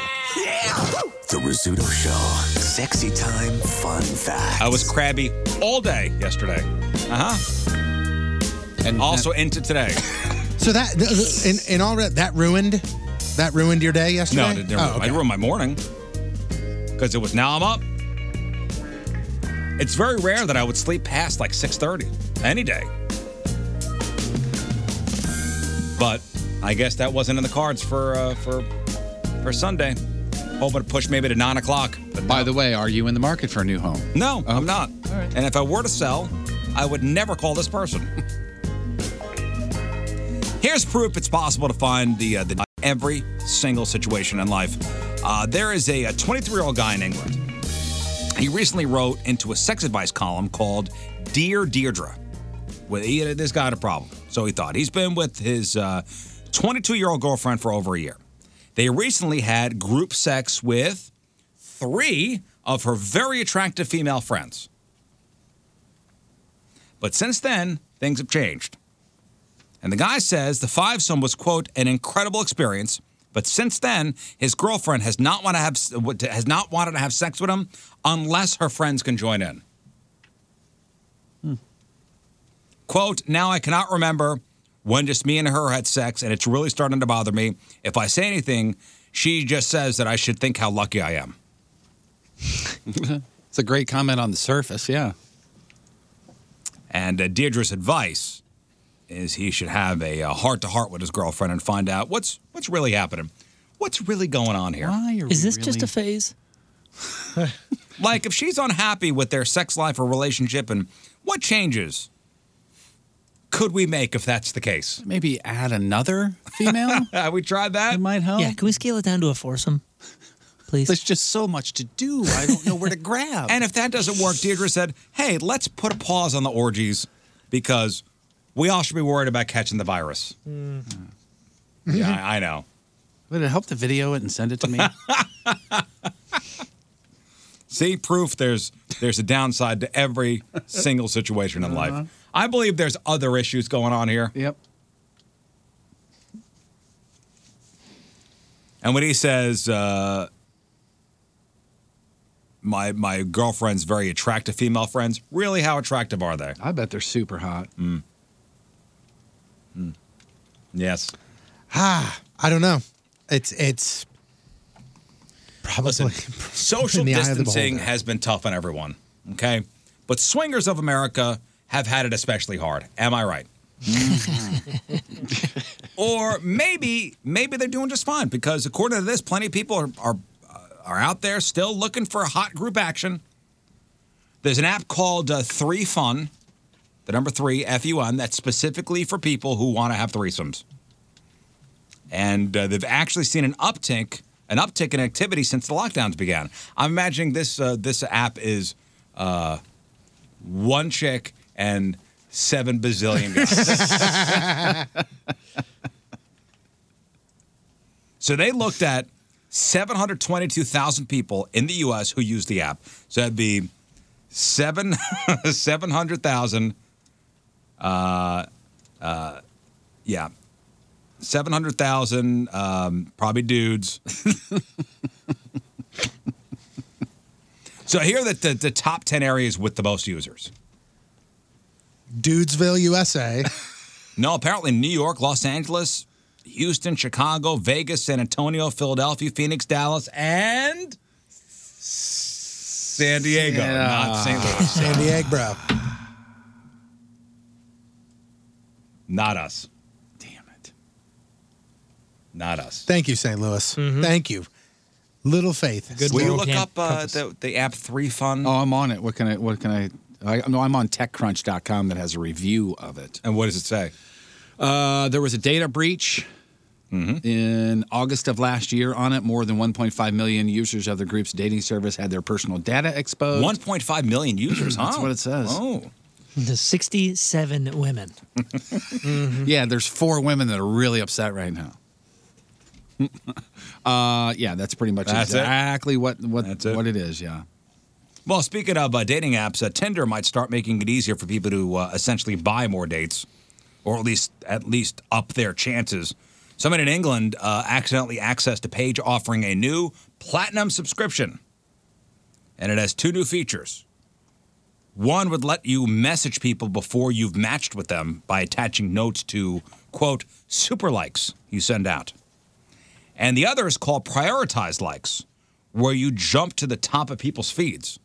S19: The Rizzuto Show. Sexy time, fun fact.
S5: I was crabby all day yesterday. Uh
S6: Uh-huh.
S5: huh. And also into today.
S6: So that th- th- in in all re- that ruined that ruined your day yesterday.
S5: No, I didn't.
S6: Oh, okay.
S5: I ruined my morning because it was now I'm up. It's very rare that I would sleep past like 6:30 any day. But I guess that wasn't in the cards for uh, for for Sunday. Hoping to push maybe to nine o'clock. But
S7: By the way, are you in the market for a new home?
S5: no, I'm not. And if I were to sell, I would never call this person. Here's proof it's possible to find the uh, the every single situation in life. Uh, there is a 23 year old guy in England. He recently wrote into a sex advice column called "Dear Deirdre." Well, he, uh, this guy had a problem, so he thought he's been with his 22 year old girlfriend for over a year. They recently had group sex with three of her very attractive female friends. But since then, things have changed. And the guy says the five some was, quote, an incredible experience. But since then, his girlfriend has not want to have has not wanted to have sex with him unless her friends can join in. Quote, now I cannot remember when just me and her had sex, and it's really starting to bother me. If I say anything, she just says that I should think how lucky I am.
S7: it's a great comment on the surface, yeah.
S5: And uh, Deirdre's advice is he should have a uh, heart to heart with his girlfriend and find out what's what's really happening, what's really going on here.
S8: Is this just a phase?
S5: Like, if she's unhappy with their sex life or relationship, and what changes could we make if that's the case?
S7: Maybe add another female.
S5: we tried that. It
S7: might help.
S8: Yeah, can we scale it down to a foursome? Please.
S7: There's just so much to do. I don't know where to grab.
S5: And if that doesn't work, Deirdre said, hey, let's put a pause on the orgies because we all should be worried about catching the virus. Yeah, I, I know.
S7: Would it help to video it and send it to me?
S5: See, proof there's there's a downside to every single situation in
S7: Uh-huh.
S5: life. I believe there's other issues going on here.
S7: Yep.
S5: And when he says, uh, my my girlfriend's very attractive female friends, really, how attractive are they?
S7: I bet they're super hot.
S5: Mm. Mm. Yes.
S6: Ah, I don't know. It's it's probably
S5: Social
S6: in the eye of the
S5: distancing
S6: beholder.
S5: has been tough on everyone, okay? But swingers of America have had it especially hard. Am I right? or maybe maybe they're doing just fine because according to this, plenty of people are are, uh, are out there still looking for hot group action. There's an app called uh, Three Fun, the number three F U N, that's specifically for people who want to have threesomes, and uh, they've actually seen an uptick an uptick in activity since the lockdowns began. I'm imagining this uh, this app is uh, one chick and seven bazillion guys. So they looked at 722,000 people in the U.S. who use the app. So that'd be seven 700,000. Uh, uh, yeah. 700,000 um, probably dudes. so here are the, the, the top 10 areas with the most users.
S6: Dudesville, USA.
S5: No, apparently New York, Los Angeles, Houston, Chicago, Vegas, San Antonio, Philadelphia, Phoenix, Dallas, and San Diego, not St. Louis.
S6: San Diego, bro.
S5: Not us. Damn it. Not us.
S6: Thank you, St. Louis.
S5: Mm-hmm.
S6: Thank you. Little faith.
S5: Will you look up uh, the, the app Three Fun?
S7: Oh, I'm on it. What can I? What can I? I no, I'm on TechCrunch.com that has a review of it.
S5: And what does it say?
S7: Uh, there was a data breach
S5: Mm-hmm.
S7: in August of last year on it. More than 1.5 million users of the group's dating service had their personal data exposed.
S5: 1.5 million users, huh?
S7: Uh, That's what it says.
S5: Oh.
S8: The 67 women.
S5: Mm-hmm.
S7: Yeah, there's four women that are really upset right now. uh, yeah, that's pretty much
S5: That's it?
S7: exactly what what what it is. Yeah.
S5: Well, speaking of uh, dating apps, uh, Tinder might start making it easier for people to uh, essentially buy more dates, or at least at least up their chances. Someone in England uh, accidentally accessed a page offering a new platinum subscription, and it has two new features. One would let you message people before you've matched with them by attaching notes to quote super likes you send out, and the other is called prioritized likes, where you jump to the top of people's feeds.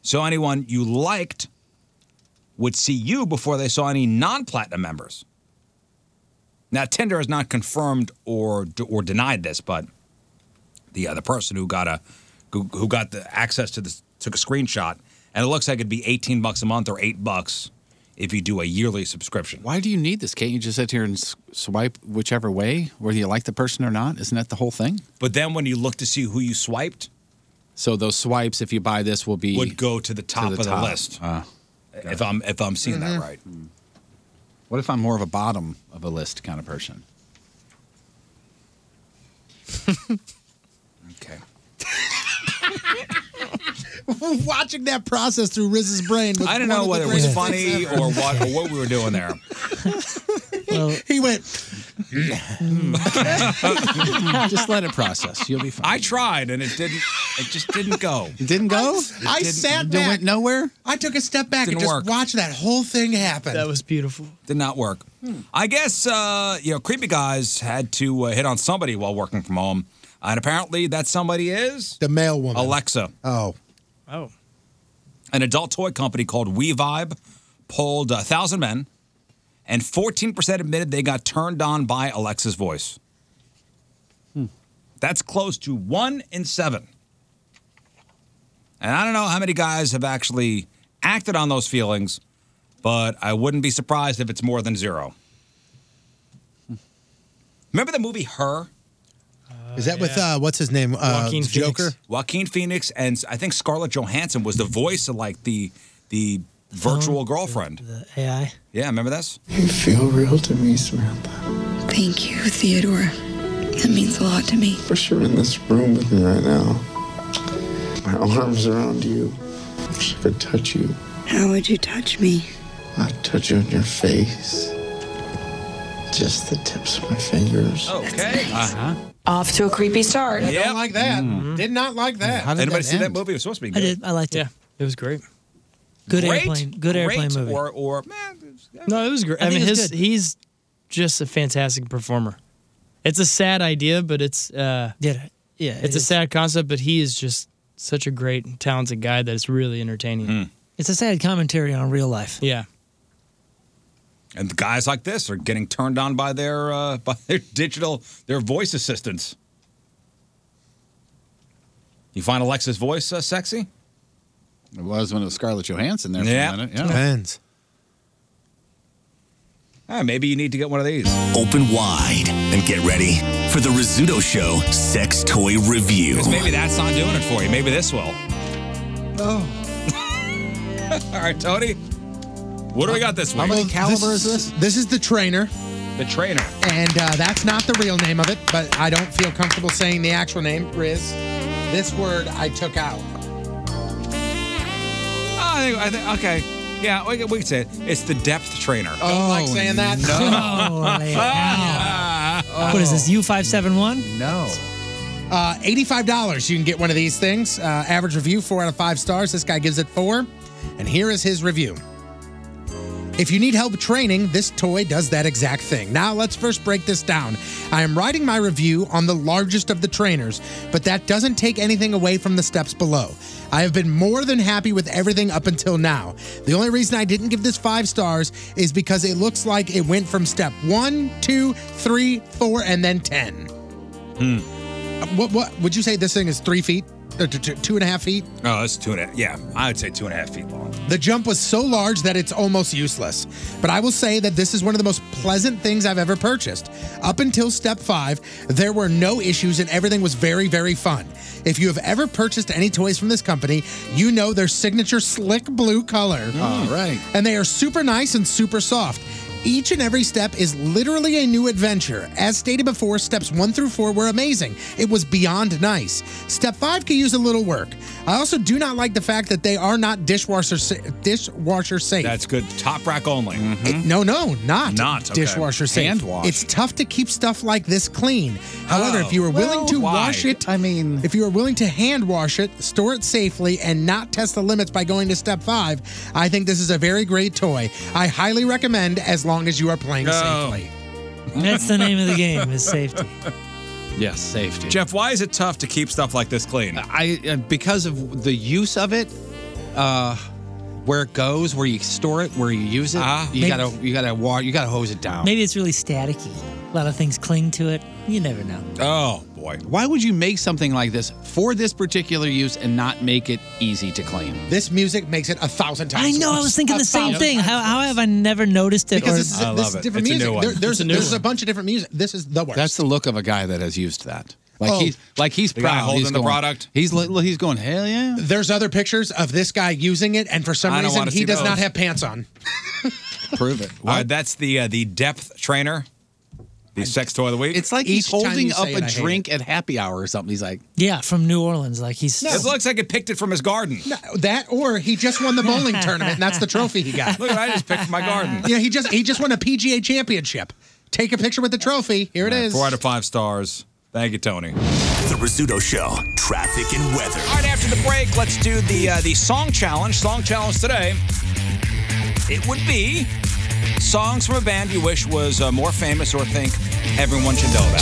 S5: So anyone you liked would see you before they saw any non-platinum members. Now Tinder has not confirmed or or denied this, but the uh, the person who got a who, who got the access to this took a screenshot, and it looks like it'd be eighteen bucks a month or eight bucks if you do a yearly subscription.
S7: Why do you need this? Can't you just sit here and s- swipe whichever way, whether you like the person or not? Isn't that the whole thing?
S5: But then when you look to see who you swiped,
S7: so those swipes, if you buy this, will be
S5: Would go E. to the top of the list.
S7: Ah,
S5: If I'm if I'm seeing
S6: Mm-hmm.
S5: that right.
S7: what if I'm more of a bottom of a list kind of person?
S6: Watching that process through Riz's brain. Was
S5: I don't
S6: one
S5: know
S6: of the
S5: whether it was
S6: greatest
S5: funny
S6: things ever.
S5: or what or what we were doing there.
S6: he went.
S7: just let it process. You'll be fine.
S5: I tried and it didn't. It just didn't go.
S7: It didn't go.
S6: I
S5: It didn't-
S6: sat
S5: it
S6: back.
S5: went
S7: nowhere.
S6: I took a step back
S5: Didn't
S6: and just
S5: work.
S6: watched that whole thing happen. That
S13: was beautiful.
S5: Did not work.
S6: Hmm.
S5: I guess uh, you know, creepy guys had to uh, hit on somebody while working from home, and apparently that somebody is
S6: the male woman,
S5: Alexa.
S6: Oh,
S13: Oh.
S5: An adult toy company called WeVibe polled a 1,000 men, and 14% admitted they got turned on by Alexa's voice. Hmm. That's close to one in seven. And I don't know how many guys have actually acted on those feelings, but I wouldn't be surprised if it's more than zero. Hmm. Remember the movie Her?
S6: Is that with uh, what's his name? Uh, Joker.
S5: Joaquin Phoenix, and I think Scarlett Johansson was the voice of like the the
S8: Oh,
S5: virtual girlfriend.
S8: AI.
S5: Yeah, remember this?
S18: You feel real to me, Samantha.
S20: Thank you, Theodore. That means a lot to me.
S18: Wish you were in this room with me right now. My arms around you. Wish I could touch you.
S20: How would you touch me?
S18: I'd touch you on your face. Just the tips of my fingers.
S5: Okay. Uh huh.
S21: Off to a creepy start.
S6: I don't like that.
S7: Hmm.
S6: Did not like that.
S5: Anybody see that movie? It was supposed to be
S8: I
S5: good.
S8: did. I liked it. Yeah,
S13: it was great.
S8: Good
S5: Great,
S8: airplane. Good airplane
S5: great,
S8: movie.
S5: Or or man,
S13: No, it was great.
S8: I
S13: I,
S8: think
S13: mean,
S8: it's
S13: his
S8: good.
S13: he's just a fantastic performer. It's a sad idea, but it's uh,
S8: yeah, yeah.
S13: It's
S8: it
S13: a
S8: is.
S13: sad concept, but he is just such a great, and talented guy that it's really entertaining.
S8: It's a sad commentary on real life.
S13: Yeah.
S5: and guys like this are getting turned on by their uh, by their digital their voice assistants. You find Alexa's voice uh, sexy?
S7: It was when it was Scarlett Johansson there
S5: Yeah.
S7: for a minute. Yeah.
S5: Depends. Ah, maybe you need to get one of these.
S19: Open wide and get ready for the Rizzuto Show Sex Toy Review.
S5: 'Cause maybe that's not doing it for you. Maybe this will.
S19: Oh.
S5: All right, Tony. What do we got this week?
S6: this? This is the trainer,
S5: The trainer.
S6: and uh, that's not the real name of it. But I don't feel comfortable saying the actual name. Riz. This word I took out.
S5: Oh, I think, I think okay. Yeah, we, can- we can say it. It's the depth trainer.
S6: Don't like
S5: Oh,
S6: saying that.
S13: Oh,
S8: Oh. What is this? U five seven one?
S6: No. Uh, $85. You can get one of these things. Uh, average review, four out of five stars. This guy gives it four. And here is his review. If you need help training, this toy does that exact thing. Now, let's first break this down. I am writing my review on the largest of the trainers, but that doesn't take anything away from the steps below. I have been more than happy with everything up until now. The only reason I didn't give this five stars is because it looks like it went from step one, two, three, four, and then 10. Uh, What, what would you say this thing is three feet? Or t- t- two and a half feet?
S5: Oh, that's two and a half. Yeah, I would say two and a half feet long.
S6: The jump was so large that it's almost useless. But I will say that this is one of the most pleasant things I've ever purchased. Up until step five, there were no issues and everything was very, very fun. If you have ever purchased any toys from this company, you know their signature slick blue color.
S7: All right.
S6: And they are super nice and super soft. Each and every step is literally a new adventure. As stated before, steps one through four were amazing. It was beyond nice. Step five could use a little work. I also do not like the fact that they are not dishwasher sa- dishwasher safe.
S5: That's good. Top rack only.
S6: no, no, not,
S5: Not, okay.
S6: dishwasher safe.
S5: Hand wash.
S6: It's tough to keep stuff like this clean. However,
S5: Oh,
S6: if you are willing
S5: well,
S6: to
S5: why?
S6: wash it, I mean, if you are willing to hand wash it, store it safely, and not test the limits by going to step five, I think this is a very great toy. I highly recommend as long as you are playing safely.
S8: That's the name of the game is safety.
S7: Yes, safety.
S5: Jeff, why is it tough to keep stuff like this clean?
S7: I uh, because of the use of it, uh, where it goes, where you store it, where you use it,
S6: Uh-huh.
S7: you
S8: Maybe-
S7: gotta you gotta wa- you gotta hose it down.
S8: Maybe it's really staticky. A lot of things cling to it. You never know.
S5: Oh boy!
S7: Why would you make something like this for this particular use and not make it easy to clean?
S6: This music makes it a thousand
S8: I
S6: times.
S8: know. I
S6: worse.
S8: was thinking
S6: A
S8: the same
S6: thousand
S8: thing.
S6: times.
S8: How, how have I never noticed it?
S6: Because
S8: or-
S6: this is, this is different music. There- there's there's a bunch of different music. This is the worst.
S7: That's the look of a guy that has used that. Like
S6: Oh.
S7: he's like he's
S6: The guy
S7: proud.
S6: holding
S7: he's
S6: the
S7: going-
S6: product?
S7: He's li- he's going hell yeah.
S6: There's other pictures of this guy using it, and for some
S5: I don't
S6: reason
S5: wanna
S6: he
S5: see
S6: does
S5: those.
S6: not have pants on.
S7: Prove it.
S5: All right, that's the uh, the depth trainer, the sex toy of the week.
S7: It's like he's holding up a drink at happy hour or something. He's like,
S8: yeah, from New Orleans. Like he's.
S5: It looks like it picked it from his garden.
S6: That or he just won the bowling tournament, and that's the trophy he got.
S5: Look, I just picked my garden.
S6: Yeah, he just he just won a PGA championship. Take a picture with the trophy. Here it is.
S5: Four out of five stars. Thank you, Tony.
S19: The Rizzuto Show, traffic and weather.
S5: All right, after the break, let's do the uh, the song challenge. Song challenge today. It would be songs from a band you wish was uh, more famous or think everyone should know about.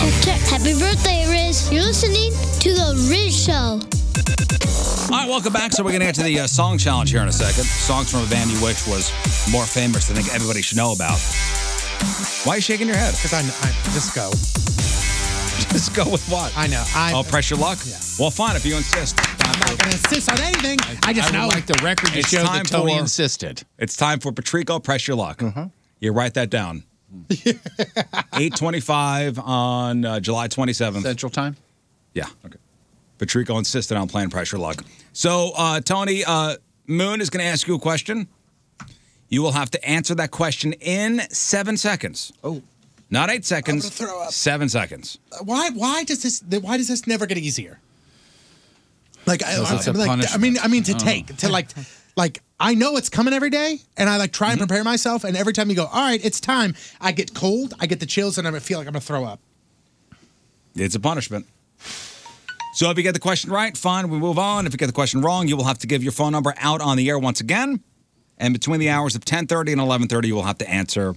S22: Happy birthday, Riz. You're listening to The Riz Show.
S5: All right, welcome back. So we're going to get to the uh, song challenge here in a second. Songs from a band you wish was more famous. I think everybody should know about. Why are you shaking your head? Because I, I just go. Just go with what? I know. I. Oh, press your luck. Well, fine if you insist. I'm not going to insist on anything.
S6: I just know.
S5: It's time for- It's time for Patrico. Press your luck. You write that down. Eight twenty-five on uh, July twenty-seventh. Central time. Yeah. Okay. Patrico insisted on playing pressure luck. So uh, Tony uh, Moon is going to ask you a question. You will have to answer that question in seven seconds. Oh. Not eight seconds.
S6: throw up.
S5: Seven seconds.
S6: Why? Why does this? Why does this never get easier? Like, I,
S5: Because it's
S6: I,
S5: a
S6: like I
S5: punishment.
S6: mean, I mean to
S5: Oh. Mm-hmm.
S6: take to like, like I know it's coming every day, and I like try and prepare myself. And every time you go, all right, it's time. I get cold, I get the chills, and I feel like I'm gonna throw up.
S5: It's a punishment. So if you get the question right, fine, we move on. If you get the question wrong, you will have to give your phone number out on the air once again. And between the hours of 10:30 and 11:30, you will have to answer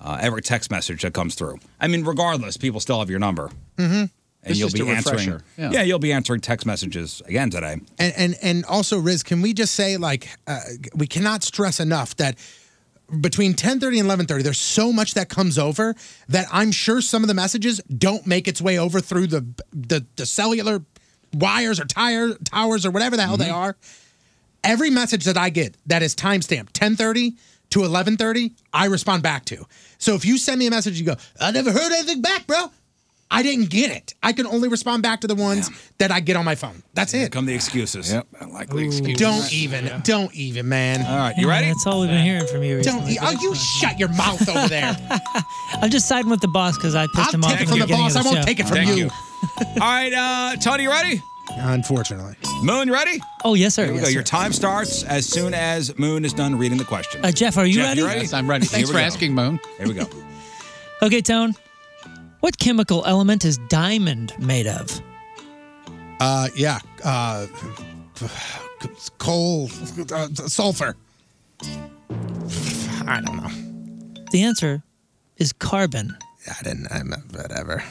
S5: uh, every text message that comes through. I mean, regardless, people still have your number,
S6: Mm-hmm.
S5: and you'll be answering. Yeah. you'll be answering text messages again today.
S6: And and and also, Riz, can we just say like uh, we cannot stress enough that between 10:30 and 11:30 there's so much that comes over that I'm sure some of the messages don't make its way over through the the, the cellular wires or tire towers or whatever the hell they are. Every message that I get that is timestamped 10:30 to 11:30, I respond back to. So if you send me a message you go, "I never heard anything back, bro." I didn't get it. I can only respond back to the ones that I get on my phone. That's it.
S5: Come the excuses. Yep, I like the excuses.
S6: Don't even. Don't even, man. All
S5: right, you ready?
S8: That's all we've been hearing from you.
S6: Don't.
S8: recently.
S6: e- Oh, you shut your mouth over there.
S8: I'm just siding with the boss because I pissed him off.
S6: take it
S8: at
S6: from the
S8: beginning of
S6: boss. I won't
S8: show.
S6: take it from
S5: Thank you. All right, uh, Tony, you ready?
S6: Unfortunately.
S5: Moon, you ready?
S8: Oh, yes, sir.
S5: Here we
S8: Yes,
S5: go.
S8: sir.
S5: Your time starts as soon as Moon is done reading the question.
S8: Uh, Jeff, are you ready?
S7: Yes, I'm ready. Thanks
S5: Here we
S7: for
S5: go.
S7: asking, Moon.
S5: Here we go.
S8: Okay, Tone. What chemical element is diamond made of?
S6: Uh, yeah. Uh, coal, uh, sulfur. I don't know.
S8: The answer is carbon.
S6: I didn't. I'm whatever.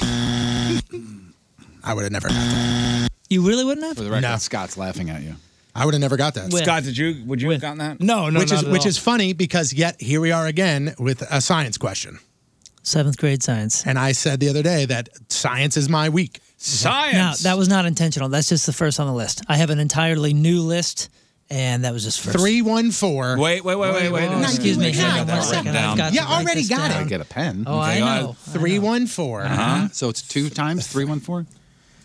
S6: I would have never got that.
S8: You really wouldn't have?
S7: For the record,
S6: No.
S7: Scott's laughing at you.
S6: I would have never got that.
S5: Scott, did you? Would you have gotten that?
S6: which is which is funny because yet here we are again with a science question.
S8: Seventh grade science.
S6: And I said the other day that science is my week.
S8: Now, that was not intentional. That's just the first on the list. I have an entirely new list, and that was just first.
S6: Three one four.
S5: Wait, wait, wait, wait, wait.
S8: No, excuse me. Hang on one second. I've got
S6: yeah,
S8: to write
S6: already
S8: this
S6: got
S8: down.
S6: it.
S7: Get a pen.
S6: Oh, I know. Three one four.
S7: Uh-huh. So it's two times three one four.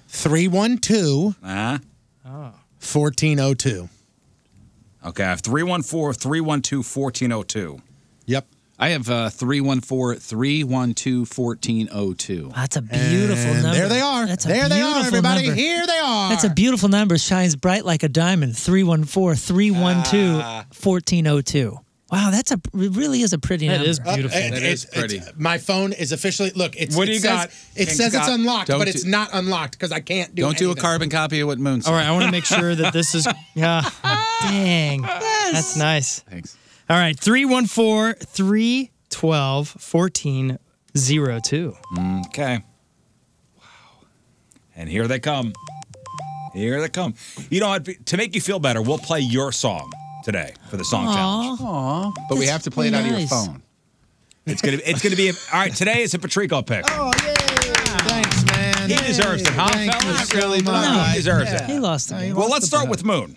S6: Three one two.
S5: Uh-huh.
S6: Fourteen oh two.
S5: Okay, I have 314 312 1402.
S6: Yep.
S7: I have uh, 314 312 1402.
S8: That's a beautiful
S7: And
S8: number.
S7: there they
S6: are.
S8: That's
S6: There
S8: a
S6: they are,
S8: beautiful
S6: everybody.
S8: Number.
S6: Here they are.
S8: That's a beautiful number. Shines bright like a diamond. 314 312 1402. Wow, that's a it really is a pretty number.
S6: Uh, it- it- it's- my phone is officially look. It's,
S8: What
S6: it
S8: do you
S6: says,
S8: got,
S6: It
S8: King
S6: says it's
S8: Scott?
S6: unlocked,
S7: Don't
S6: but
S7: do-
S6: it's not unlocked because I can't do.
S7: Don't do a
S6: anything.
S7: carbon copy of what Moon said.
S13: All right, I want to make sure that this is. Yeah. Dang. That's nice.
S7: Thanks.
S13: All right, 314 312 1402.
S5: Okay. Wow. And here they come. Here they come. You know, what? to make you feel better, we'll play your song today for the song challenge.
S7: Aw. But we
S5: That's
S7: have to play it out of your
S5: nice.
S7: phone.
S5: It's gonna it's gonna be a, all right. Today is a Patrico pick. Oh yeah,
S6: thanks man.
S5: He deserves it, huh,
S7: Thank you
S5: fellas?
S7: so Really, much.
S5: No,
S7: much.
S5: he deserves
S7: Yeah.
S5: it.
S7: He lost the game.
S5: Well,
S7: He
S5: let's
S7: lost
S5: start with Moon.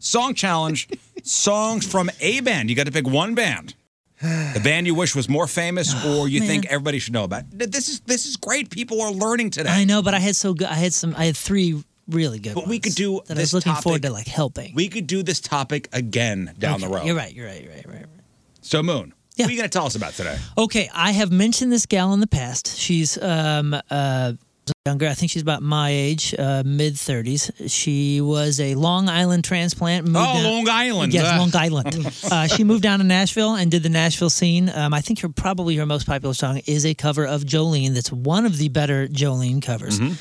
S5: Song challenge. songs from a band. You got to pick one band. The band you wish was more famous, or you think everybody should know about. Th- This is this is great. People are learning today.
S8: I know, but I had so good. I had some. I had three really good.
S5: But we
S8: ones
S5: could do
S8: that. I
S5: this
S8: was looking forward
S5: topic-
S8: to like helping.
S5: We could do this topic again down the
S8: Okay,
S5: road.
S8: You're right. You're right. You're right. You're right.
S5: So Moon, what are you going to tell us about today?
S8: Okay, I have mentioned this gal in the past. She's um uh younger. I think she's about my age, uh, mid thirties. She was a Long Island transplant. Moved
S5: Oh,
S8: down-
S5: Long Island.
S8: Yes,
S5: Ah.
S8: Long Island. uh, she moved down to Nashville and did the Nashville scene. Um, I think her probably her most popular song is a cover of Jolene. That's one of the better Jolene covers.
S5: Mm-hmm.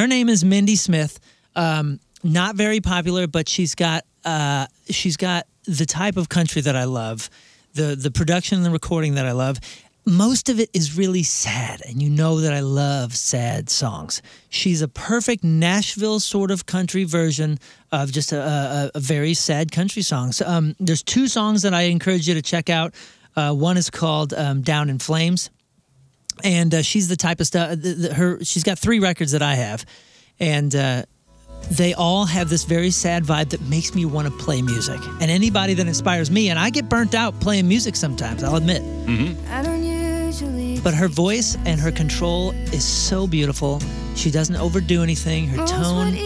S8: Her name is Mindy Smith. Um, not very popular, but she's got uh, she's got the type of country that I love, the the production and the recording that I love.
S13: most of it is really sad, and you know that I love sad songs. She's a perfect Nashville sort of country version of just a, a, a very sad country song. So, um, there's two songs that I encourage you to check out. Uh, one is called um, "Down in Flames," and uh, she's the type of stuff. th th- her she's got three records that I have, and uh, they all have this very sad vibe that makes me want to play music. And anybody that inspires me, and I get burnt out playing music sometimes. I'll admit.
S21: I don't usually.
S13: But her voice and her control is so beautiful. She doesn't overdo anything. Her tone.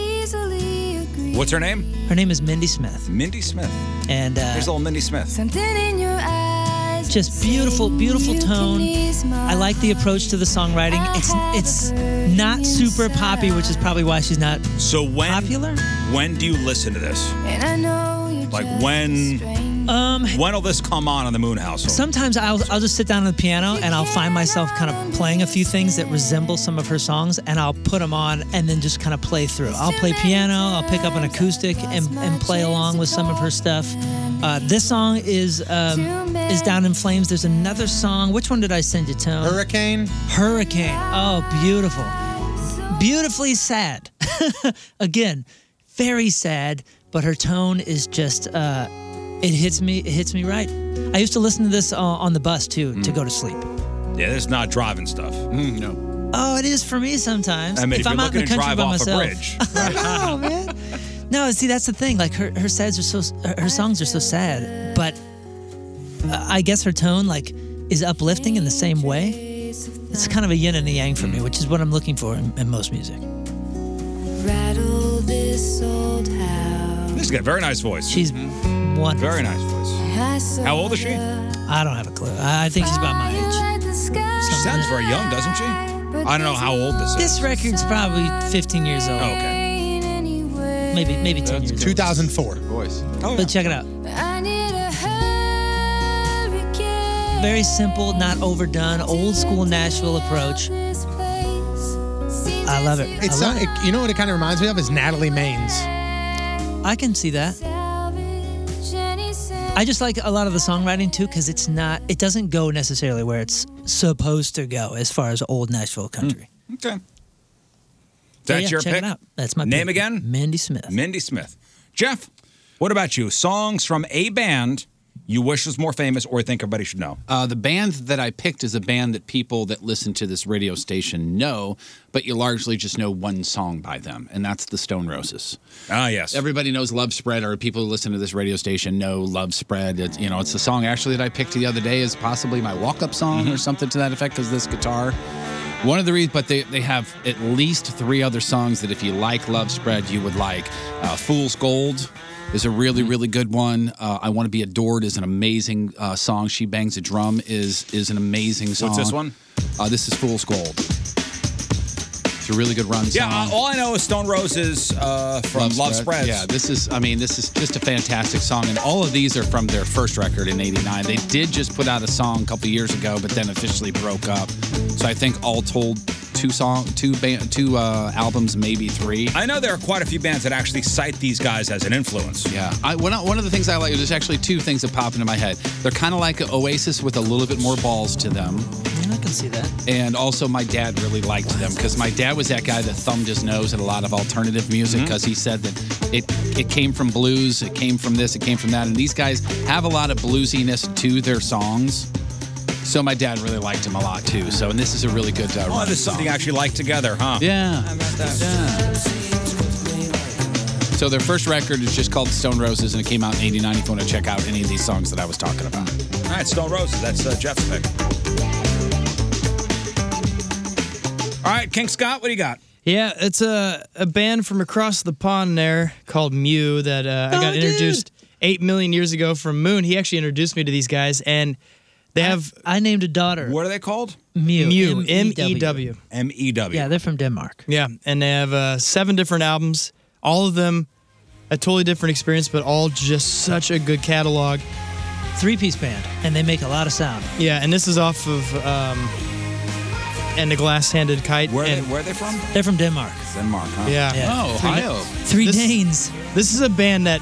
S5: What's her name?
S13: Her name is Mindy Smith.
S5: Mindy Smith.
S13: And uh,
S5: There's old Mindy Smith.
S21: Something in your eyes.
S13: just beautiful, beautiful tone. I like the approach to the songwriting. It's it's not super poppy, which is probably why she's not.
S5: So when popular? When do you listen to this?
S21: And I know you
S5: Like when?
S13: Um.
S5: When will this come on in the Moon House?
S13: Sometimes I'll, I'll just sit down at the piano and I'll find myself kind of playing a few things that resemble some of her songs and I'll put them on and then just kind of play through. I'll play piano, I'll pick up an acoustic and, and play along with some of her stuff. Uh, this song is um, is Down in Flames. There's another song. Which one did I send you, Tone? Hurricane. Hurricane. Oh, beautiful. Beautifully sad. Again, very sad, but her tone is just. Uh, it hits me. It hits me right. I used to listen to this uh, on the bus too to
S5: Mm.
S13: go to sleep.
S5: Yeah, this is not driving stuff.
S8: Mm,
S5: no.
S13: Oh, it is for me sometimes.
S5: I mean,
S13: if,
S5: if
S13: I'm
S5: you're
S13: out in the
S5: looking to
S13: country
S5: drive
S13: by
S5: off a bridge.
S13: myself. no, man. No, see, that's the thing. Like her, her sads are so, her- her songs are so sad, but uh, I guess her tone like is uplifting in the same way. It's kind of a yin and a yang for me, which is what I'm looking for in, in most music.
S21: rattle this old house.
S5: She's got a very nice voice.
S13: She's wonderful.
S5: Very nice voice. How old is she?
S13: I don't have a clue. I think she's about my age.
S5: She sounds very young, doesn't she? I don't know how old this is. Oh,
S13: This record's probably 15 years old. Okay. Maybe maybe 10 years.
S6: 2004.
S7: Voice.
S13: But check it out. Very simple, not overdone, old school Nashville approach. I love it.
S6: It's
S13: I love
S6: not, it, you know what it kind of reminds me of is Natalie Maines.
S13: I can see that. I just like a lot of the songwriting too because it's not, it doesn't go necessarily where it's supposed to go as far as old Nashville
S8: Hmm.
S13: country.
S5: Okay.
S13: So
S5: That's
S13: yeah,
S5: your
S13: check
S5: pick.
S13: it out. That's my
S5: name
S13: pick.
S5: again.
S13: Mindy Smith.
S5: Mindy Smith. Jeff, what about you? Songs from a band you wish was more famous or think everybody should know.
S7: Uh, the band that I picked is a band that people that listen to this radio station know, but you largely just know one song by them, and that's the Stone Roses.
S5: Ah, yes.
S7: Everybody knows Love Spread, or people who listen to this radio station know Love Spread. It's, you know, it's the song actually that I picked the other day is possibly my walk-up song
S5: Mm-hmm.
S7: or something to that effect because this guitar. One of the reasons, but they, they have at least three other songs that if you like Love Spread, you would like. Uh, Fool's Gold is a really,
S5: Mm-hmm.
S7: really good one. Uh, I Want to Be Adored is an amazing uh, song. She Bangs a Drum is is an amazing song.
S5: What's this one?
S7: Uh, this is Fool's Gold. It's a really good run
S5: Yeah,
S7: song.
S5: uh, all I know is Stone Roses uh, from Love, Spreads.
S7: Yeah, this is, I mean, this is just a fantastic song. And all of these are from their first record in 89. They did just put out a song a couple years ago, but then officially broke up. So I think all told, two song, two band, two uh, albums, maybe three.
S5: I know there are quite a few bands that actually cite these guys as an influence.
S7: Yeah. I, one, one of the things I like, there's actually two things that pop into my head. They're kind of like Oasis with a little bit more balls to them.
S13: I can see that.
S7: And also, my dad really liked them because my dad was that guy that thumbed his nose at a lot of alternative music
S5: Mm-hmm.
S7: because he said that it it came from blues, it came from this, it came from that, and these guys have a lot of bluesiness to their songs. So my dad really liked him a lot too. So and this is a really good. Uh,
S5: Oh,
S7: run
S5: this is something you actually like together, huh?
S7: Yeah. So their first record is just called Stone Roses, and it came out in '89. If you want to check out any of these songs that I was talking about.
S5: All right, Stone Roses. That's uh, Jeff's pick. All right, King Scott, what do you got?
S8: Yeah, it's a, a band from across the pond there called Mew that uh, I
S5: Oh,
S8: got
S5: dude.
S8: introduced eight million years ago from Moon. He actually introduced me to these guys, and they have.
S13: I named a daughter.
S5: What are they called?
S13: Mew.
S8: Mew. M
S13: M-E-W.
S8: E W.
S5: M E W.
S13: Yeah, they're from Denmark.
S8: Yeah, and they have uh, seven different albums. All of them a totally different experience, but all just such a good catalog.
S13: Three piece band, and they make a lot of sound.
S8: Yeah, and this is off of um, and the glass handed kite. Where and,
S5: where are they from?
S13: They're from Denmark.
S5: Denmark, huh? Oh,
S8: Yeah.
S13: Three- Three
S8: This-
S13: Danes.
S8: This is a band that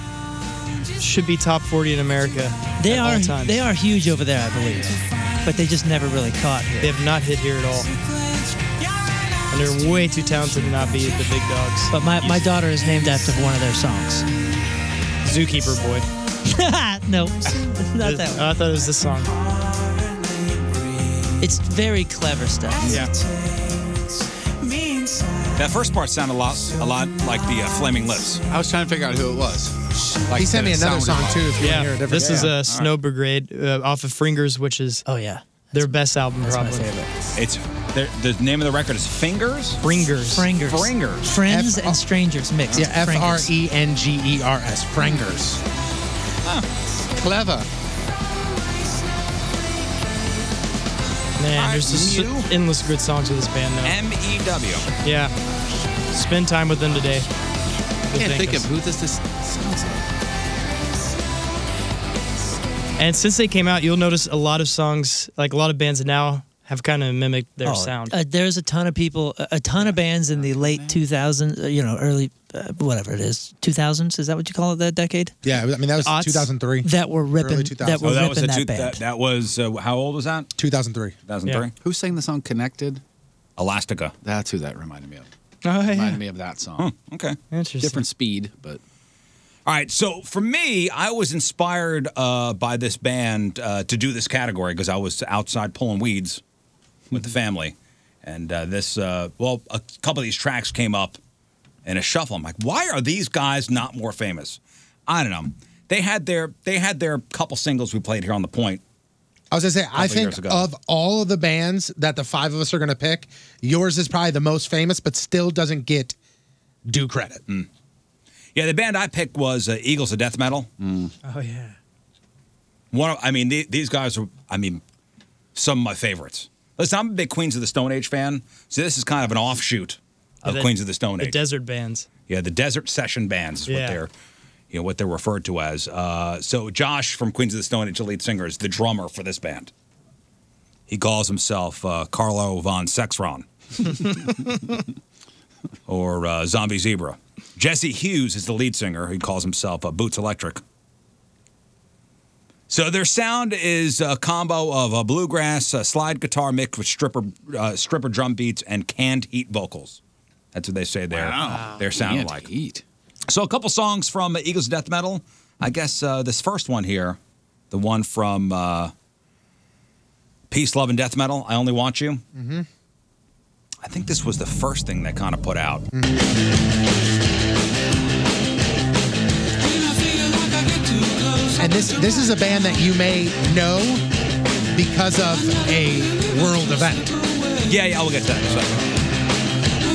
S8: should be top 40 in America.
S13: They
S8: at
S13: are
S8: All time.
S13: they are huge over there, I believe. but they just never really caught here.
S8: They have not hit here at all. And they're way too talented to not be the big dogs.
S13: But my, my daughter is named after one of their songs.
S8: Zookeeper Boy.
S13: no, not that one.
S8: I thought it was this song.
S13: It's very clever stuff.
S5: Yeah. That first part sounded a lot, a lot like the uh, Flaming Lips.
S7: I was trying to figure out who it was. Like
S6: He sent
S7: that
S6: me
S7: it
S6: another
S7: sounded
S6: song,
S7: like.
S6: too, if you wanna
S8: yeah,
S6: hear a different-
S8: this is
S6: Yeah.
S8: a
S6: All right.
S8: Snow Brigade uh, off of Fringers, which is uh,
S13: oh yeah,
S8: their best album probably.
S5: It's the, the name of the record is Fingers.
S8: Fringers.
S13: Fringers.
S5: Fringers.
S13: Friends and strangers mixed.
S6: Yeah, F R
S13: Fringers.
S6: E N G E R S. Frangers.
S7: Clever.
S8: Man, there's just s- endless good songs with this band now.
S5: M E W.
S8: Yeah. Spend time with them today.
S7: I can't think of who this, this sounds like.
S8: And since they came out, you'll notice a lot of songs, like a lot of bands now, have kind of mimicked their
S13: Oh,
S8: sound.
S13: Uh, there's a ton of people, a, a ton of bands in the late 2000s, uh, you know, early uh, whatever it is, 2000s. Is that what you call it? That decade?
S6: Yeah, I mean that was
S13: Aughts
S6: 2003.
S13: That were ripping.
S6: Early
S13: That
S6: 2000s.
S13: were
S6: Oh, that
S13: ripping
S6: was
S13: that,
S6: a two-
S13: band.
S5: That, that was uh, how old was that?
S6: 2003.
S5: 2003.
S7: Who sang the song Connected?
S5: Elastica.
S7: That's who that reminded me of.
S8: Oh, yeah.
S7: Reminded me of that song.
S5: okay.
S8: Interesting.
S7: Different speed, but
S5: All right, so for me, I was inspired uh, by this band uh, to do this category because I was outside pulling weeds with the family, and uh, this uh, well, a couple of these tracks came up in a shuffle. I'm like, why are these guys not more famous? I don't know. They had their they had their couple singles we played here on the point.
S6: I was gonna say, I
S5: Couple years
S6: think
S5: ago.
S6: of all of the bands that the five of us are gonna pick, yours is probably the most famous, but still doesn't get due credit.
S5: Yeah, the band I picked was uh, Eagles of Death Metal.
S8: Oh yeah.
S5: One, of, I mean, the, these guys are, I mean, some of my favorites. Listen, I'm a big Queens of the Stone Age fan, so this is kind of an offshoot of
S8: The-
S5: Queens of the Stone
S8: The
S5: Age.
S8: desert bands.
S5: yeah, the Desert Session bands is what
S8: Yeah.
S5: they're, you know, what they're referred to as. Uh, so Josh from Queens of the Stone Age, the lead singer, is the drummer for this band. He calls himself uh, Carlo von Sexron or uh, Zombie Zebra. Jesse Hughes is the lead singer. He calls himself uh, Boots Electric. So their sound is a combo of uh, bluegrass, uh, slide guitar mixed with stripper uh, stripper drum beats and canned heat vocals. That's what they say their
S7: Wow.
S5: their sound
S7: Canned
S5: like. Heat. So a couple songs from Eagles of Death Metal. I guess uh, this first one here, the one from uh, Peace, Love, and Death Metal. I only want you.
S6: Mm-hmm.
S5: I think this was the first thing they kind of put out.
S6: And this this is a band that you may know because of a world event.
S5: Yeah, yeah, we'll get to that in a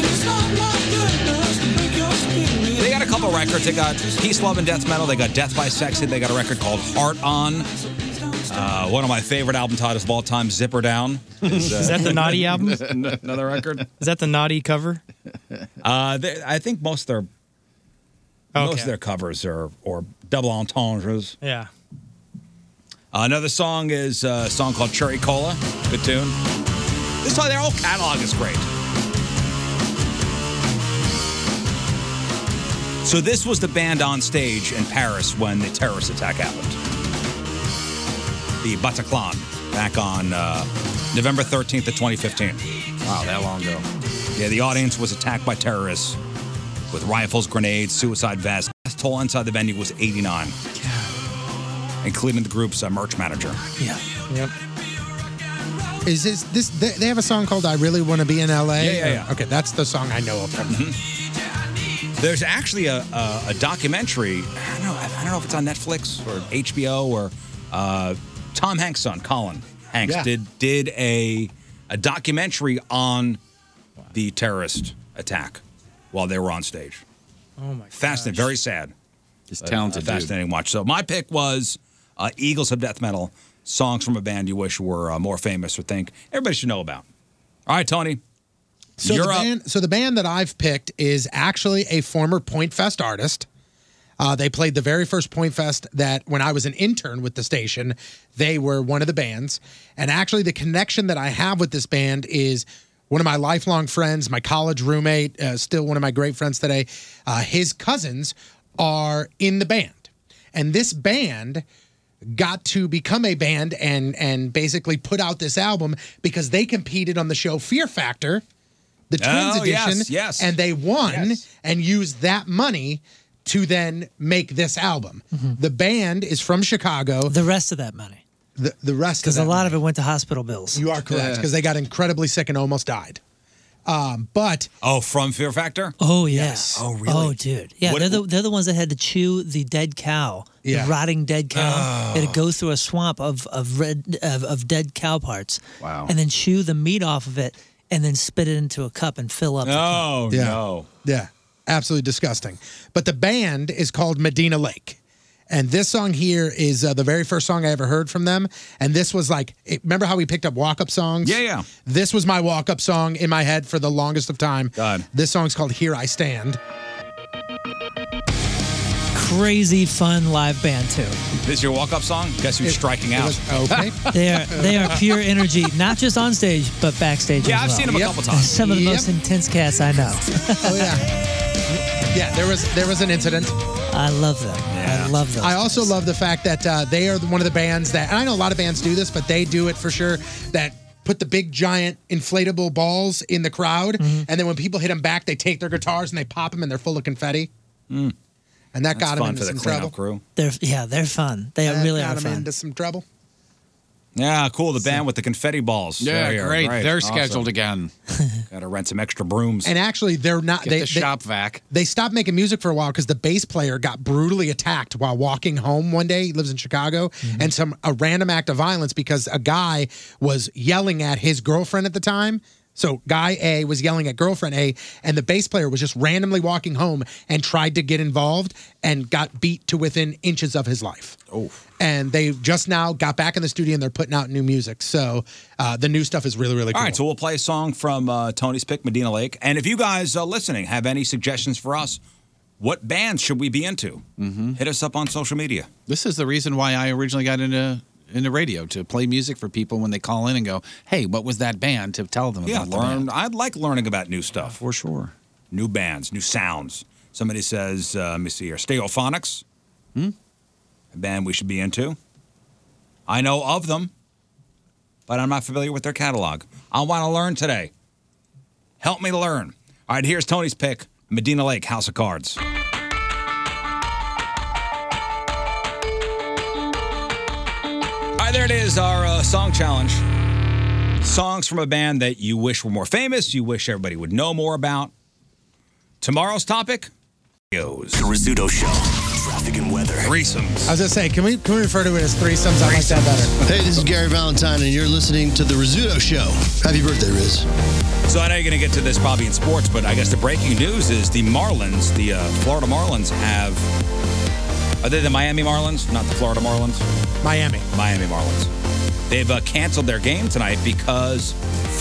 S5: second. They got a couple records. They got Peace, Love, and Death Metal. They got Death by Sexy. They got a record called Heart On. Uh, one of my favorite album titles of all time, Zipper Down.
S8: Is that the Naughty album?
S5: Another record?
S8: Is that the Naughty cover?
S5: Uh, they, I think most of their most
S8: Okay.
S5: of their covers are or double entendres.
S8: Yeah.
S5: Uh, Another song is uh, a song called Cherry Cola. Good tune. This whole, their whole catalog is great. So this was the band on stage in Paris when the terrorist attack happened. The Bataclan back on uh, November 13th of 2015. Wow, that long ago. Yeah, the audience was attacked by terrorists with rifles, grenades, suicide vests. The toll inside the venue was 89, including the group's uh, merch manager.
S6: Yeah. Yep. Is this this they, they have a song called I Really Wanna Be in LA?
S5: Yeah, yeah, yeah.
S6: Okay, that's the song I know of from them.
S5: There's actually a, a, a documentary. I don't know. I, I don't know if it's on Netflix or HBO or uh, Tom Hanks' son, Colin Hanks,
S23: Yeah.
S5: did did a a documentary on the terrorist attack while they were on stage.
S8: Oh my.
S5: Fascinating, very sad. Just
S7: talented dude.
S5: fascinating watch. So my pick was uh, Eagles of Death Metal songs from a band you wish were uh, more famous or think everybody should know about. All right, Tony.
S6: So
S5: you're
S6: the,
S5: up.
S6: band, so the band that I've picked is actually a former Point Fest artist. Uh, they played the very first Point Fest that when I was an intern with the station, they were one of the bands. And actually, the connection that I have with this band is one of my lifelong friends, my college roommate, uh, still one of my great friends today. Uh, his cousins are in the band. And this band got to become a band and and basically put out this album because they competed on the show Fear Factor, the Twins
S5: Oh, yes,
S6: edition,
S5: yes.
S6: and they won and used that money to then make this album.
S8: Mm-hmm.
S6: The band is from Chicago. The
S8: rest of that money.
S6: The, the rest
S8: because a lot of it went to hospital bills.
S6: You are correct because they got incredibly sick and almost died. Um, but
S5: Oh, from Fear Factor?
S8: Oh yes.
S5: Oh, really?
S8: Oh dude. Yeah,
S5: What-
S8: they're the they're the ones that had to chew the dead cow,
S5: Yeah.
S8: the rotting dead cow. They had
S5: Oh.
S8: to go through a swamp of of red of, of dead cow parts.
S7: Wow.
S8: And then chew the meat off of it, and then spit it into a cup and fill up. the
S5: Oh,
S6: Yeah.
S5: no.
S6: Yeah, absolutely disgusting. But the band is called Medina Lake. And this song here is uh, the very first song I ever heard from them. And this was like, it- remember how we picked up walk up songs?
S5: Yeah, yeah.
S6: This was my walk up song in my head for the longest of time. God. This song's called Here I Stand.
S8: Crazy fun live band too.
S5: This your walk up song? Guess who's striking out?
S6: okay.
S8: They are they are pure energy, not just on stage but backstage.
S5: Yeah,
S8: as
S5: I've
S8: well.
S5: seen them a Yep. couple times.
S8: Some of the
S5: Yep.
S8: most intense cats I know.
S6: oh yeah. Yeah, there was there was an incident.
S8: I love them. I love them.
S6: I also love the fact that uh, they are the- one of the bands that, and I know a lot of bands do this, but they do it for sure. That put the big giant inflatable balls in the crowd, and then when people hit them back, they take their guitars and they pop them, and they're full of confetti. And that got them into some trouble.
S5: crew.
S8: They're yeah, they're fun. They
S6: That
S8: really
S6: got
S8: are
S6: them
S8: fun.
S6: into some trouble.
S5: Yeah, cool. The band with the confetti balls.
S7: Yeah,
S5: There you are.
S7: great. They're
S5: Awesome.
S7: scheduled again.
S5: Got to rent some extra brooms.
S6: And actually, they're not.
S5: Get
S6: they,
S5: the
S6: they-
S5: shop vac.
S6: They stopped making music for a while because the bass player got brutally attacked while walking home one day. He lives in Chicago,
S5: Mm-hmm.
S6: and some a random act of violence because a guy was yelling at his girlfriend at the time. So guy A was yelling at girlfriend A, and the bass player was just randomly walking home and tried to get involved and got beat to within inches of his life.
S5: Oh.
S6: And they just now got back in the studio and they're putting out new music. So uh, the new stuff is really, really cool.
S5: All right, so we'll play a song from uh, Tony's pick, Medina Lake. And if you guys uh, listening have any suggestions for us, what bands should we be into? Mm-hmm. Hit us up on social media.
S7: This is the reason why I originally got into into radio to play music for people when they call in and go, "Hey, what was that band?" To tell them
S5: Yeah,
S7: about the
S5: learn.
S7: band.
S5: I like learning about new stuff for sure. New bands, new sounds. Somebody says, uh, let me see here, Stereophonics. Hmm. A band we should be into. I know of them, but I'm not familiar with their catalog. I want to learn today. Help me learn. All right, here's Tony's pick Medina Lake, House of Cards. All right, there it is, our uh, song challenge. Songs from a band that you wish were more famous, you wish everybody would know more about. Tomorrow's topic? Goes. The Rizzuto Show. Traffic and weather. Threesomes.
S6: I was gonna say, can we can we refer to it as threesomes? I like that better.
S2: Hey, this is Gary Valentine, and you're listening to The Rizzuto Show. Happy birthday, Riz.
S5: Uh, So I know you're going to get to this probably in sports, but I guess the breaking news is the Marlins, the uh, Florida Marlins have. Are they the Miami Marlins? Not the Florida Marlins?
S6: Miami.
S5: Miami Marlins. They've uh, canceled their game tonight because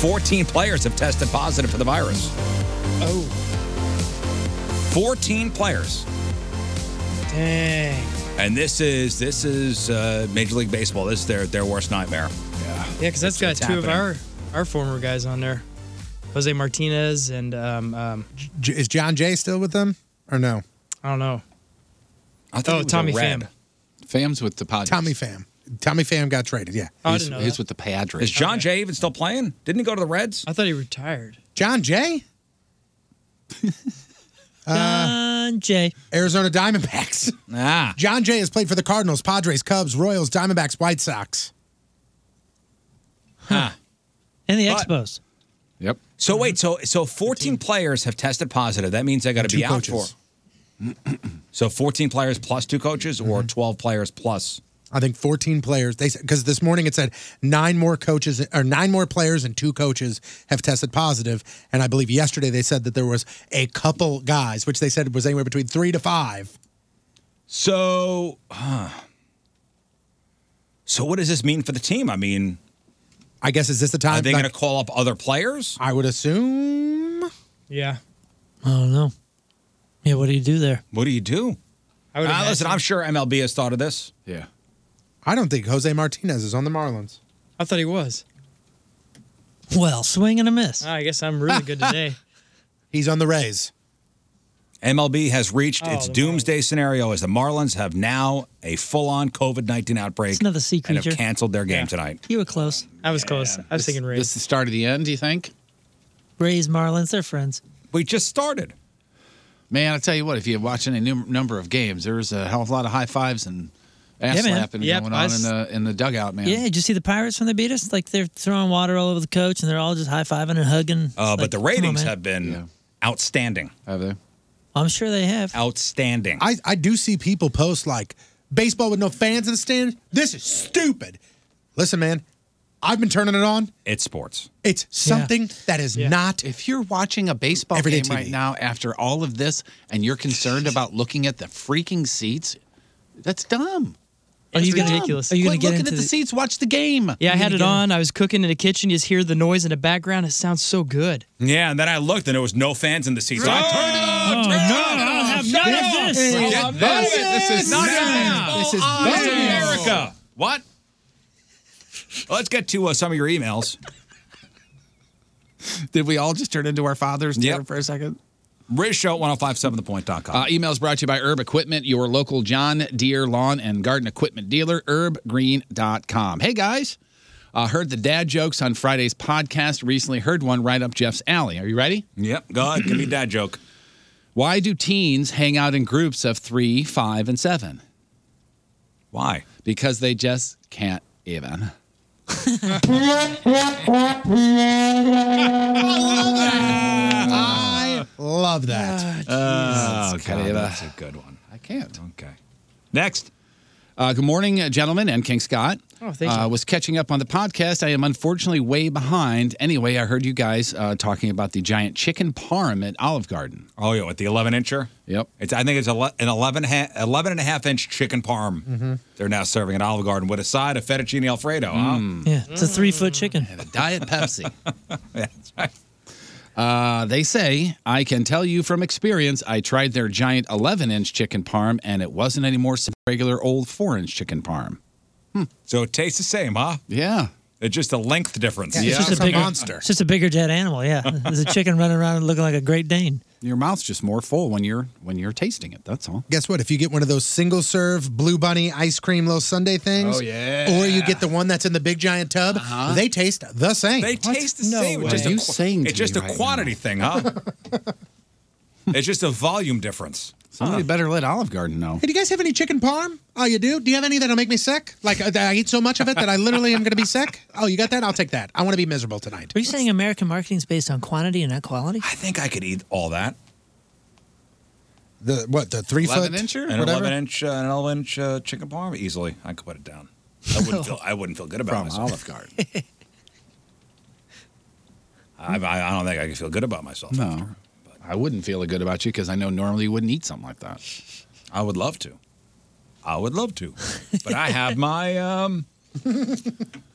S5: 14 players have tested positive for the virus.
S6: Oh.
S5: 14 players.
S8: Dang.
S5: And this is this is uh, Major League Baseball. This is their their worst nightmare. Yeah.
S13: Yeah, because that's got
S5: It's
S13: two of our
S5: happening.
S13: our former guys on there, Jose Martinez and um, um
S6: J- is John Jay still with them or no?
S13: I don't know.
S5: I
S13: oh, Tommy Pham.
S7: Fam's with the Padres.
S6: Tommy Pham. Tommy Pham got traded. Yeah.
S13: Oh, I He's- didn't know he's that.
S7: with the Padres.
S5: Is John Jay even still playing? Didn't he go to the Reds?
S13: I thought he retired.
S6: John Jay.
S8: John Jay.
S6: Arizona Diamondbacks.
S5: Ah.
S6: John Jay has played for the Cardinals, Padres, Cubs, Royals, Diamondbacks, White Sox.
S5: Huh.
S8: And the
S5: Expos.
S7: Yep.
S5: So wait, so so 14 players have tested positive. That means they got to
S6: two
S5: be out
S6: coaches.
S5: for. so 14 players plus two coaches, or 12 players plus.
S6: I think 14 players. They because this morning it said nine more coaches or nine more players and two coaches have tested positive, and I believe yesterday they said that there was a couple guys, which they said was anywhere between three to five.
S5: So, huh. so what does this mean for the team? I mean,
S6: I guess is this the time?
S5: Are they
S6: like-
S5: going to call up other players?
S6: I would assume.
S13: Yeah.
S8: I don't know. Yeah, what do you do there?
S5: What do you do?
S13: I
S8: would
S5: Uh, listen, I'm sure MLB has thought of this.
S7: Yeah.
S6: I don't think Jose Martinez is on the Marlins.
S13: I thought he was. Ah,
S8: Well, swing and a miss.
S4: Ah,
S13: I guess I'm really good today.
S6: He's on the Rays.
S5: MLB has reached its doomsday scenario as the Marlins have now a full-on COVID-19 outbreak. It's
S8: another sea
S5: And have
S8: creature.
S5: canceled their game tonight.
S8: You were close.
S13: I was close. I was thinking Rays.
S7: This is the start of the end, do you think?
S8: Rays, Marlins, they're friends.
S5: We just started.
S7: Man, I'll tell you what, if you watch any num- number of games, there's a hell of a lot of high fives and ass
S8: Yeah, man.
S7: slapping
S8: Yep,
S7: going
S8: I
S7: on
S8: s-
S7: in, the, in the dugout, man.
S8: Yeah, did you see the Pirates when they beat us? Like they're throwing water all over the coach and they're all just high fiving and hugging. It's
S5: Uh,
S8: like,
S5: but the
S8: come on,
S5: ratings
S8: man.
S5: have been outstanding.
S7: Have they?
S8: I'm sure they have.
S5: Outstanding.
S6: I, I do see people post like baseball with no fans in the stands. This is stupid. Listen, man, I've been turning it on.
S5: It's sports.
S6: It's something that is not.
S7: If you're watching a baseball
S6: everyday
S7: game
S6: TV.
S7: right now after all of this and you're concerned about looking at the freaking seats, that's dumb.
S13: Are you
S7: It's
S13: gonna-
S7: dumb.
S13: are you gonna
S7: Quit
S13: get
S7: looking
S13: into
S7: at the,
S13: the-
S7: seats? Watch the game.
S13: Yeah, I
S7: You
S13: had
S7: gonna
S13: it
S7: get-
S13: on. I was cooking in the kitchen. You just hear the noise in the background. It sounds so good.
S5: Yeah, and then I looked and there was no fans in the seats. So I turned it off.
S13: Oh, no, I'll have
S5: Shut
S13: none
S5: it off.
S13: of this.
S5: Get
S13: I'll
S5: none
S13: have none
S5: of
S13: of
S5: it.
S13: this.
S5: Not
S13: None.
S5: now.
S13: This is
S5: On
S13: none.
S5: America. What? Well, let's get to uh, some of your emails.
S7: Did we all just turn into our fathers
S5: yep.
S7: for a second?
S5: Riz Show at 1057thepoint.com.
S7: Uh, emails brought to you by Herb Equipment, your local John Deere lawn and garden equipment dealer, herbgreen.com. Hey guys, uh, heard the dad jokes on Friday's podcast. Recently heard one right up Jeff's alley. Are you ready?
S5: Yep, go ahead. Give me a dad joke.
S7: Why do teens hang out in groups of three, five, and seven?
S5: Why?
S7: Because they just can't even.
S6: I love that.
S7: Ah,
S5: Jesus, Oh, God,
S7: Kayla.
S5: that's a good one.
S7: I can't.
S5: Okay. Next.
S7: Uh, good morning, uh, gentlemen, and King Scott.
S13: Oh, thank you.
S7: Uh, was catching up on the podcast. I am unfortunately way behind. Anyway, I heard you guys uh, talking about the giant chicken parm at Olive Garden.
S5: Oh, yeah, with the 11 incher?
S7: Yep.
S5: It's, I think it's ele- an 11, ha- 11 and a half inch chicken parm. They're now serving at Olive Garden with a side of fettuccine alfredo.
S7: Mm.
S5: huh?
S8: Yeah, it's a three foot chicken.
S7: Diet Pepsi. Uh, they say, I can tell you from experience, I tried their giant 11 inch chicken parm and it wasn't any more s- regular old 4 inch chicken parm.
S5: So it tastes the same, huh?
S7: Yeah.
S5: It's just a length difference.
S8: Yeah, it's just a bigger, It's just a bigger dead animal. Yeah, there's a chicken running around looking like a Great Dane.
S7: Your mouth's just more full when you're when you're tasting it. That's all.
S6: Guess what? If you get one of those single serve blue bunny ice cream little Sunday things,
S7: Oh, yeah. Uh-huh.
S6: or you get the one that's in the big giant tub, they taste the same.
S5: They taste the same. It's just
S7: Are
S5: a
S7: you
S5: qu-
S7: saying to
S5: it's just
S7: me
S5: a
S7: right
S5: quantity thing, huh? it's just a volume difference.
S7: Somebody better let Olive Garden know.
S6: Hey, do you guys have any chicken parm? Oh, you do? Do you have any that'll make me sick? Like, uh, that I eat so much of it that I literally am going to be sick? Oh, you got that? I'll take that. I want to be miserable tonight.
S8: Are you saying American marketing is based on quantity and not quality?
S5: I think I could eat all that.
S6: The what? The three
S5: An
S6: foot whatever?
S5: eleven inch, uh, an eleven inch uh, chicken parm easily. I could put it down. I wouldn't feel. I wouldn't feel good about
S7: From
S5: myself.
S7: Olive Garden.
S5: I, I I don't think I could feel good about myself.
S7: No. I wouldn't feel good about you because I know normally you wouldn't eat something like that.
S5: I would love to. I would love to, but I have my um,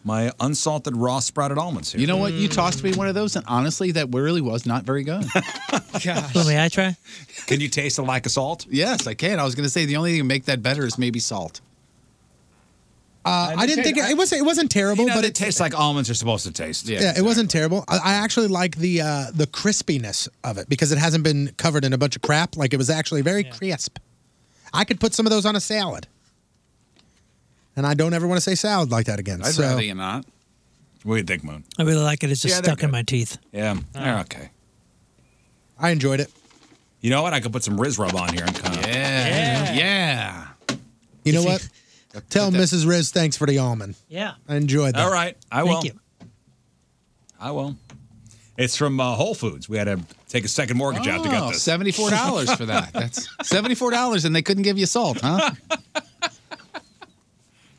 S5: my unsalted raw sprouted almonds here.
S7: You know what? You tossed me one of those, and honestly, that really was not very good.
S8: Well, may I try?
S5: Can you taste the lack of salt?
S7: yes, I can. I was going to say the only thing to make that better is maybe salt.
S6: Uh, I didn't
S5: Okay,
S6: think it,
S5: I-
S6: it was. It wasn't terrible,
S5: You know,
S6: but
S5: they
S6: it.
S5: tastes like almonds are supposed to taste.
S6: Yeah, it wasn't terrible. I, I actually like the uh, the crispiness of it because it hasn't been covered in a bunch of crap. Like it was actually very crisp. I could put some of those on a salad, and I don't ever want to say salad like that again.
S7: I'd
S6: so
S7: rather you not.
S5: What do you think, Moon?
S8: I really like it. It's just
S5: Yeah, they're
S8: stuck in my teeth.
S5: Yeah, they're okay.
S6: I enjoyed it.
S5: You know what? I could put some Riz Rub on here and kind of.
S7: Yeah. Yeah.
S6: You know what? Tell Mrs. Riz thanks for the almond.
S8: Yeah.
S6: I enjoyed that.
S5: All right, I will.
S6: Thank you.
S5: I will. It's from uh, Whole Foods. We had to take a second mortgage out to
S7: Oh,
S5: get this.
S7: Seventy-four dollars for that. That's seventy-four dollars, and they couldn't give you salt, huh?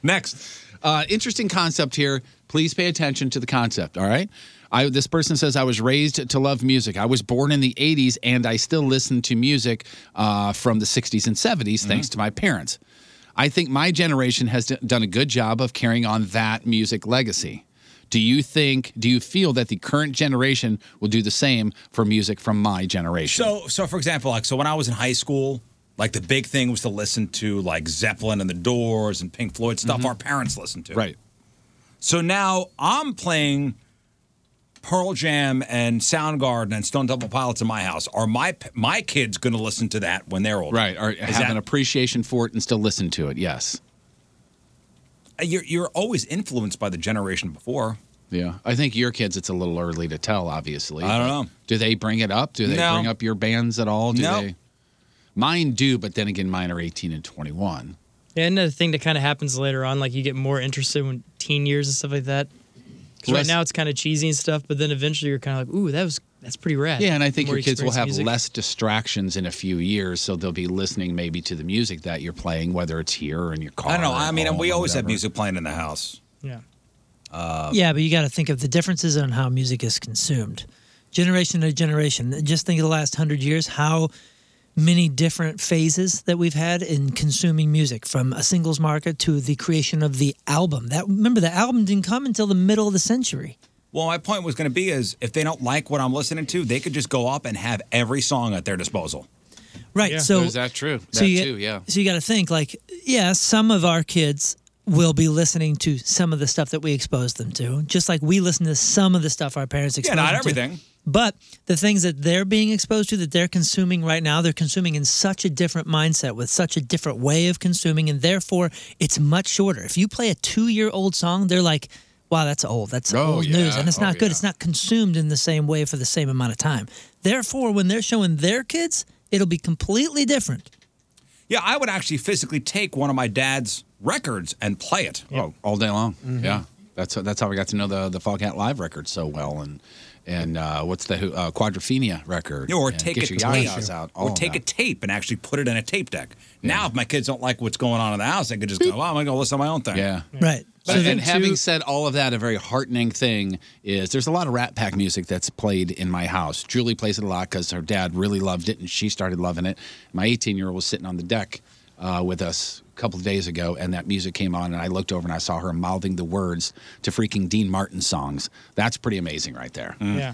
S5: Next,
S7: uh, interesting concept here. Please pay attention to the concept. All right. I, this person says I was raised to love music. I was born in the '80s, and I still listen to music uh, from the '60s and '70s,
S5: Mm-hmm.
S7: thanks to my parents. I think my generation has d- done a good job of carrying on that music legacy. Do you think? Do you feel that the current generation will do the same for music from my generation?
S5: So, so for example, like so when I was in high school, like the big thing was to listen to like Zeppelin and the Doors and Pink
S7: Mm-hmm.
S5: Floyd stuff our parents listened to.
S7: Right.
S5: So now I'm playing Pearl Jam and Soundgarden and Stone Temple Pilots in my house, are my p- my kids going to listen to that when they're older?
S7: Right, or
S5: Is
S7: have an appreciation for it and still listen to it. Yes.
S5: that, you're you're always influenced by the generation before.
S7: Yeah. I think your kids, it's a little early to tell, obviously.
S5: I don't know.
S7: Do they bring it up? Do they
S5: No.
S7: bring up your bands at all? Do
S13: No.
S7: they? Mine do, but then again, mine are 18 and 21.
S13: Yeah, another thing that kind of happens later on, like you get more interested when teen years and stuff like that. 'Cause right
S7: Less-
S13: now it's kind of cheesy and stuff, but then eventually you're kind of like, ooh, that was that's pretty rad.
S7: Yeah, and I think
S13: More
S7: your kids will
S13: experience
S7: have
S13: music.
S7: less distractions in a few years, so they'll be listening maybe to the music that you're playing, whether it's here or in your car.
S5: I don't know. I mean, we always
S7: have
S5: had music playing in the house.
S13: Yeah.
S5: Uh,
S8: yeah, but you got to think of the differences on how music is consumed, generation to generation. Just think of the last hundred years, how many different phases that we've had in consuming music, from a singles market to the creation of the album. That remember, the album didn't come until the middle of the century.
S5: Well, my point was going to be is if they don't like what I'm listening to, they could just go up and have every song at their disposal.
S8: Right. so
S7: Oh, is that true?
S8: so
S7: that
S8: you-
S7: too, yeah.
S8: So you got to think like, yeah, some of our kids will be listening to some of the stuff that we expose them to, just like we listen to some of the stuff our parents
S5: Yeah,
S8: expose.
S5: not
S8: them to.
S5: everything.
S8: But the things that they're being exposed to, that they're consuming right now, they're consuming in such a different mindset with such a different way of consuming, and therefore it's much shorter. If you play a two-year-old song, they're like, "Wow, that's old. That's
S4: Oh,
S8: old
S4: yeah.
S8: news, and it's
S4: Oh,
S8: not good. It's not consumed in the same way for the same amount of time." Therefore, when they're showing their kids, it'll be completely different.
S5: Yeah, I would actually physically take one of my dad's records and play it.
S7: Oh, all day long.
S5: Mhm.
S7: Yeah, that's that's how I got to know the the Foghat Live record so well, and and uh, what's the uh, Quadrophenia record?
S5: Or
S7: and
S5: take
S7: Get
S5: a
S7: Your
S5: tape,
S7: Yayas out. all
S5: or
S7: of
S5: take a
S7: that.
S5: tape and actually put it in a tape deck. Now, if my kids don't like what's going on in the house, they could just go, "Well, I'm gonna go listen to my own thing."
S7: Yeah.
S8: Right.
S7: But, and having said all of that, a very heartening thing is there's a lot of Rat Pack music that's played in my house. Julie plays it a lot because her dad really loved it and she started loving it. My 18 year old was sitting on the deck uh, with us a couple of days ago and that music came on and I looked over and I saw her mouthing the words to freaking Dean Martin songs. That's pretty amazing right there.
S5: Mm-hmm.
S13: Yeah.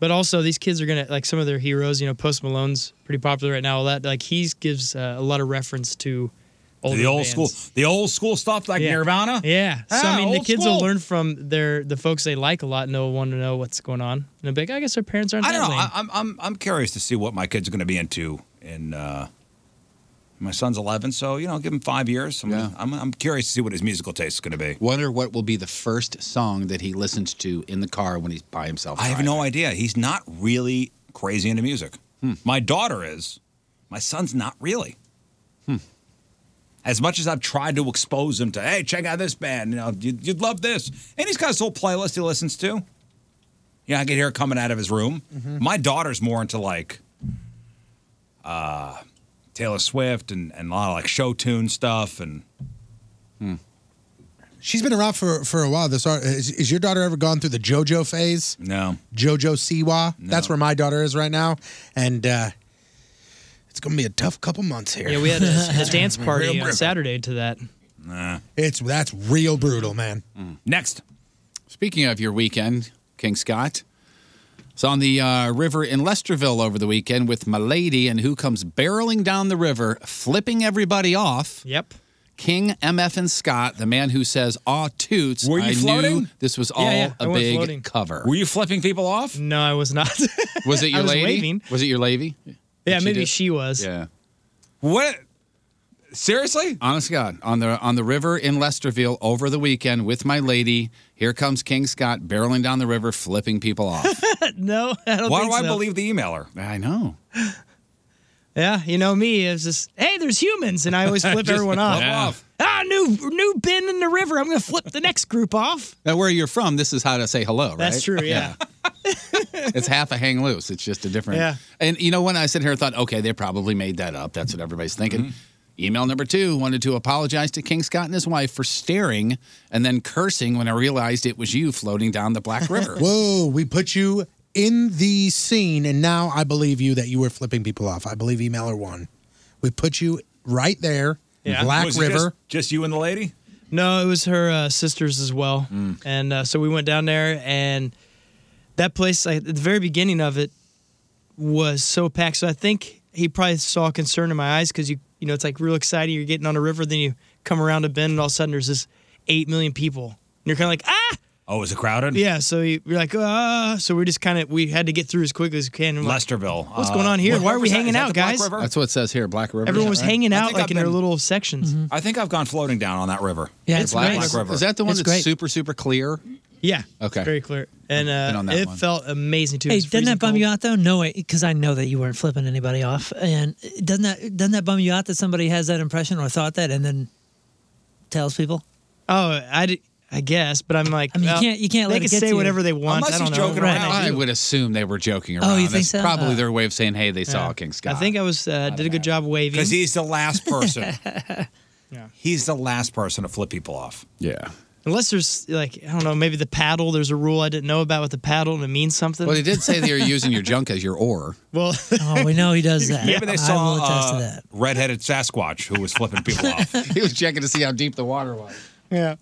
S13: But also, these kids are gonna like some of their heroes. You know, Post Malone's pretty popular right now. All that like he gives uh, a lot of reference to older
S5: the old
S13: bands.
S5: school, the old school stuff like
S13: Yeah.
S5: Nirvana.
S13: Yeah. So
S5: Ah,
S13: I mean, the
S5: old
S13: kids will
S5: school.
S13: learn from their the folks they like a lot, and they'll want to know what's going on. And they'll be like, I guess their parents aren't.
S5: I don't
S13: that
S5: know.
S13: lame.
S5: I, I'm I'm I'm curious to see what my kids are going to be into. And uh, my son's 11, so you know, give him five years. I'm, I'm I'm curious to see what his musical taste is going to be.
S7: Wonder what will be the first song that he listens to in the car when he's by himself.
S5: I have no idea. He's not really crazy into music. My daughter is. My son's not really. As much as I've tried to expose him to, hey, check out this band. You know, you'd, you'd love this. And he's got his whole playlist he listens to. Yeah, I can hear it coming out of his room.
S22: Mhm.
S5: My daughter's more into like uh, Taylor Swift and, and a lot of like show tune stuff. And
S6: She's been around for for a while. This art, is, is your daughter ever gone through the JoJo phase?
S5: no,
S6: JoJo Siwa. That's where my daughter is right now, and uh, it's gonna be a tough couple months here.
S13: Yeah, we had a, a dance party
S6: Real
S13: on
S6: brutal.
S13: Saturday to that.
S6: It's that's real brutal, man.
S5: Next.
S7: Speaking of your weekend, King Scott, it's on the uh, river in Lesterville over the weekend with my lady, and who comes barreling down the river, flipping everybody off.
S13: Yep.
S7: King MF and Scott, the man who says "Aw toots,"
S13: Were you
S7: I
S13: floating?
S7: knew this was
S13: Yeah,
S7: all
S13: yeah, I
S7: a
S13: went
S7: big
S13: floating.
S7: cover.
S5: Were you flipping people off?
S13: No, I was not.
S7: Was it
S13: I
S7: your
S13: was
S7: lady?
S13: waving.
S7: Was it your lady?
S13: Yeah,
S7: Did
S13: maybe
S7: do it?
S13: she was.
S7: Yeah.
S5: What? Seriously?
S7: Honest to God, on the on the river in Lesterville over the weekend with my lady. Here comes King Scott barreling down the river, flipping people off.
S13: no, I don't
S7: Why
S13: think
S7: do I
S13: so.
S7: believe
S5: the emailer?
S7: I know.
S13: Yeah, you know me. It's just, hey, there's humans, and I always flip
S7: Just
S13: everyone off.
S7: flip off.
S13: Ah, new new bin in the river. I'm gonna flip the next group off.
S7: Now, where you're from, this is how to say hello, right?
S13: That's true. Yeah.
S7: it's half a hang loose. It's just a different.
S13: Yeah.
S7: And you know, when I sit here and thought, okay, they probably made that up. That's what everybody's thinking. Email number two wanted to apologize to King Scott and his wife for staring and then cursing when I realized it was you floating down the Black River.
S6: Whoa, we put you in the scene, and now I believe you that you were flipping people off. I believe emailer one. We put you right there, Black
S13: Was it
S6: River.
S5: Just, just you and the lady?
S13: No, it was her uh, sisters as well, and uh, so we went down there, and that place like, at the very beginning of it was so packed. So I think he probably saw concern in my eyes because you you know it's like real exciting. You're getting on a river, then you come around a bend, and all of a sudden there's this eight million people, and you're kind of like ah,
S5: Oh, is it crowded?
S13: Yeah, so you- you're like, ah. So we're just kind of, we had to get through as quickly as we can. And we're like,
S5: Lesterville. uh,
S13: What's going on here? Why are we hanging out, guys?
S7: That's what it says here, Black River.
S13: Everyone was
S7: Right.
S13: hanging
S5: I
S13: out
S5: think
S13: like
S5: I've
S13: in their
S5: been-
S13: little sections.
S7: Mm-hmm.
S5: I think I've gone floating down on that river.
S13: Yeah,
S5: The
S13: it's
S5: Black,
S13: nice.
S5: Black River.
S7: Is that the one
S13: It's
S7: that's
S13: great.
S7: super, super clear?
S13: Yeah.
S7: Okay.
S13: Very clear. And
S7: Been
S13: uh,
S7: on that
S13: it
S7: one.
S13: felt amazing too. It
S8: Hey,
S13: was
S8: doesn't that
S13: freezing
S8: bum
S13: cold.
S8: you out though? No way, because I know that you weren't flipping anybody off, and doesn't that doesn't that bum you out that somebody has that impression or thought that and then tells people?
S13: Oh, I, d- I guess, but I'm like, I
S8: mean, you can't- you can't
S13: They
S8: let it
S13: can
S8: get to
S13: say
S8: you.
S13: whatever they want.
S8: Unless
S13: I don't
S8: he's
S13: know.
S8: joking
S13: Right.
S8: around.
S7: I would assume they were joking around.
S13: Oh, you think
S7: That's
S13: so?
S7: probably
S13: Uh,
S7: their way of saying, hey, they saw King
S13: I
S7: Scott.
S13: think I was uh, did a good job waving
S5: Because he's the last person. He's the last person to flip people off.
S7: Yeah.
S13: Unless there's like I don't know, maybe the paddle. There's a rule I didn't know about with the paddle, and it means something.
S7: Well, they did say they were using your junk as your oar.
S13: Well,
S8: oh, we know he does that.
S5: Maybe they
S8: I
S5: saw
S8: will attest to
S5: uh,
S8: that.
S5: redheaded Sasquatch who was flipping people off.
S7: he was checking to see how deep the water was.
S13: Yeah.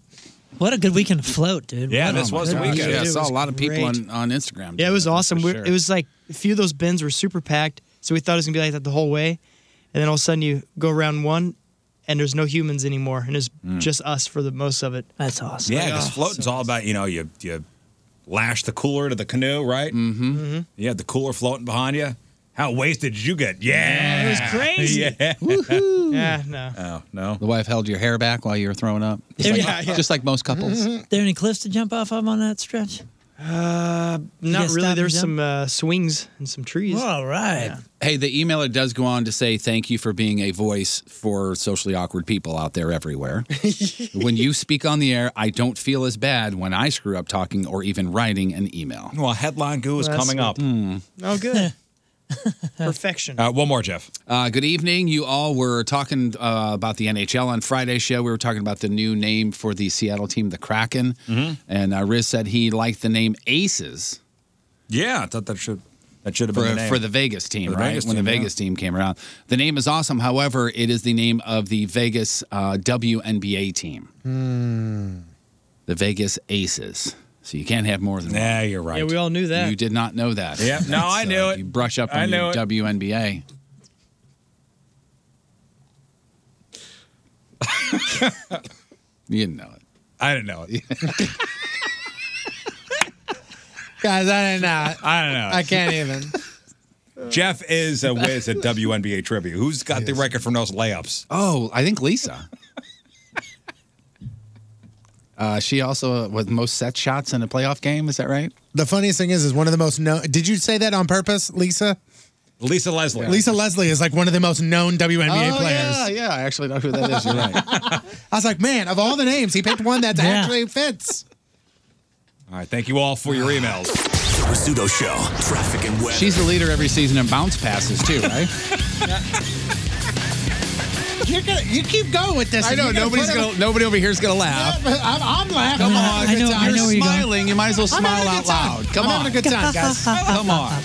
S8: What a good weekend float, dude.
S7: Yeah,
S8: What
S7: this was the
S8: good
S7: weekend. Yeah, I
S8: It
S7: saw
S8: was
S7: a lot of people
S8: great.
S7: on, on Instagram.
S13: Yeah, it was
S7: doing
S13: awesome.
S7: for
S13: We're
S7: sure.
S13: It was like a few of those bins were super packed, so we thought it was gonna be like that the whole way, and then all of a sudden you go around one, and there's no humans anymore, and it's
S7: Hmm.
S5: Mm.
S13: just us for the most of it.
S8: That's awesome.
S5: Yeah, because floating's all about you know you you lash the cooler to the canoe, right? Mm-hmm. You had the cooler floating behind you. How wasted did you get? Yeah,
S13: it was crazy.
S5: Yeah,
S13: Yeah, no.
S5: Oh no!
S7: The wife held your hair back while you were throwing up. Just like,
S13: Yeah, Mm-hmm. yeah.
S7: just like most couples.
S8: There any cliffs to jump off of on that stretch?
S13: Uh, not
S8: guys
S13: really.
S8: stop
S13: There's
S8: and
S13: some uh, swings and some trees.
S8: All right.
S7: Hey, the emailer does go on to say thank you for being a voice for socially awkward people out there everywhere. when you speak on the air, I don't feel as bad when I screw up talking or even writing an email.
S5: Well, headline goo is
S7: Well, that's Hmm.
S5: coming
S7: what-
S5: up.
S13: Oh, good. Perfection.
S5: Uh, one more, Jeff.
S7: Uh, good evening. You all were talking uh, about the NHL on Friday's show. We were talking about the new name for the Seattle team, the Kraken.
S5: Mhm.
S7: And uh, Riz said he liked the name Aces.
S5: Yeah, I thought that should that should have
S7: for,
S5: been the name.
S7: for the Vegas team,
S5: For the
S7: right?
S5: Vegas
S7: when
S5: team,
S7: the
S5: yeah.
S7: Vegas team came around, the name is awesome. However, it is the name of the Vegas uh, WNBA team,
S5: Hmm.
S7: the Vegas Aces. So you can't have more than one.
S5: Yeah, you're right.
S13: Yeah, we all knew that.
S7: You did not know that.
S5: Yeah, no,
S7: That's, uh,
S5: I knew it.
S7: You brush up
S5: I
S7: on
S5: knew
S7: your
S5: it.
S7: WNBA. you didn't know it.
S5: I didn't know it.
S6: Guys, I didn't know. it.
S5: I don't know.
S6: I can't even.
S5: Jeff is a whiz at WNBA trivia. Who's got the record from those layups?
S7: Oh, I think Lisa. Uh, she also was most set shots in a playoff game. Is that right?
S6: The funniest thing is, is one of the most known. Did you say that on purpose, Lisa?
S5: Lisa Leslie.
S6: Lisa Leslie is like one of the most known WNBA
S7: oh,
S6: players.
S7: Yeah, yeah. I actually know who that is. You're right.
S6: I was like, man, of all the names, he picked one that
S7: Yeah.
S6: actually fits.
S5: All right, thank you all for your emails. The Rizzuto Show, traffic and weather.
S7: She's the leader every season in bounce passes too, right?
S6: You're gonna, you keep going with this.
S7: I
S6: and
S7: know
S6: you're gonna
S7: nobody's
S6: put
S7: gonna,
S6: it-
S7: nobody over here's gonna laugh.
S6: I'm, I'm laughing.
S7: Come on,
S6: I know,
S7: good
S6: I
S7: time.
S6: know where
S7: you're
S6: you're going.
S7: smiling. You might as well
S6: I'm having
S7: smile
S6: a
S7: out
S6: good time.
S7: loud. Come
S6: I'm
S7: on,
S6: having a good time, guys.
S7: Come on,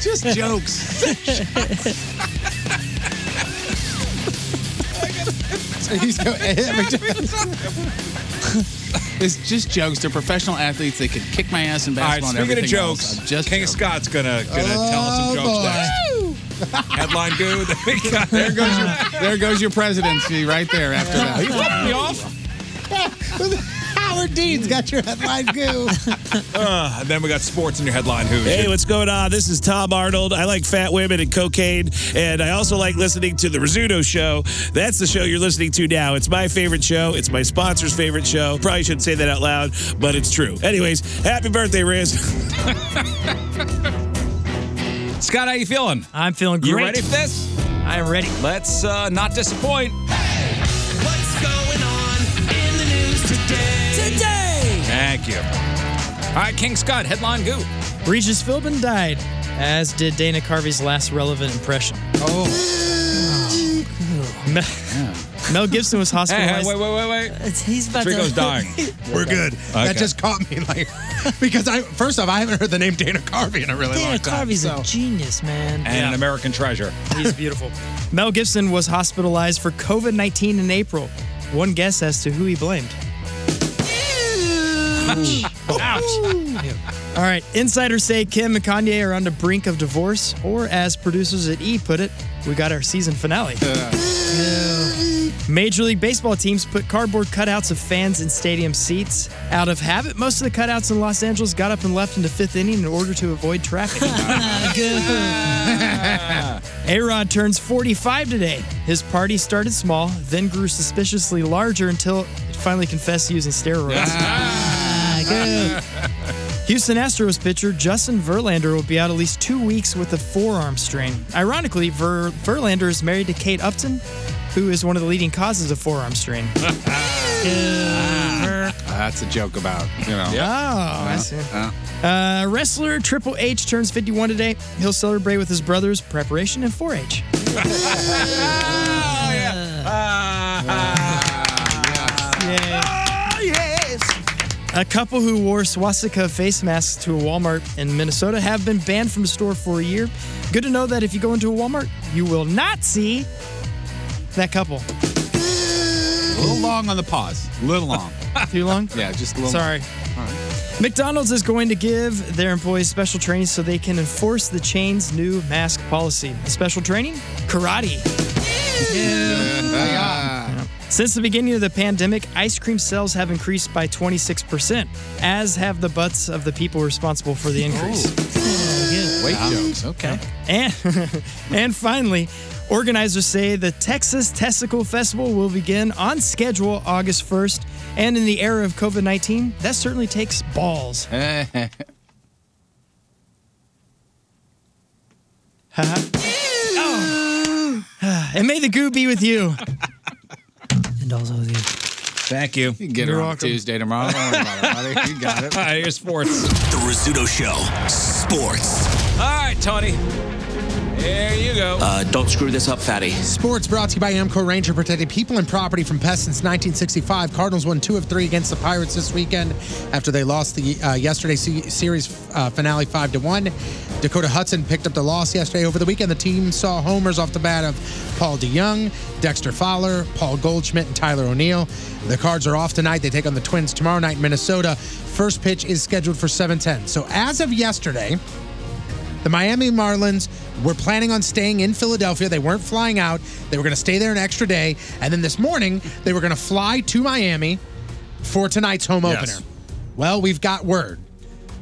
S7: just jokes.
S6: He's go- every
S7: It's just jokes. They're professional athletes. They could kick my ass in
S5: All right,
S7: basketball. and
S5: speaking of
S7: everything
S5: jokes,
S7: else. I'm Oh,
S5: King Scott's gonna gonna tell us some jokes next. Headline goo. that we got.
S7: There goes your there goes your presidency right there. After that,
S5: He flipped me off.
S6: Howard Dean's got your headline goo.
S5: Uh, and then we got sports in your headline. Who's
S4: Hey, what's going on? This is Tom Arnold. I like fat women and cocaine, and I also like listening to The Rizzuto Show. That's the show you're listening to now. It's my favorite show. It's my sponsor's favorite show. Probably shouldn't say that out loud, but it's true. Anyways, happy birthday, Riz.
S5: Scott, how you feeling?
S13: I'm feeling
S5: You
S13: great.
S5: ready for this?
S13: I am ready.
S5: Let's uh, not disappoint.
S19: What's going on in the news today? Today!
S5: Thank you. All right, King Scott, headline goo.
S13: Regis Philbin died, as did Dana Carvey's last relevant impression.
S5: Oh.
S13: Mel, Mel Gibson was hospitalized.
S5: wait, wait, wait,
S13: wait. He's
S6: about to- Trico's dying. We're good. That just caught me like because I first off I haven't heard the name Dana Carvey in a really long
S13: Dana
S6: time.
S13: Carvey's
S6: so.
S13: a genius, man.
S5: and an American treasure.
S13: He's beautiful. Mel Gibson was hospitalized for COVID 19 in April. One guess as to who he blamed. All right, insiders say Kim and Kanye are on the brink of divorce, or as producers at E put it, we got our season finale. Major League Baseball teams put cardboard cutouts of fans in stadium seats. Out of habit, most of the cutouts in Los Angeles got up and left in the fifth inning in order to avoid traffic. A Rod turns 45 today. His party started small, then grew suspiciously larger until it finally confessed to using steroids. Ah, Houston Astros pitcher Justin Verlander will be out at least two weeks with a forearm strain. Ironically, Ver- Verlander is married to Kate Upton, who is one of the leading causes of forearm strain.
S7: That's a joke about, you know.
S13: Oh, I see. Uh, wrestler Triple H turns 51 today. He'll celebrate with his brothers, preparation, and 4 H. A couple who wore swastika face masks to a Walmart in Minnesota have been banned from the store for a year. Good to know that if you go into a Walmart, you will not see that couple.
S7: A little long on the pause. A little long.
S13: Too long?
S7: Yeah, just a little.
S13: Sorry. McDonald's is going to give their employees special training so they can enforce the chain's new mask policy. The special training? Karate. Yeah. Since the beginning of the pandemic, ice cream sales have increased by 26%, as have the butts of the people responsible for the increase.
S7: Weight jokes. Okay.
S13: And, and finally, organizers say the Texas Testicle Festival will begin on schedule August 1st. And in the era of COVID 19, that certainly takes balls. Haha. Oh. and may the goo be with you.
S8: and also with you.
S5: Thank you.
S7: You can get
S5: You're
S7: her on
S5: welcome.
S7: Tuesday tomorrow. Don't worry about it, buddy. You got it.
S5: All right, here's sports.
S19: The Rizzuto Show. Sports.
S5: All right, Tony. There you go.
S10: Uh, don't screw this up, fatty.
S6: Sports brought to you by Amco Ranger, protecting people and property from pests since 1965. Cardinals won two of three against the Pirates this weekend after they lost the uh, yesterday's se- series uh, finale five to one. Dakota Hudson picked up the loss yesterday over the weekend. The team saw homers off the bat of Paul DeYoung, Dexter Fowler, Paul Goldschmidt, and Tyler O'Neill. The Cards are off tonight. They take on the Twins tomorrow night in Minnesota. First pitch is scheduled for 7:10. So as of yesterday. The Miami Marlins were planning on staying in Philadelphia. They weren't flying out. They were going to stay there an extra day. And then this morning, they were going to fly to Miami for tonight's home
S22: Yes.
S6: opener. Well, we've got word.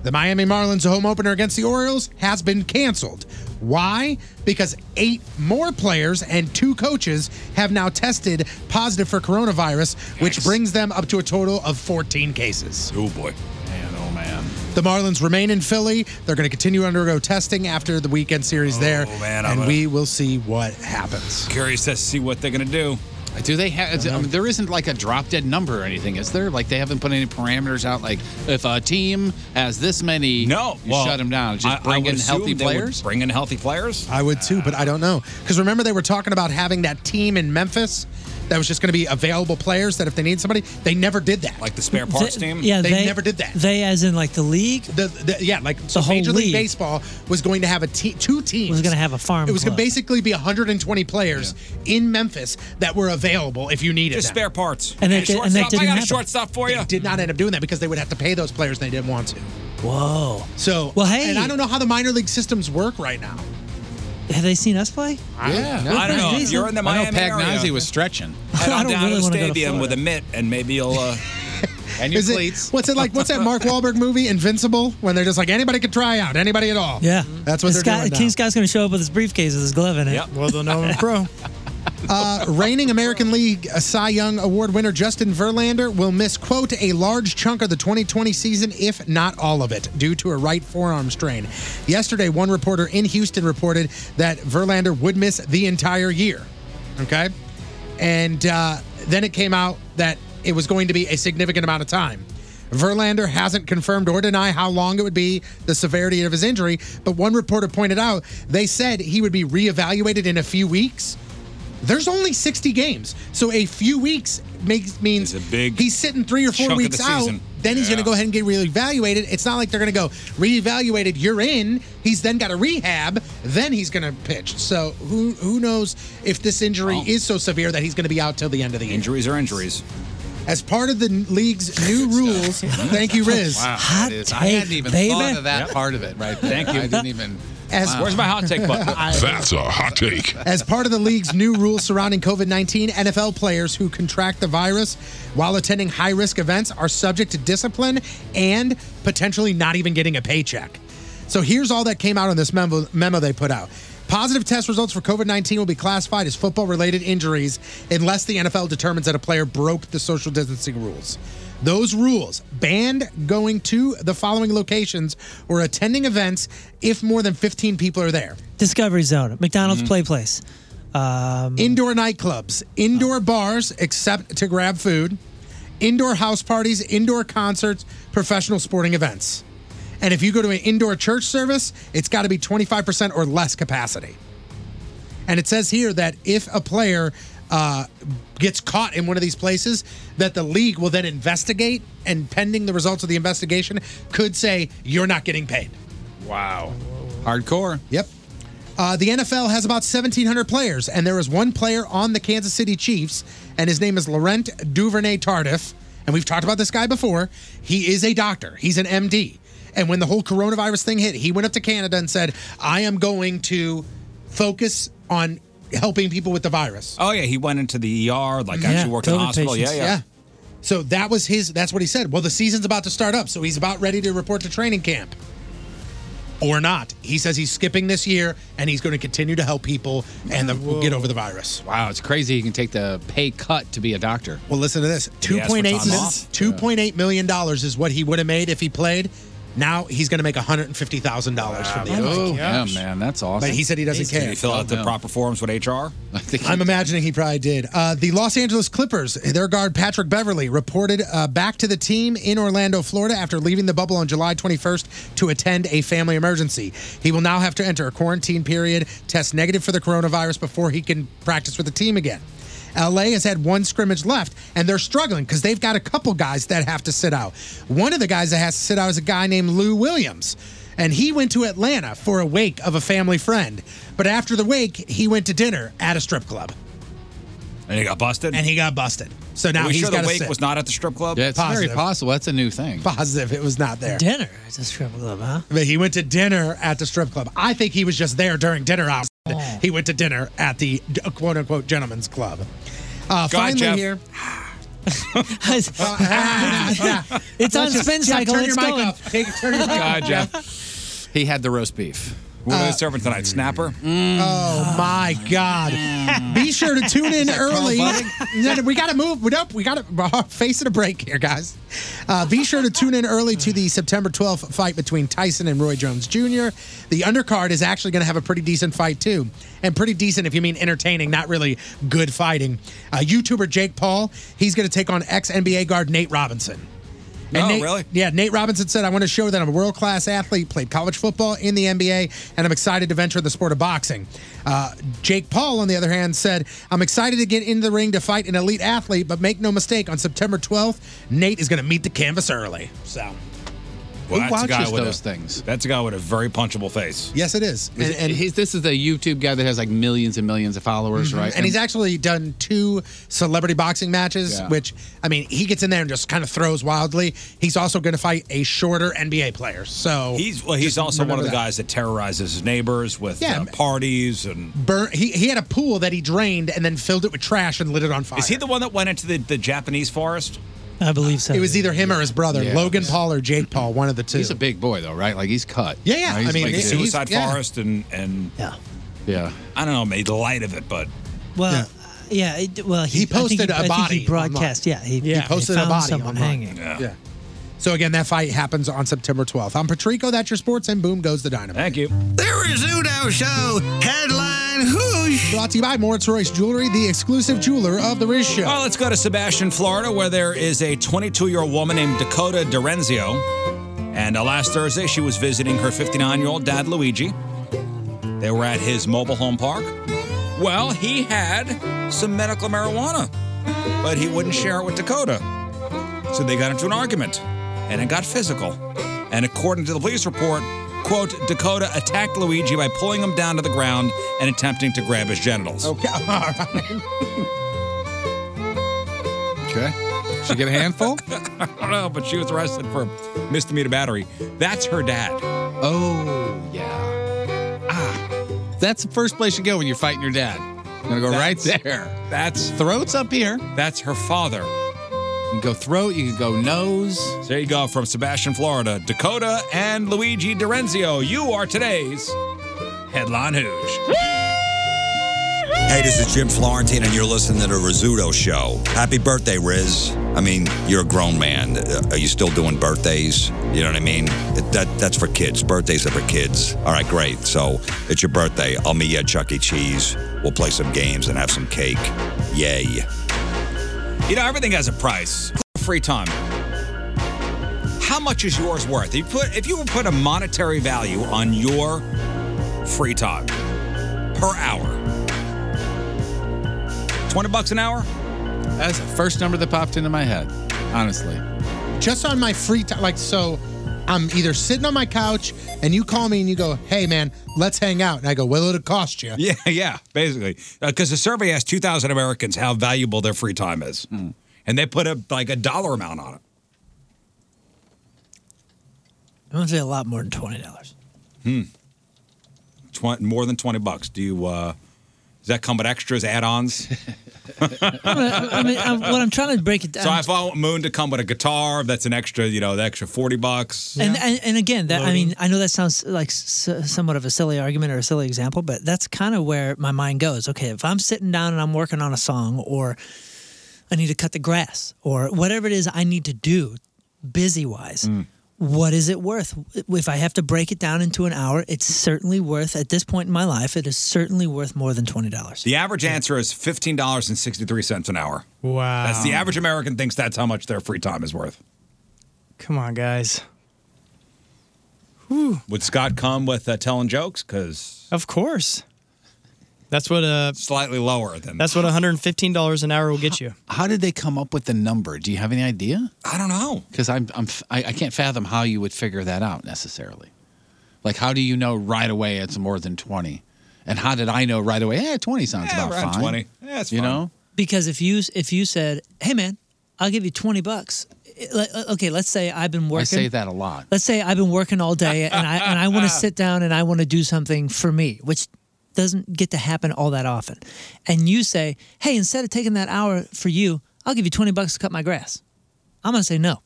S6: The Miami Marlins home opener against the Orioles has been canceled. Why? Because eight more players and two coaches have now tested positive for coronavirus, which brings them up to a total of 14 cases.
S5: Oh, boy. Man, oh, man.
S6: The Marlins remain in Philly. They're going to continue to undergo testing after the weekend series there.
S5: Oh, man, I'm
S6: and
S5: gonna-
S6: we will see what happens.
S5: Curious to see what they're going to do.
S7: Do they have? I mean, there isn't like a drop dead number or anything, is there? Like they haven't put any parameters out. Like if a team has this many, no, you
S5: well,
S7: shut them down.
S5: I-
S7: Just
S5: I
S7: bring
S5: would
S7: in
S5: assume
S7: healthy
S5: they would
S7: players.
S5: Bring in healthy players.
S6: I would too, but I don't know. Because remember, they were talking about having that team in Memphis that was just going to be available players that if they need somebody, they never did that. Like
S5: the spare
S8: They- Yeah,
S6: they,
S8: they,
S6: never did that.
S8: They, as in like the league.
S6: The, the, yeah, like
S8: the whole
S6: Major League,
S8: league.
S6: Baseball was going to have a te- two teams.
S8: Was gonna have a farm
S6: It was going
S8: club.
S6: to basically be 120 players in Memphis that were available if you needed
S5: Just
S6: them.
S5: spare parts.
S6: And they
S5: Hey,
S6: did- and they
S5: shortstop, I
S6: didn't
S5: got a
S6: have it.
S5: shortstop for you.
S6: They did not end up doing that because they would have to pay those players and they didn't want to.
S8: Whoa.
S6: So
S8: Well, hey.
S6: and I don't know how the minor league systems work right now.
S8: Have they seen us play?
S5: No, I don't know. If you're in the Miami
S7: I know
S5: area,
S7: Pagnazzi was stretching.
S5: Head on down to the
S7: wanna go to
S5: stadium with a mitt, and maybe you'll. Uh,
S7: and
S6: Is it- what's it like? What's that Mark Wahlberg movie, Invincible, when they're just like anybody could try out, anybody at all.
S8: Yeah.
S6: that's what
S8: This
S6: they're
S8: guy-
S6: doing. now.
S8: King Scott's going to show up with his briefcase with his glove in it. Yep.
S13: Well, they'll know him pro.
S6: Uh, reigning American League uh, Cy Young Award winner Justin Verlander will miss, quote, a large chunk of the 2020 season, if not all of it, due to a right forearm strain. Yesterday, one reporter in Houston reported that Verlander would miss the entire year. Okay. And uh, then it came out that it was going to be a significant amount of time. Verlander hasn't confirmed or denied how long it would be, the severity of his injury, but one reporter pointed out they said he would be reevaluated in a few weeks. There's only 60 games, so a few weeks makes means he's sitting three or
S5: chunk
S6: four
S5: of
S6: weeks
S5: the
S6: out.
S5: season.
S6: Then he's going to
S5: Yeah.
S6: go ahead and get reevaluated. It's not like they're going to go reevaluated. You're in. He's then got to rehab. Then he's going to pitch. So who who knows if this injury is so severe that he's going to be out till the end of the year?
S5: Injuries are injuries.
S6: As part of the n- league's new rules, thank you, Riz.
S7: Wow, that is- I hadn't even thought of that part of it right there.
S5: Thank you.
S7: I didn't even.
S6: As-
S5: Where's my hot take button?
S6: That's
S10: a hot take.
S6: As part of the league's new rules surrounding COVID 19, NFL players who contract the virus while attending high risk events are subject to discipline and potentially not even getting a paycheck. So here's all that came out on this memo, memo they put out. Positive test results for COVID 19 will be classified as football related injuries unless the NFL determines that a player broke the social distancing rules. Those rules banned going to the following locations or attending events if more than 15 people are there.
S8: Discovery Zone,
S6: Mm-hmm.
S8: McDonald's Play Place. Um,
S6: indoor nightclubs, indoor bars, except to grab food, indoor house parties, indoor concerts, professional sporting events. And if you go to an indoor church service, it's got to be 25% or less capacity. And it says here that if a player uh, gets caught in one of these places, that the league will then investigate and, pending the results of the investigation, could say, you're not getting paid.
S5: Wow.
S7: Hardcore.
S6: Yep. Uh, the NFL has about 1,700 players, and there is one player on the Kansas City Chiefs, and his name is Laurent Duvernay Tardif. And we've talked about this guy before. He is a doctor, he's an MD. And when the whole coronavirus thing hit, he went up to Canada and said, I am going to focus on helping people with the virus.
S5: Oh yeah, he went into the ER,
S7: Mm-hmm.
S5: like actually worked in the hospital. Yeah, yeah.
S6: So that was his, that's what he said. Well, the season's about to start up, so he's about ready to report to training camp or not. He says he's skipping this year and he's going to continue to help people and the, get over the virus.
S7: Wow, it's crazy. You can take the pay cut to be a doctor.
S6: Well, listen to this. Two point eight two point eight million dollars is what he would have made if he played. Now he's going to make one hundred and fifty thousand dollars from the
S7: Oh,
S6: NFL.
S7: yeah, man, that's awesome.
S6: But he said he doesn't care.
S5: Did he fill out the proper forms with HR?
S6: I'm imagining he probably did. Uh, the Los Angeles Clippers, their guard Patrick Beverly reported uh, back to the team in Orlando, Florida, after leaving the bubble on July 21st to attend a family emergency. He will now have to enter a quarantine period, test negative for the coronavirus before he can practice with the team again. LA has had one scrimmage left, and they're struggling because they've got a couple guys that have to sit out. One of the guys that has to sit out is a guy named Lou Williams, and he went to Atlanta for a wake of a family friend. But after the wake, he went to dinner at a strip club.
S5: And he got busted.
S6: And he got busted. So now
S5: Are we
S6: he's
S5: sure the
S6: gotta
S5: wake
S6: sit.
S5: was not at the strip club.
S7: Yeah, it's very possible. That's a new thing.
S6: Positive, it was not there.
S8: Dinner at the strip club, huh?
S6: But he went to dinner at the strip club. I think he was just there during dinner hours. He went to dinner at the uh, quote unquote gentleman's club. Uh,
S8: God,
S6: finally,
S8: Jeff.
S6: here.
S8: It's on spin cycle.
S6: Turn
S8: It's
S6: your
S8: going.
S6: mic off. Take, turn your mic
S7: God,
S6: off.
S7: Jeff. He had the roast beef.
S5: What
S6: Uh,
S5: are they serving tonight? Snapper.
S6: Oh my God! Be sure to tune in
S5: that Carl
S6: early.
S5: Bunning?
S6: No, no, we got to move. We don't. We got to facing a break here, guys. Uh, be sure to tune in early to the September 12th fight between Tyson and Roy Jones Jr. The undercard is actually going to have a pretty decent fight too, and pretty decent if you mean entertaining, not really good fighting. Uh, YouTuber Jake Paul, he's going to take on ex NBA guard Nate Robinson.
S5: Oh,
S6: Nate,
S5: really?
S6: Yeah, Nate Robinson said, I want to show that I'm a world class athlete, played college football in the NBA, and I'm excited to venture the sport of boxing. Uh, Jake Paul, on the other hand, said, I'm excited to get into the ring to fight an elite athlete, but make no mistake, on September 12th, Nate is going to meet the canvas early. So,
S5: Well,
S6: Who
S5: that's a guy
S6: watches
S5: with
S6: those
S5: a, things. That's a guy with a very punchable face.
S6: yes, it is.
S7: Is it- he's, this is the YouTube guy that has like millions and millions of followers, right?
S6: Mm-hmm. And, he's actually done two celebrity boxing matches,
S7: Yeah.
S6: which, I mean, he gets in there and just kind of throws wildly. He's also going to fight a shorter NBA player. So,
S5: He's well. He's
S6: just
S5: also one of
S6: remember
S5: the
S6: that.
S5: guys that terrorizes his neighbors with
S6: Yeah.
S5: uh, parties and.
S6: burn. He, he had a pool that he drained and then filled it with trash and lit it on fire.
S5: Is he the one that went into the, the Japanese forest?
S8: I believe so.
S6: It was either him or his brother,
S5: Yeah.
S6: Logan Paul or Jake Paul, one of the two.
S7: He's a big boy though, right? Like he's cut.
S6: Yeah, yeah.
S7: Right? He's
S6: I mean,
S7: like,
S5: like
S7: dude.
S5: suicide forest and and
S8: yeah,
S7: yeah.
S5: I don't know, made light of it, but
S8: Well, uh, yeah. it- well, he,
S6: He
S8: I think
S6: posted
S8: he-
S6: a
S8: I think
S6: body
S8: he broadcast. Yeah, he,
S6: He posted a
S8: found
S6: body
S8: someone
S6: online.
S8: hanging.
S6: Yeah. So again, that fight happens on September 12th. I'm Patrico. That's your sports, and boom goes the dynamite.
S5: Thank you.
S6: The Rizzuto Show headline whoosh. Brought to you by Moritz Royce Jewelry, the exclusive jeweler of the Riz Show.
S5: Well, let's go to Sebastian, Florida, where there is a 22 year old woman named Dakota Dorenzio. And uh, last Thursday, she was visiting her 59 year old dad, Luigi. They were at his mobile home park. Well, he had some medical marijuana, but he wouldn't share it with Dakota. So they got into an argument, and it got physical. And according to the police report, quote, Dakota attacked Luigi by pulling him down to the ground and attempting to grab his genitals.
S6: Okay, all right.
S7: Okay. She get a handful?
S5: I don't know, Oh, but she was arrested for misdemeanor battery. That's her dad.
S7: Oh, yeah. That's the first place you go when you're fighting your dad. I'm gonna go right there. That's throat's up here.
S5: That's her father.
S7: You can go throat, you can go nose.
S5: There you go, from Sebastian, Florida. Dakota and Luigi D'Arenzio, you are today's Headline Hoosh.
S10: Hey, this is Jim Florentine, and you're listening to the Rizzuto Show. Happy birthday, Riz. I mean, you're a grown man. Uh, Are you still doing birthdays? You know what I mean? It- That That's for kids. Birthdays are for kids. All right, great. So it's your birthday. I'll meet you at Chuck E. Cheese. We'll play some games and have some cake. Yay.
S5: You know, everything has a price. Free time. How much is yours worth? If you put if you would put a monetary value on your free time per hour. 20 bucks an hour?
S7: That's the first number that popped into my head, honestly.
S6: Just on my free time, like so, I'm either sitting on my couch and you call me and you go, "Hey man, let's hang out," and I go, "Well, it'll cost you."
S5: Yeah, yeah, basically. Because the survey asked 2,000 Americans how valuable their free time is. And they put a like a dollar amount on it.
S8: I'm gonna say a lot more than twenty dollars.
S5: Hmm. Twen- more than 20 bucks. Do you, uh, does that come with extras, add ons?
S8: I mean, I'm, what I'm trying to break it down.
S5: So if I want Moon to come with a guitar, that's an extra, you know, the extra 40 bucks.
S8: And, and and again, that I mean, I know that sounds like s- somewhat of a silly argument or a silly example, but that's kind of where my mind goes. Okay, if I'm sitting down and I'm working on a song, or I need to cut the grass, or whatever it is I need to do, busy wise.
S7: Mm.
S8: What is it worth? If I have to break it down into an hour, it's certainly worth, at this point in my life, it is certainly worth more than $20.
S5: The average answer is $15.63 an hour.
S13: Wow.
S5: That's the average American thinks that's how much their free time is worth.
S13: Come on, guys.
S5: Would Scott come with uh, telling jokes? Because
S13: Of course. That's what uh
S5: slightly lower than
S13: that's what $115 an hour will get you.
S7: How did they come up with the number? Do you have any idea?
S5: I don't know.
S7: Because I'm, I'm f- I, I can't fathom how you would figure that out necessarily. Like, how do you know right away it's more than twenty? And how did I know right away? Yeah, twenty sounds about
S8: around
S7: fine.
S8: 20.
S5: Eh,
S8: Yeah, it's
S7: you
S8: fine.
S7: know.
S8: Because if you if you said, "Hey man, I'll give you twenty bucks," it- like, okay, let's say I've been working.
S7: I say that a lot.
S8: Let's say I've been working all day and I and I want to sit down and I want to do something for me, which doesn't get to happen all that often. And you say, "Hey, instead of taking that hour for you, I'll give you twenty bucks to cut my grass." I'm gonna say no.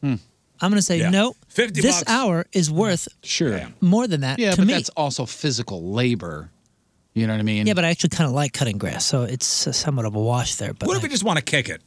S7: Hmm.
S8: I'm gonna say
S7: Yeah.
S8: no.
S7: 50
S8: this
S7: bucks."
S8: hour is worth
S7: Sure.
S8: more than that.
S7: Yeah,
S8: to
S7: but
S8: me.
S7: that's also physical labor. You know what I mean?
S8: yeah, but I actually kind of like cutting grass, so it's uh, somewhat of a wash there. But
S5: what if we just want to kick it?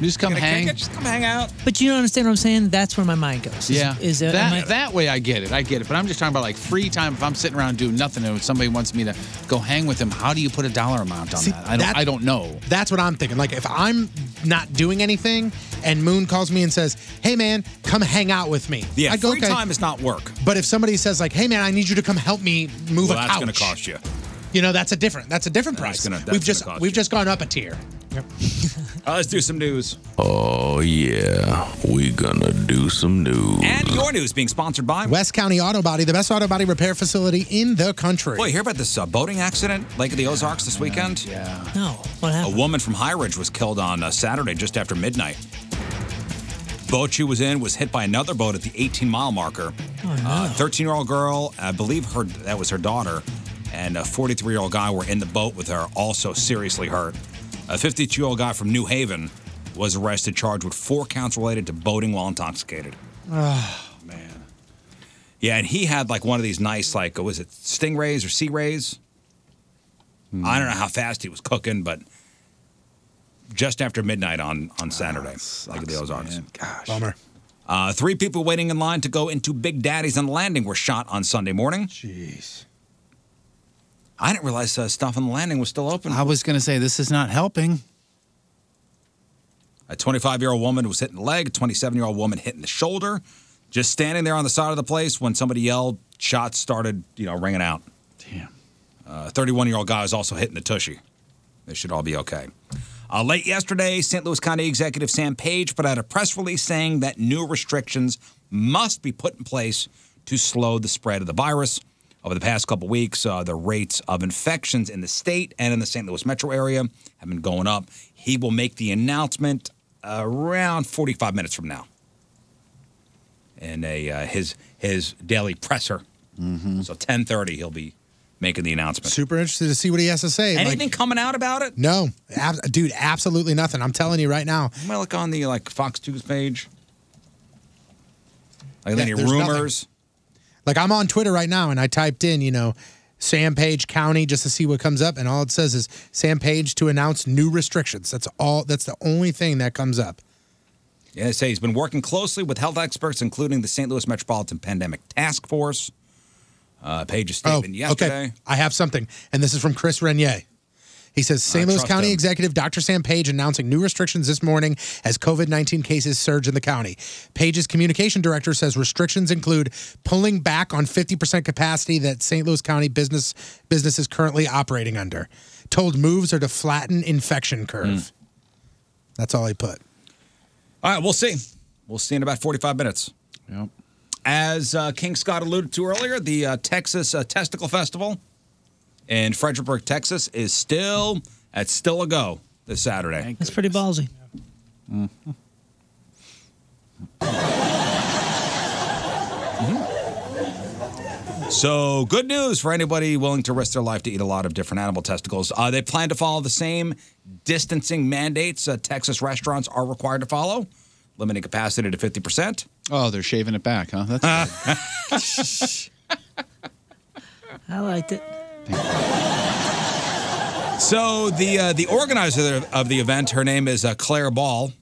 S7: Just come
S5: Gonna kick
S7: hang.
S5: it? Just come hang out.
S8: But you don't understand what I'm saying? That's where my mind goes. Is-
S7: Yeah,
S8: Is, uh, am
S7: that
S8: I-
S7: that way I get it. I get it. But I'm just talking about like free time. If I'm sitting around doing nothing and somebody wants me to go hang with them, how do you put a dollar amount on
S6: See,
S7: that? I don't.
S6: that-
S7: I don't know.
S6: That's what I'm thinking. Like if I'm not doing anything and Moon calls me and says, "Hey man, come hang out with me,"
S5: Yeah,
S6: I go,
S5: free
S6: "Okay."
S5: time is not work.
S6: But if somebody says like, "Hey man, I need you to come help me move
S5: well,
S6: a
S5: that's
S6: couch,"
S5: going to cost you.
S6: You know, that's a different. That's a different price.
S5: gonna- that's
S6: we've
S5: gonna
S6: just
S5: cost
S6: we've just gone up a tier.
S5: Uh, let's do some news.
S22: Oh, yeah. We gonna do some news.
S5: And your news being sponsored by.
S6: West County Auto Body, the best auto body repair facility in the country.
S5: Boy, you hear about this uh, boating accident, Lake of the Ozarks, this weekend?
S7: Yeah.
S8: No. What
S5: A
S8: happened?
S5: woman from High Ridge was killed on uh, Saturday just after midnight. Boat she was in was hit by another boat at the 18 mile marker.
S22: Oh, no.
S5: 13 year old girl, I believe her that was her daughter, and a 43 year old guy were in the boat with her, also seriously hurt. A 52 year old guy from New Haven was arrested, charged with four counts related to boating while intoxicated. Yeah, and he had like one of these nice, like, was it stingrays or sea rays? I don't know how fast he was cooking, but just after midnight on on Saturday, like at the Ozarks. Gosh,
S7: Um,
S6: bummer.
S5: Uh, three people waiting in line to go into Big Daddy's on the landing were shot on Sunday morning. Jeez. I didn't realize uh, stuff on the landing was still open.
S7: I was going to say this is not helping.
S5: A 25 year old woman was hit in the leg, a 27 year old woman hit in the shoulder. Just standing there on the side of the place when somebody yelled, shots started, you know, ringing out. Damn. 31 year old Uh, guy was also hit in the tushy. They should all be okay. Uh, late yesterday, St. Louis County Executive Sam Page put out a press release saying that new restrictions must be put in place to slow the spread of the virus. Over the past couple weeks, uh, the rates of infections in the state and in the St. Louis metro area have been going up. He will make the announcement around 45 minutes from now in a uh, his his daily presser. So 10:30 he'll be making the announcement.
S6: Super interested to see what he has to say. Like,
S5: Anything coming out about it?
S6: no, ab- dude, absolutely nothing. I'm telling you right now.
S5: Am I like on the like Fox News page? Like
S6: Yeah,
S5: any
S6: there's nothing.
S5: rumors?
S6: Like I'm on Twitter right now, and I typed in, you know, Sam Page County just to see what comes up, and all it says is Sam Page to announce new restrictions. That's all. That's the only thing that comes up.
S5: Yeah, they say he's been working closely with health experts, including the St. Louis Metropolitan Pandemic Task Force. Uh, Page's statement yesterday.
S6: Oh, Okay. I have something, and this is from Chris Renier. He says St. Louis
S5: trust
S6: County
S5: him.
S6: Executive Dr. Sam Page announcing new restrictions this morning as COVID 19 cases surge in the county. Page's communication director says restrictions include pulling back on 50% capacity that St. Louis County business business is currently operating under. Told moves are to flatten infection curve.
S5: Hmm.
S6: That's all he put.
S5: All right, we'll see. We'll see in about 45 minutes. Yep. As uh, King Scott alluded to earlier, the uh, Texas uh, Testicle Festival in Frederickburg, Texas is still, that's still a go this Saturday.
S8: That's pretty ballsy.
S5: So, good news for anybody willing to risk their life to eat a lot of different animal testicles. Uh, they plan to follow the same distancing mandates uh, Texas restaurants are required to follow, limiting capacity to 50%.
S7: Oh, they're shaving it back, huh? That's
S8: I liked it.
S5: So the uh, the organizer of the event, her name is uh, Claire Ball.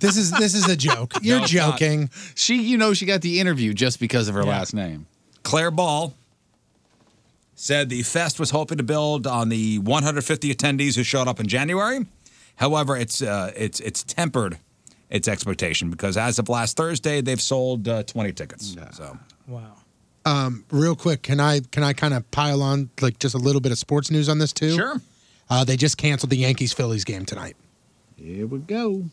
S6: This is this is a joke.
S5: You're
S6: joking.
S7: She, you know, she got the interview just because of her last name.
S5: Claire Ball said the fest was hoping to build on the 150 attendees who showed up in January. However, it's uh, it's it's tempered its expectation because as of last Thursday, they've sold uh, 20 tickets. So
S13: Wow.
S6: Um, real quick, can I can I kind of pile on like just a little bit of sports news on this too?
S5: Sure.
S6: Uh, they just canceled the Yankees Phillies game tonight.
S7: Here we go.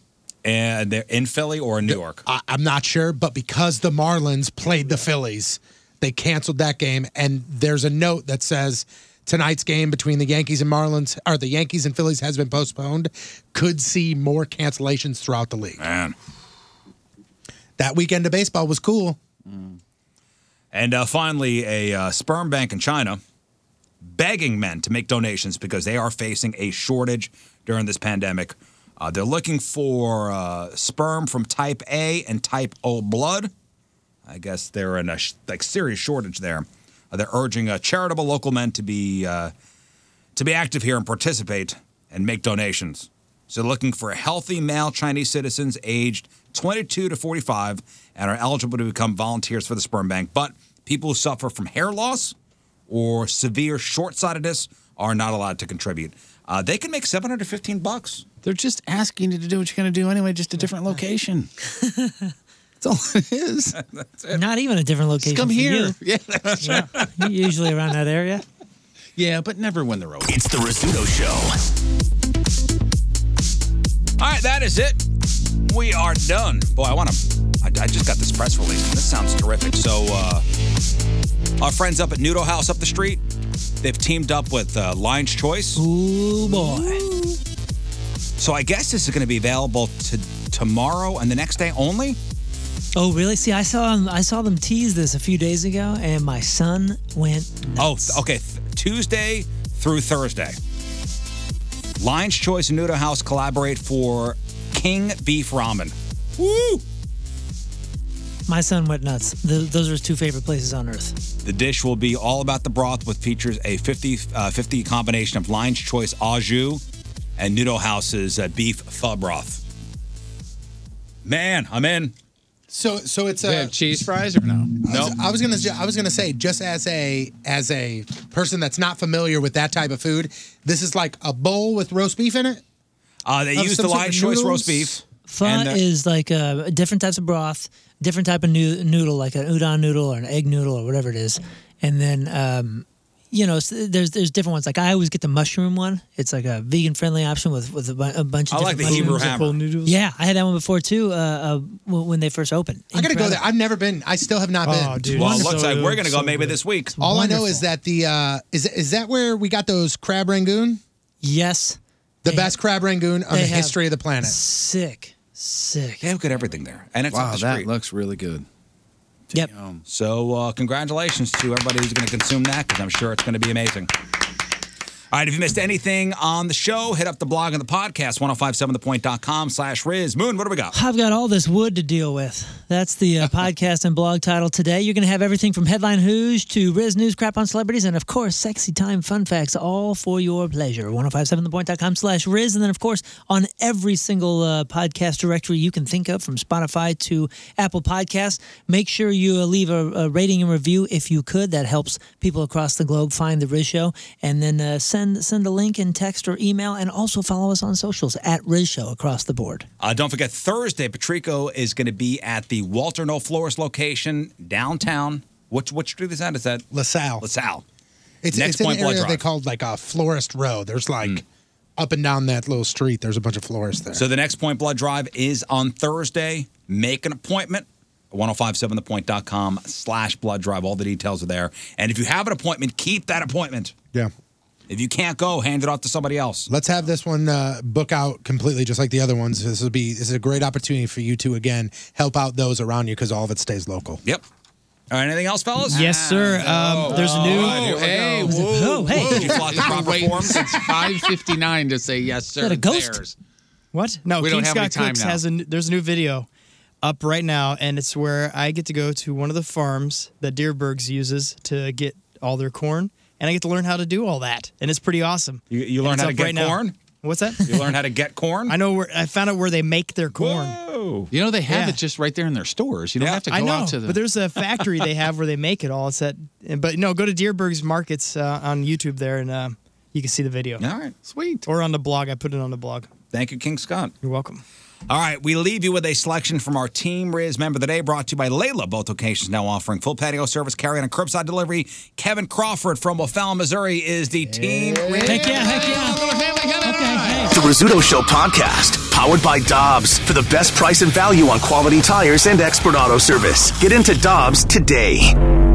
S5: and they're in Philly or in New York.
S6: I, I'm not sure, but because the Marlins played the Phillies, they canceled that game. And there's a note that says tonight's game between the Yankees and Marlins, or the Yankees and Phillies, has been postponed. Could see more cancellations throughout the league.
S5: Man.
S6: That weekend of baseball was cool.
S5: And uh, finally, a uh, sperm bank in China begging men to make donations because they are facing a shortage during this pandemic. Uh, they're looking for uh, sperm from type A and type O blood. I guess they're in a sh- like serious shortage there. Uh, they're urging uh, charitable local men to be uh, to be active here and participate and make donations. So they're looking for healthy male Chinese citizens aged 22 to 45 and are eligible to become volunteers for the sperm bank. But people who suffer from hair loss or severe short-sightedness are not allowed to contribute. Uh, they can make 715 bucks.
S7: They're just asking you to do what you're going to do anyway, just a different location. That's all it is.
S5: Uh,
S8: Not even a different location.
S7: come
S8: for
S7: here.
S8: You. Yeah. You're usually around that area.
S7: Yeah, but never when they're open.
S19: It's the Rizzuto Show.
S5: All right, that is it. We are done. Boy, I want to. I, I just got this press release, and this sounds terrific. So, uh, our friends up at Noodle House up the street, they've teamed up with uh, Lion's Choice.
S8: Ooh, boy.
S5: So, I guess this is going to be available to tomorrow and the next day only.
S8: Oh, really? See, I saw them, I saw them tease this a few days ago, and my son went.
S5: Oh, th- okay. th- Tuesday through Thursday. Lion's Choice and Noodle House collaborate for King Beef Ramen. Woo!
S8: My son went nuts. Th those are his two favorite places on earth.
S5: The dish will be all about the broth, with features a 50 uh, 50 combination of Lion's Choice au jus and Noodle House's uh, beef pho broth. Man, I'm in.
S6: So so it's
S13: uh,
S5: They
S6: a
S5: have
S7: cheese fries or no?
S13: Mm.
S5: No.
S6: I was gonna ju- I was gonna say just as a as a person that's not familiar with that type of food, this is like a bowl with roast beef in it.
S5: Uh, they
S6: Of
S5: use
S6: some
S5: the
S6: sort of
S5: Lion's Choice
S6: noodles?
S5: roast beef.
S8: Pho
S5: And the-
S8: is like uh, different types of broth, different type of noo- noodle, like an udon noodle or an egg noodle or whatever it is, and then um, you know s there's there's different ones. Like I always get the mushroom one. It's like a vegan friendly option with with a, bu- a bunch of.
S5: I like
S8: different
S5: the Hebrew
S8: mushrooms.
S5: hammer. Whole noodles?
S8: Yeah, I had that one before too. Uh, uh, w- when they first opened,
S6: I gotta go there. I've never been. I still have not been.
S5: well, it looks like we're going to go maybe this week.
S6: All I know is that the uh, is is that where we got those crab rangoon?
S8: Yes,
S6: the best crab rangoon on
S8: they
S6: the
S8: have
S6: history of the planet.
S8: Sick, sick.
S5: They've got everything there, and it's
S7: wow,
S5: up the
S7: that
S5: street.
S7: looks really good.
S5: Yep. So, uh, congratulations to everybody who's going to consume that because I'm sure it's going to be amazing. All right, if you missed anything on the show, hit up the blog and the podcast, 1057thepoint.com slash Riz. Moon, what do we got?
S8: I've got all this wood to deal with. That's the uh, podcast and blog title today. You're going to have everything from headline who's to Riz news, crap on celebrities, and of course, sexy time fun facts, all for your pleasure. 1057thepoint.com slash Riz. And then, of course, on every single uh, podcast directory you can think of, from Spotify to Apple Podcasts, make sure you uh, leave a, a rating and review if you could. That helps people across the globe find The Riz Show. And then uh, send, send a link in text or email, and also follow us on socials at Riz Show across the board.
S5: Uh, don't forget, Thursday, Patrico is going to be at the Walter No Flores location downtown. Which, what street is that? Is that
S6: LaSalle?
S5: LaSalle.
S6: It's,
S5: Next
S6: it's an
S5: Point Blank
S6: area they
S5: Drive. Mm.
S6: called like a florist row. There's like up and down that little street. There's a bunch of florists there.
S5: So the next Point Blood Drive is on Thursday. Make an appointment. 1057thepoint.com slash blood drive. All the details are there. And if you have an appointment, keep that appointment.
S6: Yeah.
S5: If you can't go, hand it off to somebody else.
S6: Let's have this one uh, book out completely, just like the other ones. This will be this is a great opportunity for you to again help out those around you because all of it stays local.
S5: Yep. All right, anything else, fellas?
S6: Yes, sir.
S7: Um, there's a new-
S5: hey,
S7: Oh,
S5: whoa,
S7: hey.
S5: whoa. Did you flock the
S7: I've been
S5: proper
S7: waiting
S5: form?
S7: since 5:59 to say yes, sir.
S13: Is that a ghost?
S7: There's-
S13: What? No,
S7: We
S13: King
S7: don't have any
S13: Scott
S7: time
S13: Cooks
S7: now.
S13: has a n- there's a new video up right now, and it's where I get to go to one of the farms that Deerbergs uses to get all their corn, and I get to learn how to do all that, and it's pretty awesome.
S5: You, you
S13: And
S5: learn
S13: it's
S5: how to
S13: up
S5: get
S13: right now.
S5: corn?
S13: What's that?
S5: You learn how to get corn?
S13: I know where I found out where they make their corn.
S7: You know they have
S13: Yeah.
S7: it just right there in their stores. You don't have to go
S13: I know,
S7: out to the.
S13: but there's a factory they have where they make it all. It's at, but no, go to Deerberg's Markets uh, on YouTube there, and uh, you can see the video.
S5: All right,
S7: sweet.
S13: Or on the blog, I put it on the blog.
S5: Thank you, King Scott.
S13: You're welcome.
S5: All right, we leave you with a selection from our Team Riz member of the day brought to you by Layla. Both locations now offering full patio service, carry on, and curbside delivery. Kevin Crawford from O'Fallon, Missouri is the Team Riz.
S8: Heck yeah, heck yeah.
S1: The Rizzuto Show podcast, powered by Dobbs, for the best price and value on quality tires and expert auto service. Get into Dobbs today.